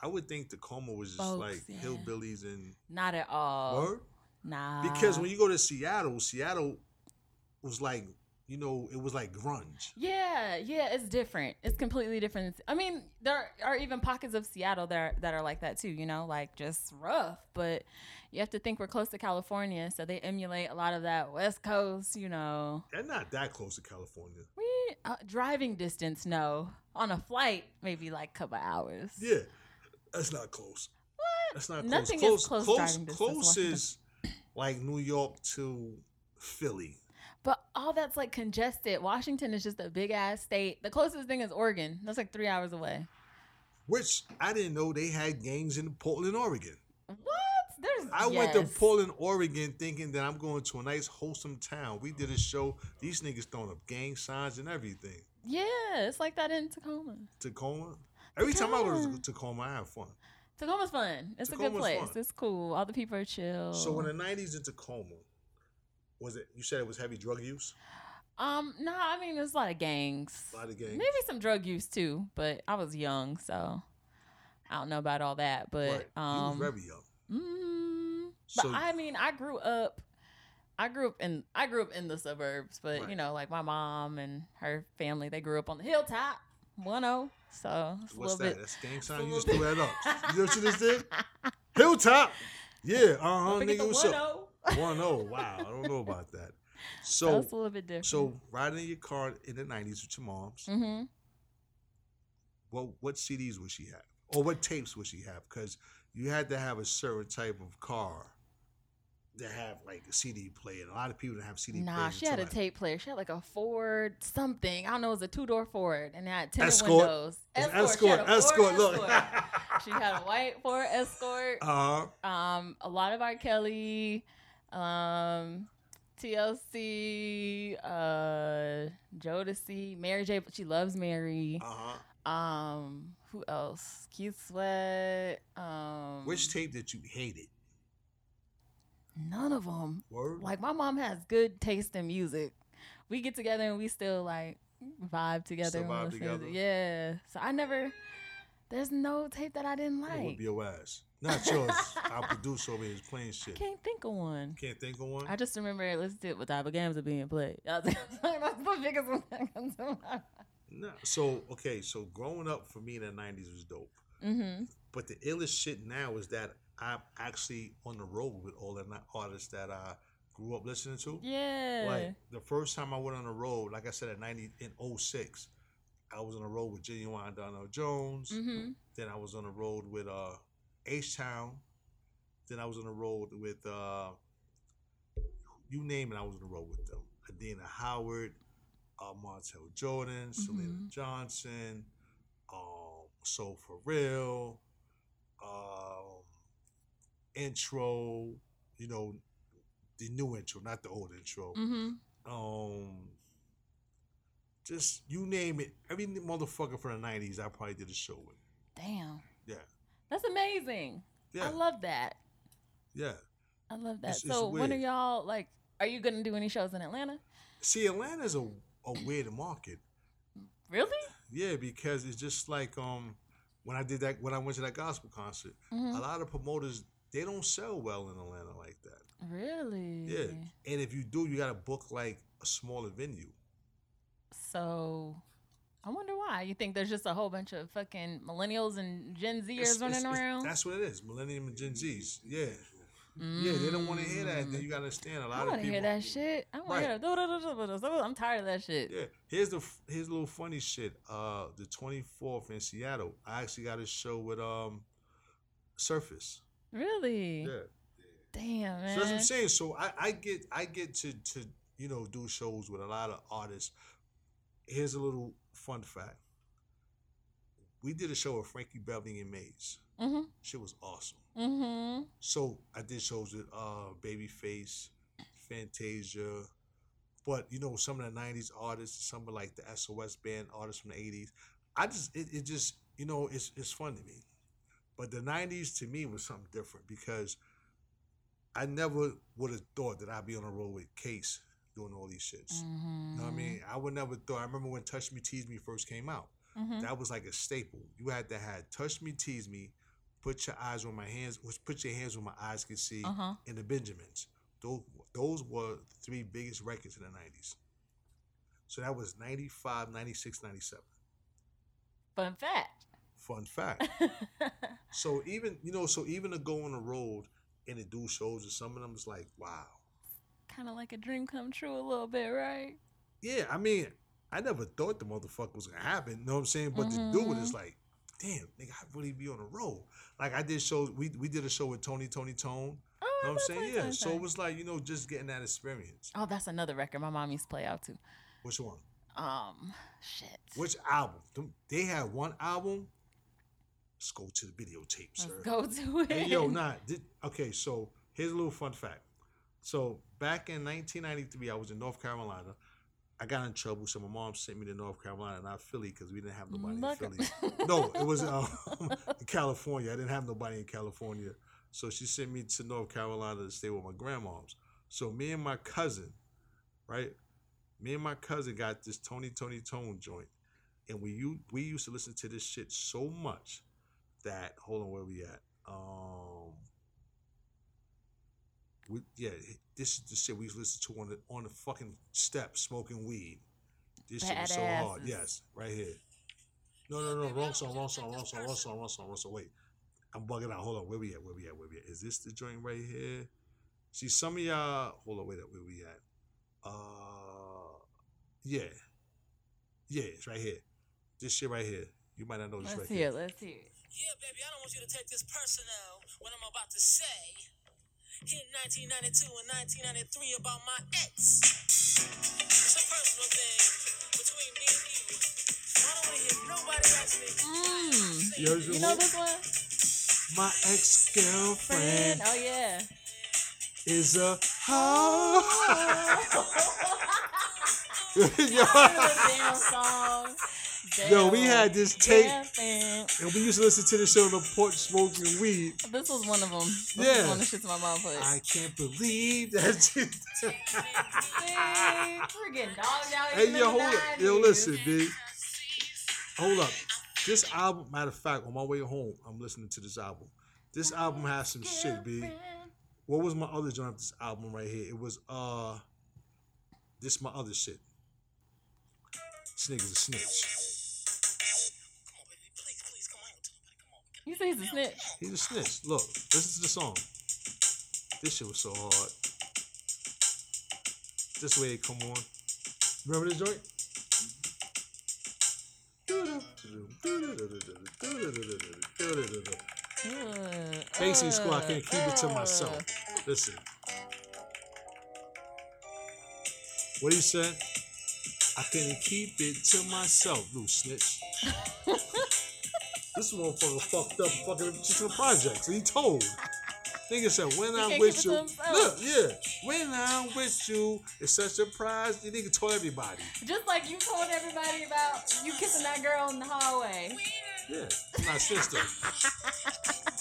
Speaker 1: I would think Tacoma was just
Speaker 2: Folks,
Speaker 1: like
Speaker 2: yeah. Oh,
Speaker 1: hillbillies and
Speaker 2: Not at all.
Speaker 1: Word?
Speaker 2: Nah.
Speaker 1: Because when you go to Seattle, Seattle was like, you know, it was like grunge.
Speaker 2: yeah, yeah, it's different. It's completely different. I mean, there are even pockets of Seattle that are, that are like that too. You know, like just rough. But you have to think we're close to California, so they emulate a lot of that West Coast. You know,
Speaker 1: They're not that close to California.
Speaker 2: we uh, driving distance. No, on a flight, maybe like a couple hours.
Speaker 1: Yeah. That's not close. What? That's not close.
Speaker 2: Nothing is
Speaker 1: close,
Speaker 2: close
Speaker 1: close,
Speaker 2: driving distance,
Speaker 1: close
Speaker 2: Washington.
Speaker 1: is like New York to Philly.
Speaker 2: But all that's like congested. Washington is just a big ass state. The closest thing is Oregon. That's like three hours away.
Speaker 1: Which I didn't know they had gangs in Portland, Oregon.
Speaker 2: What? There's.
Speaker 1: I went to
Speaker 2: yes.
Speaker 1: Portland, Oregon, thinking that I'm going to a nice, wholesome town. We did a show. These niggas throwing up gang signs and everything.
Speaker 2: Yeah, it's like that in Tacoma.
Speaker 1: Tacoma. Every time I go
Speaker 2: Tacoma.
Speaker 1: to Tacoma, I have fun.
Speaker 2: Tacoma's fun. It's a good
Speaker 1: Tacoma's
Speaker 2: place.
Speaker 1: fun.
Speaker 2: It's cool. All the people are chill.
Speaker 1: So in the '90s in Tacoma, was it? You said it was heavy drug use.
Speaker 2: um, no, I mean there's a lot of gangs.
Speaker 1: A lot of gangs.
Speaker 2: Maybe some drug use too, but I was young, so I don't know about all that. But
Speaker 1: Right.
Speaker 2: um,
Speaker 1: you were very young.
Speaker 2: Mm, but
Speaker 1: So-
Speaker 2: I mean, I grew up. I grew up in I grew up in the suburbs, but
Speaker 1: Right.
Speaker 2: you know, like my mom and her family, they grew up on the hilltop, one oh. So it's a
Speaker 1: What's
Speaker 2: little
Speaker 1: that?
Speaker 2: bit.
Speaker 1: That's gang
Speaker 2: a
Speaker 1: sign. You
Speaker 2: little
Speaker 1: just threw that up. You know what you just did? Hilltop. Yeah. Uh huh.
Speaker 2: Don't forget
Speaker 1: Nigga,
Speaker 2: the
Speaker 1: what's up?
Speaker 2: 1-0.
Speaker 1: One oh. Wow. I don't know about that.
Speaker 2: so
Speaker 1: So
Speaker 2: it's a little bit different.
Speaker 1: so riding in your car in the '90s with your moms.
Speaker 2: hmm
Speaker 1: what what CDs would she have, or what tapes would she have? Because you had to have a certain type of car to have like a CD player. And a lot of people didn't have CD
Speaker 2: Nah,
Speaker 1: players.
Speaker 2: she had a
Speaker 1: until I-
Speaker 2: tape player. She had like a Ford something. I don't know, it was a two door Ford, and it had tinted
Speaker 1: Escort.
Speaker 2: windows.
Speaker 1: It was
Speaker 2: She had
Speaker 1: Escort,
Speaker 2: a Ford
Speaker 1: escort, look.
Speaker 2: Escort. she had a white Ford Escort.
Speaker 1: uh,
Speaker 2: um a lot of R. Kelly, um TLC, uh Jodeci, Mary J. She loves Mary.
Speaker 1: uh-huh.
Speaker 2: Um, who else? Keith Sweat. Um,
Speaker 1: Which tape that you hated?
Speaker 2: none of them.
Speaker 1: Word?
Speaker 2: Like my mom has good taste in music. We get together and we still like vibe together.
Speaker 1: Still
Speaker 2: and
Speaker 1: vibe
Speaker 2: listen to-
Speaker 1: together?
Speaker 2: Yeah. So I never. There's no tape that I didn't
Speaker 1: It would
Speaker 2: like.
Speaker 1: be your ass. Not yours. Our producer over here is playing shit. Can't,
Speaker 2: Can't think of one.
Speaker 1: think of one.
Speaker 2: I just remember listening to it with Abba Games being played. That's the biggest one that comes to mind.
Speaker 1: no. So okay. So growing up for me in the '90s was dope.
Speaker 2: Mm-hmm.
Speaker 1: But the illest shit now is that I'm actually on the road with all the ni- artists that I grew up listening to.
Speaker 2: Yeah.
Speaker 1: Like the first time I went on the road, like I said at ninety in 06, I was on the road with Genuine Donnell Jones.
Speaker 2: mm-hmm.
Speaker 1: Then I was on the road with uh H Town. Then I was on the road with uh you name it, I was on the road with them. Adina Howard, uh, Montel Jordan, Selena
Speaker 2: Mhm.
Speaker 1: Johnson, um, Soul for Real, um, intro, you know, the new intro, not the old intro.
Speaker 2: Mm-hmm.
Speaker 1: Um, just you name it, every motherfucker from the '90s, I probably did a show with.
Speaker 2: Damn.
Speaker 1: Yeah.
Speaker 2: That's amazing.
Speaker 1: Yeah,
Speaker 2: I love that.
Speaker 1: yeah.
Speaker 2: I love that.
Speaker 1: It's- it's
Speaker 2: so when are
Speaker 1: weird.
Speaker 2: y'all like? Are you gonna do any shows in Atlanta?
Speaker 1: See, Atlanta's a a weird market.
Speaker 2: Really?
Speaker 1: Yeah, because it's just like um when I did that when I went to that gospel concert,
Speaker 2: Mhm.
Speaker 1: a lot of promoters they don't sell well in Atlanta like that.
Speaker 2: Really?
Speaker 1: Yeah. And if you do, you got to book like a smaller venue.
Speaker 2: So I wonder why. You think there's just a whole bunch of fucking millennials and Gen Zers
Speaker 1: It's-
Speaker 2: running
Speaker 1: it's- it's-
Speaker 2: around?
Speaker 1: That's what it is. Millennium and Gen Zs. Yeah. Yeah, they don't want to hear that. Then you got to understand a
Speaker 2: Mm. I
Speaker 1: lot
Speaker 2: want
Speaker 1: of
Speaker 2: to
Speaker 1: people
Speaker 2: hear that shit. I want
Speaker 1: Right.
Speaker 2: to hear that. I'm tired of that shit.
Speaker 1: Yeah. Here's the f- here's a little funny shit. Uh the 24th in Seattle, I actually got a show with um Surface.
Speaker 2: Really?
Speaker 1: Yeah.
Speaker 2: Damn, man.
Speaker 1: So that's what I'm saying. So I, I get I get to to you know do shows with a lot of artists. Here's a little fun fact. We did a show with Frankie Beverly and Maze.
Speaker 2: Mm-hmm.
Speaker 1: Shit was awesome.
Speaker 2: Mm-hmm.
Speaker 1: So I did shows with uh Babyface, Fantasia, but you know some of the '90s artists, some of like the SOS band artists from the '80s. I just it, it just you know it's it's fun to me, but the '90s to me was something different because I never would have thought that I'd be on a road with Case doing all these shits.
Speaker 2: Mm-hmm.
Speaker 1: You know what I mean? I would never thought. I remember when Touch Me Tease Me first came out
Speaker 2: Mm-hmm.
Speaker 1: that was like a staple. You had to have touch me, tease me, put your eyes where my hands, which put your hands where my eyes could see,
Speaker 2: Uh-huh.
Speaker 1: and the Benjamins. Those those were the three biggest records in the nineties. So that was 95, 96, 97.
Speaker 2: Fun fact.
Speaker 1: Fun fact. so even you know, so even to go on the road and to do shows and some of them is like, wow.
Speaker 2: kind of like a dream come true a little bit, right?
Speaker 1: Yeah, I mean, I never thought the motherfucker was gonna happen. You know what I'm saying? But to
Speaker 2: Mm-hmm.
Speaker 1: do it is like, damn, nigga, I really be on the road. Like I did shows. We we did a show with Tony Tony Tone.
Speaker 2: Oh,
Speaker 1: You know
Speaker 2: I
Speaker 1: what
Speaker 2: love
Speaker 1: I'm saying? Yeah.
Speaker 2: Tiny
Speaker 1: So it
Speaker 2: Tiny.
Speaker 1: was like you know just getting that experience.
Speaker 2: Oh, that's another record my mom used to play out to.
Speaker 1: Which one?
Speaker 2: Um, shit.
Speaker 1: Which album? Them- They had one album. Let's go to the videotape,
Speaker 2: Let's
Speaker 1: sir.
Speaker 2: go to it.
Speaker 1: Hey yo, nah. Did, okay, so here's a little fun fact. So back in 1993, I was in North Carolina. I got in trouble, so my mom sent me to North Carolina, not Philly, because we didn't have nobody
Speaker 2: Look-
Speaker 1: in Philly. no, it was um, California. I didn't have nobody in California, so she sent me to North Carolina to stay with my grandmoms. So me and my cousin, right? Me and my cousin got this Tony Tony Tone joint, and we u- we used to listen to this shit so much that hold on where we at um we, yeah this is the shit we listened to on the on the fucking step smoking weed this shit was so hard
Speaker 2: Badasses.
Speaker 1: yes right here no no no wrong song wrong song wrong song wrong song wrong song wrong song wait I'm bugging out hold on where we at where we at where we at is this the joint right here see some of y'all hold on wait up where we at uh yeah yeah it's right here this shit right here you might not know this right
Speaker 2: Let's
Speaker 1: here.
Speaker 2: hear it. Let's hear it.
Speaker 4: Yeah, baby, I don't want you to take this personal, what I'm about to say. In 1992 and 1993 about my ex. It's a personal thing between me and you. I don't want to hear nobody else make
Speaker 2: Mm.
Speaker 1: Yo,
Speaker 4: say
Speaker 2: You know this one?
Speaker 1: My ex
Speaker 2: Friend.
Speaker 1: girlfriend
Speaker 2: Oh, yeah.
Speaker 1: is a hoe.
Speaker 2: Oh. Good damn song.
Speaker 1: Yo, we had this tape
Speaker 2: Yeah, man.
Speaker 1: and we used to listen to this shit on the porch smoking weed.
Speaker 2: This was one of them. This yeah.
Speaker 1: Yeah.
Speaker 2: was one of the shits my mom put.
Speaker 1: I can't believe that. You
Speaker 2: See, we're getting dogged out even
Speaker 1: hey, yo,
Speaker 2: in
Speaker 1: hold
Speaker 2: the
Speaker 1: up. Yo,
Speaker 2: 90s.
Speaker 1: listen, dude. Hold up. This album, matter of fact, on my way home, I'm listening to this album. This album has some shit, B. What was my other joint of this album right here? It was uh this my other shit. This nigga's a snitch.
Speaker 4: Come on, baby, please, please, come on. Don't tell nobody, come on.
Speaker 2: You say he's a snitch.
Speaker 1: He's a snitch. Look, listen to the song. This shit was so hard. This way it come on. Remember this joint?
Speaker 2: Ugh,
Speaker 1: Basically,
Speaker 2: ugh,
Speaker 1: squad can't keep it to
Speaker 2: ugh. Uh.
Speaker 1: myself. Listen. What he said? I couldn't keep it to myself, little snitch. this motherfucker fucked up fucking just the projects. He told. Nigga said, when
Speaker 2: He
Speaker 1: I'm
Speaker 2: can't
Speaker 1: with
Speaker 2: keep it
Speaker 1: you,
Speaker 2: to
Speaker 1: look,
Speaker 2: himself.
Speaker 1: yeah, when I'm with you, it's such a prize. The nigga told everybody,
Speaker 2: Just like you told everybody about you kissing that girl in the hallway.
Speaker 1: yeah, my sister.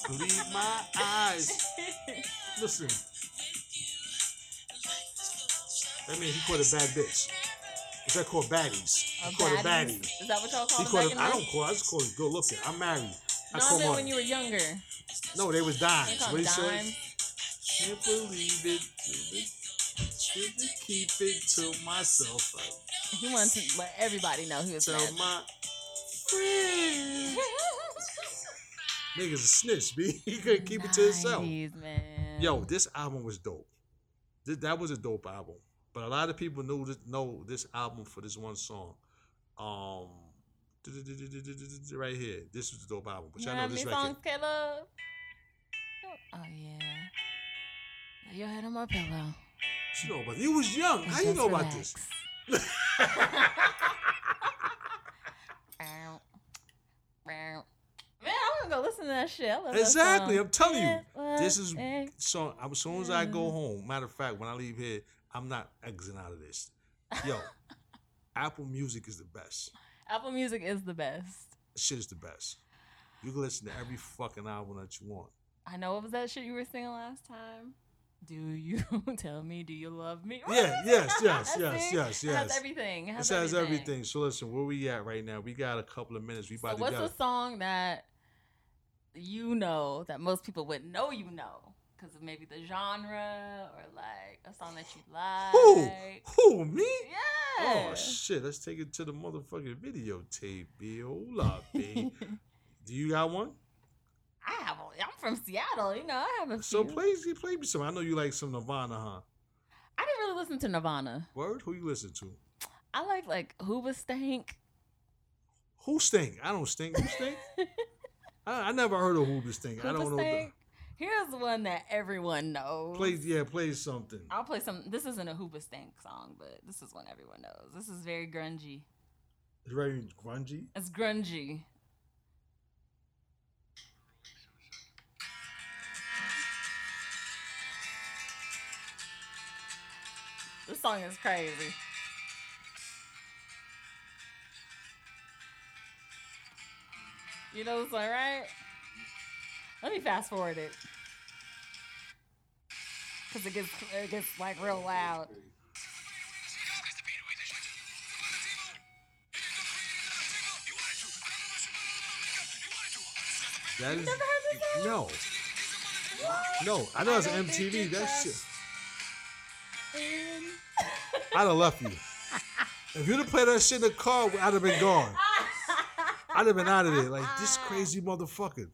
Speaker 1: Believe my eyes. Listen, that means he called a bad bitch. Is that called baddies? I called it
Speaker 2: baddies. Oh,
Speaker 1: baddie.
Speaker 2: Is that what y'all
Speaker 1: He
Speaker 2: call
Speaker 1: called
Speaker 2: them
Speaker 1: it,
Speaker 2: back
Speaker 1: I
Speaker 2: in the
Speaker 1: don't call. I just call it good looking. I'm married. I
Speaker 2: No, I
Speaker 1: call
Speaker 2: meant
Speaker 1: mine.
Speaker 2: when you were younger. You
Speaker 1: No, they was dimes.
Speaker 2: call
Speaker 1: What he
Speaker 2: them
Speaker 1: say?
Speaker 2: dimes.
Speaker 1: Can't believe it. Shouldn't shouldn't keep it to myself. I
Speaker 2: He wanted to let everybody know he was
Speaker 1: tell
Speaker 2: mad.
Speaker 1: my friends. Niggas a snitch, B. He couldn't keep it to himself.
Speaker 2: 90s, man.
Speaker 1: Yo, this album was dope. Th- that was a dope album. But a lot of people knew this, know this album for this one song. Um, right here. This was a dope album. But
Speaker 2: you
Speaker 1: y'all know
Speaker 2: know how many
Speaker 1: this
Speaker 2: songs,
Speaker 1: record.
Speaker 2: Caleb? Oh yeah. Lay your head on my pillow.
Speaker 1: You know about You was young.
Speaker 2: and
Speaker 1: How you
Speaker 2: just
Speaker 1: know about this?
Speaker 2: relax. Meow. Meow. Man, I'm gonna go listen to that shit. I love that
Speaker 1: Exactly,
Speaker 2: song.
Speaker 1: I'm telling you,
Speaker 2: Yeah, eh.
Speaker 1: this is-
Speaker 2: yeah.
Speaker 1: So I'm- as soon as I go home, matter of fact, when I leave here, I'm not exiting out of this. Yo, Apple Music is the best.
Speaker 2: Apple Music is the best.
Speaker 1: Shit is the best. You can listen to every fucking album that you want.
Speaker 2: I know what was that shit you were singing last time. Do you tell me? Do you love me?
Speaker 1: Yeah, yes, yes,
Speaker 2: See?
Speaker 1: yes, yes,
Speaker 2: It has
Speaker 1: yes.
Speaker 2: everything. It has
Speaker 1: This has
Speaker 2: everything.
Speaker 1: everything. So listen, where we at right now? We got a couple of minutes. We
Speaker 2: So
Speaker 1: about
Speaker 2: what's
Speaker 1: to go.
Speaker 2: a song that you know that most people would know you know because of maybe the genre or like a song that you like?
Speaker 1: Who? Who? Me?
Speaker 2: Yeah.
Speaker 1: Oh shit! Let's take it to the motherfucking videotape, B. Hold up, B. Do you got one?
Speaker 2: I have. A, I'm from Seattle. You know, I have a.
Speaker 1: So
Speaker 2: few.
Speaker 1: play, play me some. I know you like some Nirvana, huh?
Speaker 2: I didn't really listen to Nirvana.
Speaker 1: Word? Who you listen to?
Speaker 2: I like like Hooba Stank.
Speaker 1: Who stink? I don't stink. Who stink? I, I never heard of Hooba stink. I don't
Speaker 2: Hooba
Speaker 1: know.
Speaker 2: Stank. Here's one that everyone knows.
Speaker 1: Play, yeah, play something.
Speaker 2: I'll play some. This isn't a Hooba Stank song, but this is one everyone knows. This is very grungy.
Speaker 1: It's very grungy.
Speaker 2: It's grungy. This song is crazy. You know this one, right? Let me fast forward it. Cause it gets it gets like real loud.
Speaker 1: That is
Speaker 2: Never heard this song?
Speaker 1: no, no. I know it's
Speaker 2: don't think
Speaker 1: MTV.
Speaker 2: you
Speaker 1: That
Speaker 2: trust
Speaker 1: shit. I'd have left you. If you'd have played that shit in the car, I'd have been gone. I'd have been out of there. Like this crazy motherfucker.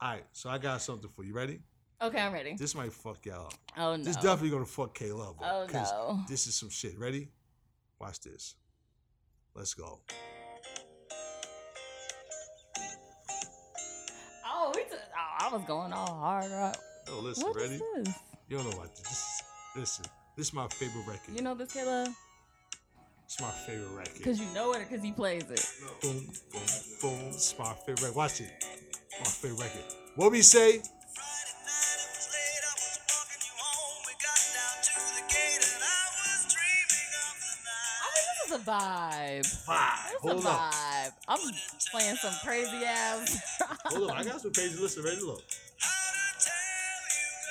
Speaker 1: All right, so I got something for you. Ready?
Speaker 2: Okay, I'm ready.
Speaker 1: This might fuck y'all up.
Speaker 2: Oh no.
Speaker 1: This definitely gonna fuck Caleb. up,
Speaker 2: Oh
Speaker 1: 'cause
Speaker 2: no.
Speaker 1: This is some shit. Ready? Watch this. Let's go.
Speaker 2: Oh, we just, oh, I was going all hard rock.
Speaker 1: Oh, listen.
Speaker 2: What is
Speaker 1: ready?
Speaker 2: this?
Speaker 1: You don't know what this. Is. Listen, this is my favorite record.
Speaker 2: You know this, Kayla?
Speaker 1: it's my favorite record.
Speaker 2: Because you know it or because he plays it.
Speaker 1: Boom, boom, boom. It's my favorite record. Watch it. My favorite record. What we say?
Speaker 4: Friday night, it was late. I was walking you home. We got down to the gate, and I was dreaming of the
Speaker 2: I mean,
Speaker 4: night.
Speaker 2: this is a vibe.
Speaker 1: Five.
Speaker 2: This
Speaker 1: Hold
Speaker 2: a
Speaker 1: up.
Speaker 2: vibe. I'm playing some crazy ass.
Speaker 1: Hold up. I got some pages. Listen, ready? Look.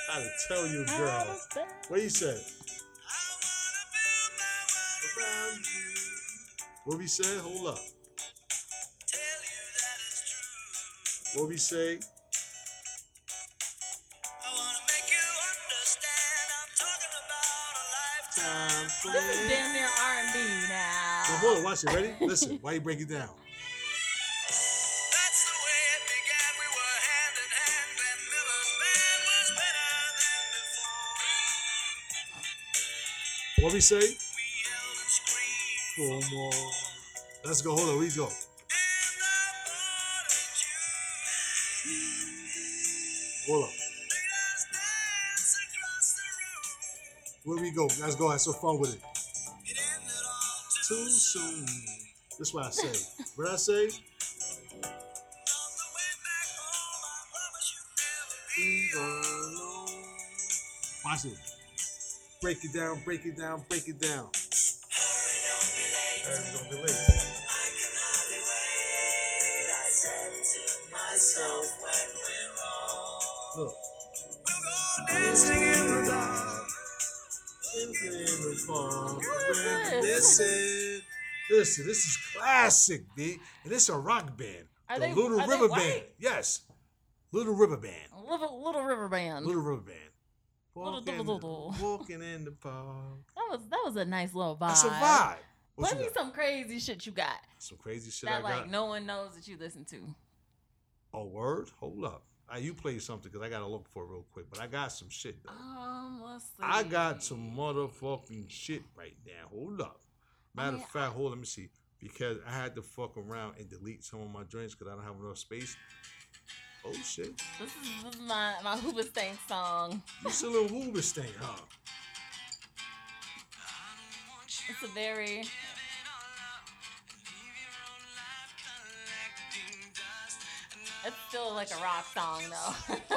Speaker 4: How to tell you, girl,
Speaker 1: How to tell you, girl. What you say?
Speaker 4: I wanna build my world around you.
Speaker 1: What we say? Hold up.
Speaker 4: Tell you that it's true.
Speaker 1: What we say?
Speaker 4: I wanna make you understand. I'm talking about a lifetime.
Speaker 1: Time
Speaker 2: This is
Speaker 1: plan.
Speaker 2: damn near R&B
Speaker 1: Now,
Speaker 2: now.
Speaker 1: hold on. Watch it. Ready? Listen. Why you break it down?
Speaker 4: That's the way it began. We were hand in hand. Glenn Miller's band was better
Speaker 1: What
Speaker 4: than before.
Speaker 1: we say?
Speaker 4: We yelled and screamed.
Speaker 1: Four more. Let's go. Hold on. We go.
Speaker 4: And I wanted you.
Speaker 1: Hold up.
Speaker 4: Let us dance across the room.
Speaker 1: Where we go? Let's go. Have some fun with it.
Speaker 4: It is
Speaker 1: too soon. That's what I say. what I say?
Speaker 4: On the way back home, I promise you never be
Speaker 1: Leave her alone. Watch it. Break it down, break it down, break it down. Hurry, don't be late.
Speaker 4: I can hardly wait. I said to myself when we're all
Speaker 1: Look.
Speaker 4: We'll go dancing in the dark.
Speaker 1: Listen, listen, this is classic, B. And it's a rock band.
Speaker 2: Are
Speaker 1: the
Speaker 2: they-
Speaker 1: Little
Speaker 2: are they
Speaker 1: River
Speaker 2: white?
Speaker 1: Band. Yes. Little River Band.
Speaker 2: Little Little River Band.
Speaker 1: Little River Band.
Speaker 2: Little-
Speaker 1: Walking,
Speaker 2: little- little.
Speaker 1: walking in the park.
Speaker 2: That was that was a nice little vibe.
Speaker 1: That's a vibe. What
Speaker 2: What
Speaker 1: you
Speaker 2: be
Speaker 1: got?
Speaker 2: some crazy shit you got
Speaker 1: Some crazy shit I
Speaker 2: that
Speaker 1: got.
Speaker 2: like no one knows that you listen to?
Speaker 1: Oh, word? Hold up. Ah, you play something because I got to look for it real quick. But I got some shit. though.
Speaker 2: Um, let's see.
Speaker 1: I got some motherfucking shit right now. Hold up. Matter
Speaker 2: mean,
Speaker 1: of fact, hold. Let me see. Because I had to fuck around and delete some of my joints because I don't have enough space. Oh shit!
Speaker 2: This is, this is my my Hooba Stank song.
Speaker 1: You still in Hoover's thing, huh?
Speaker 2: It's a very it's still like a rock song though.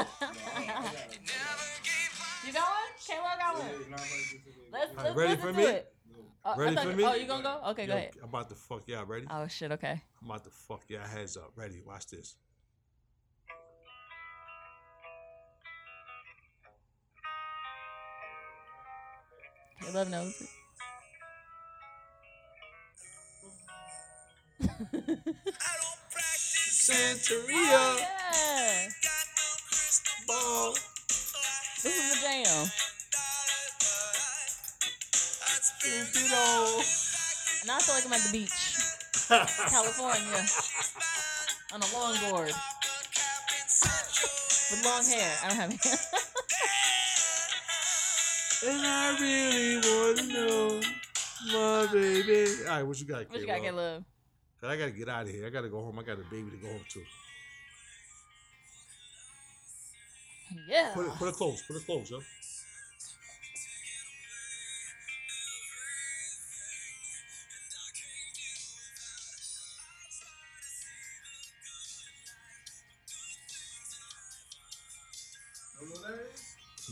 Speaker 2: you got one? Kayla got one. Let's,
Speaker 1: All
Speaker 2: let's
Speaker 1: right, ready
Speaker 2: listen
Speaker 1: for
Speaker 2: to
Speaker 1: me?
Speaker 2: it. Oh, I
Speaker 1: Ready
Speaker 2: thought
Speaker 1: for
Speaker 2: you-
Speaker 1: me?
Speaker 2: Oh, you gonna go? Okay, go
Speaker 1: Yo,
Speaker 2: ahead.
Speaker 1: I'm about to fuck y'all. Ready?
Speaker 2: Oh shit. Okay.
Speaker 1: I'm about to fuck y'all heads up. Ready? Watch this.
Speaker 2: Caleb knows it.
Speaker 4: I don't practice
Speaker 1: Santeria
Speaker 2: yeah.
Speaker 4: got no crystal
Speaker 1: ball.
Speaker 2: This is the jam.
Speaker 4: dollars, but I, I'd spend
Speaker 1: You know.
Speaker 2: And I feel like I'm at the beach, California, on a longboard
Speaker 4: the cap in Sancho.
Speaker 2: with long hair. I don't have
Speaker 1: and
Speaker 2: hair.
Speaker 1: I really wanna know, my baby. All right, what you got?
Speaker 2: what you got,
Speaker 1: K-Lo?
Speaker 2: Caleb?
Speaker 1: Cause I gotta get out of here. I gotta go home. I got a baby to go home to.
Speaker 2: Yeah.
Speaker 1: Put it, put it close. Put it close, yo.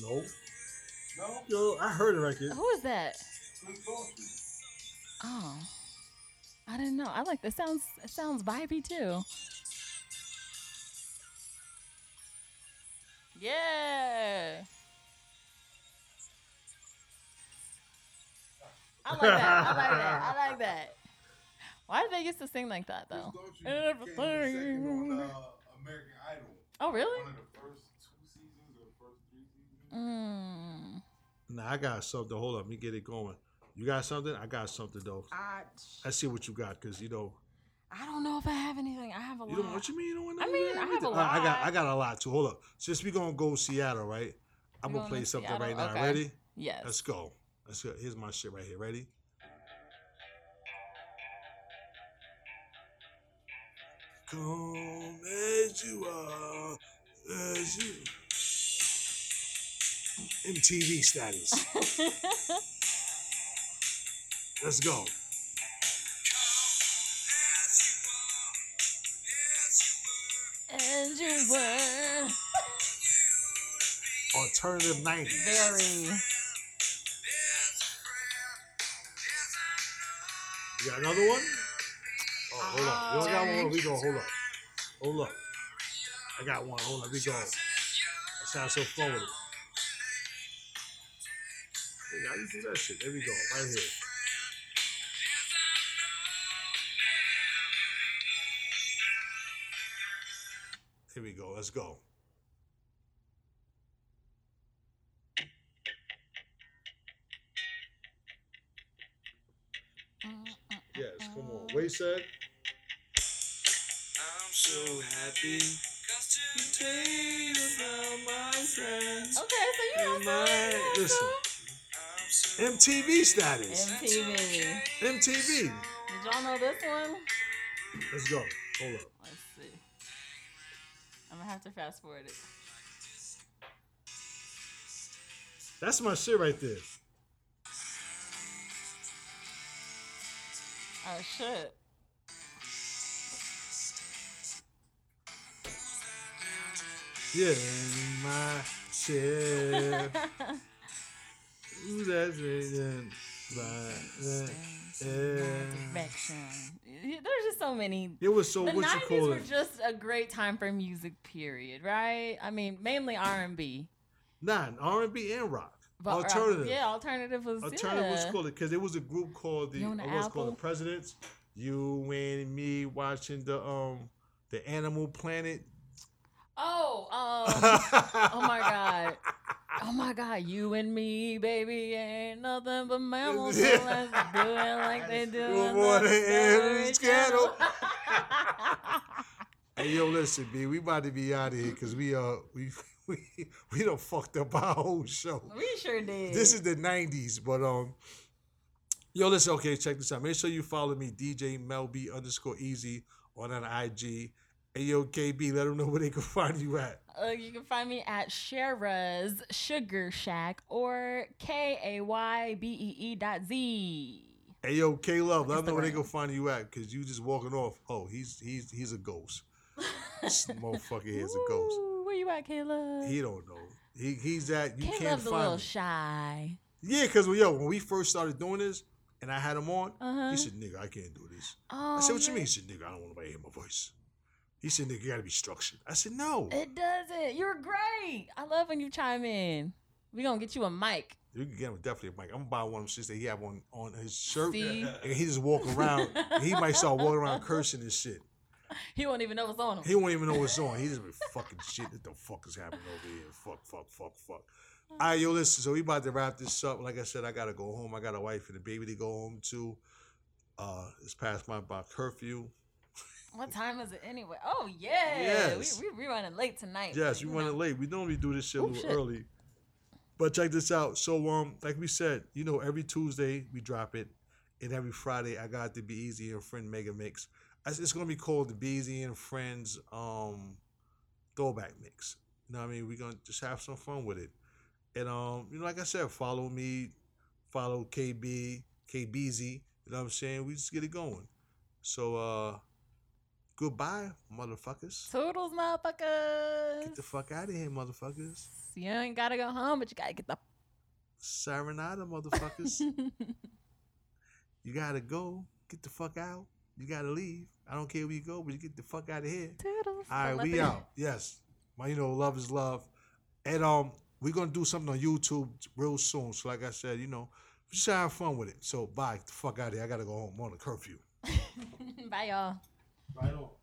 Speaker 1: No,
Speaker 3: No,
Speaker 1: yo, I heard it right there.
Speaker 2: Who is that?
Speaker 3: Chris Boston.
Speaker 2: Oh, I didn't know. I like that. Sounds it sounds vibey too. Yeah. I like that. I like that. I like that. Why do they used to sing like that
Speaker 3: Chris
Speaker 2: though?
Speaker 3: Daughtry came second on uh, American Idol.
Speaker 2: Oh really?
Speaker 3: One of the first two seasons or first three seasons.
Speaker 2: Mm.
Speaker 1: Nah, I got something. Hold up, let me get it going. You got something? I got something though.
Speaker 2: I,
Speaker 1: I see what you got, cause you know
Speaker 2: I don't know if I have anything. I have a lot.
Speaker 1: you don't. What you mean? You don't want
Speaker 2: I
Speaker 1: no-
Speaker 2: mean, I have a
Speaker 1: All right, I got
Speaker 2: lot.
Speaker 1: I got a lot too. Hold up. Since we gonna go Seattle, right? I'm gonna
Speaker 2: We going
Speaker 1: play
Speaker 2: to
Speaker 1: something
Speaker 2: Seattle?
Speaker 1: right now.
Speaker 2: Okay.
Speaker 1: Ready?
Speaker 2: yes.
Speaker 1: Let's go. Let's go. Here's my shit right here. Ready? Come as you are, as you. MTV status. Let's go.
Speaker 2: and you were
Speaker 1: Alternative 90s.
Speaker 2: very.
Speaker 1: You got another one? Oh, hold up. You don't got one? Hold on. We go. Hold up. Hold up. I got one. Hold up. We go. That sounds so fun with it. Hey, how you do that shit? There we go. Right here. Here we go. Let's go. Yes, come on. Wait said.
Speaker 4: I'm so happy. Cause today you found my friends.
Speaker 2: Okay, so you also
Speaker 1: Listen,
Speaker 4: I'm so
Speaker 1: MTV status.
Speaker 2: MTV. Did
Speaker 1: MTV.
Speaker 2: y'all know this one?
Speaker 1: Let's go. Hold up.
Speaker 2: Let's see. I'm gonna have to fast forward it.
Speaker 1: That's my shit right there.
Speaker 2: Oh, shit.
Speaker 1: Yeah, in my chair. Ooh, that's it. yeah, but, uh, yeah.
Speaker 2: Direction. There's just so many.
Speaker 1: It was so
Speaker 2: the
Speaker 1: what you
Speaker 2: nineties
Speaker 1: call
Speaker 2: were
Speaker 1: it.
Speaker 2: just a great time for music, period. Right? I mean, mainly R and B.
Speaker 1: Nah, R and B and rock.
Speaker 2: But or-
Speaker 1: Alternative.
Speaker 2: yeah, alternative was
Speaker 1: Alternative
Speaker 2: yeah.
Speaker 1: was called it because there was a group called the
Speaker 2: You
Speaker 1: uh,
Speaker 2: on the
Speaker 1: what's called the
Speaker 2: Apple?
Speaker 1: Presidents. You and me watching the um the Animal Planet.
Speaker 2: Oh, um, oh my god. Oh my god, you and me, baby, ain't nothing but mammals. So let's do it like they do.
Speaker 1: Good
Speaker 2: on the
Speaker 1: morning,
Speaker 2: Discovery
Speaker 1: Adam's Channel.
Speaker 2: Channel.
Speaker 1: Hey yo, listen, B, we about to be out of here because we uh we we we done fucked up our whole show.
Speaker 2: we sure did.
Speaker 1: This is the '90s, but um, yo, listen, okay, check this out. Make sure you follow me, DJ Melb underscore Easy on an IG. Hey yo, KB, let them know where they can find you at.
Speaker 2: Uh, you can find me at Shara's Sugar Shack or K A Y B E E dot Z.
Speaker 1: Hey yo, K Love, let them know where they
Speaker 2: Instagram.
Speaker 1: can find you at because you just walking off. Oh, he's he's he's a ghost. This motherfucker here's a ghost.
Speaker 2: Ooh, Where you at, Kayla?
Speaker 1: He don't know. He he's at you
Speaker 2: Kayla's
Speaker 1: can't
Speaker 2: a little
Speaker 1: find. Me.
Speaker 2: shy.
Speaker 1: Yeah, because yo, when we first started doing this and I had him on,
Speaker 2: Uh-huh.
Speaker 1: he said, "Nigga, I can't do this."
Speaker 2: Oh,
Speaker 1: I said, "What you
Speaker 2: man.
Speaker 1: mean?" He said, "Nigga, I don't want nobody to hear my voice." He said, "Nigga, you gotta be structured." I said, "No,
Speaker 2: It doesn't. You're great. I love when you chime in. We gonna get you a mic.
Speaker 1: you can get him definitely a mic. I'm gonna buy one of them shits that he have on on his shirt,
Speaker 2: See,
Speaker 1: and he just walk around. and he might start walking around cursing and shit.
Speaker 2: he won't even know what's on him.
Speaker 1: He won't even know what's on. He just be fucking shit. What the fuck is happening over here? Fuck, fuck, fuck, fuck.
Speaker 2: Hmm.
Speaker 1: All right, yo, listen. So we about to wrap this up. Like I said, I gotta go home. I got a wife and a baby to go home to. Uh, it's past my by curfew.
Speaker 2: what time is it anyway? Oh yeah,
Speaker 1: Yes.
Speaker 2: we, we we running late tonight.
Speaker 1: Yes,
Speaker 2: but,
Speaker 1: we
Speaker 2: you
Speaker 1: running
Speaker 2: know.
Speaker 1: late. We normally do this shit a
Speaker 2: Oh,
Speaker 1: little
Speaker 2: shit.
Speaker 1: early. But check this out. So um, like we said, you know, every Tuesday we drop it, and every Friday I got the Be Easy and Friend Mega Mix. It's it's gonna be called the Be Easy and Friends um throwback mix. You know what I mean? We're gonna just have some fun with it. And um, you know, like I said, follow me, follow KB, KBZ, you know what I'm saying? We just get it going. So uh goodbye, motherfuckers.
Speaker 2: Toodles, motherfuckers.
Speaker 1: Get the fuck out of here, motherfuckers.
Speaker 2: you ain't gotta go home, but you gotta get the
Speaker 1: Serenada, motherfuckers. you gotta go. Get the fuck out. You gotta leave. I don't care where you go, but you get the fuck out of here.
Speaker 2: toodles.
Speaker 1: All right,
Speaker 2: Don't let
Speaker 1: we
Speaker 2: the-
Speaker 1: out. Yes. My, you know, love is love. And um, we're gonna do something on YouTube real soon. So like I said, you know, just have fun with it. So bye. Get the fuck out of here. I gotta go home. I'm on a curfew.
Speaker 2: Bye, y'all.
Speaker 3: Right on.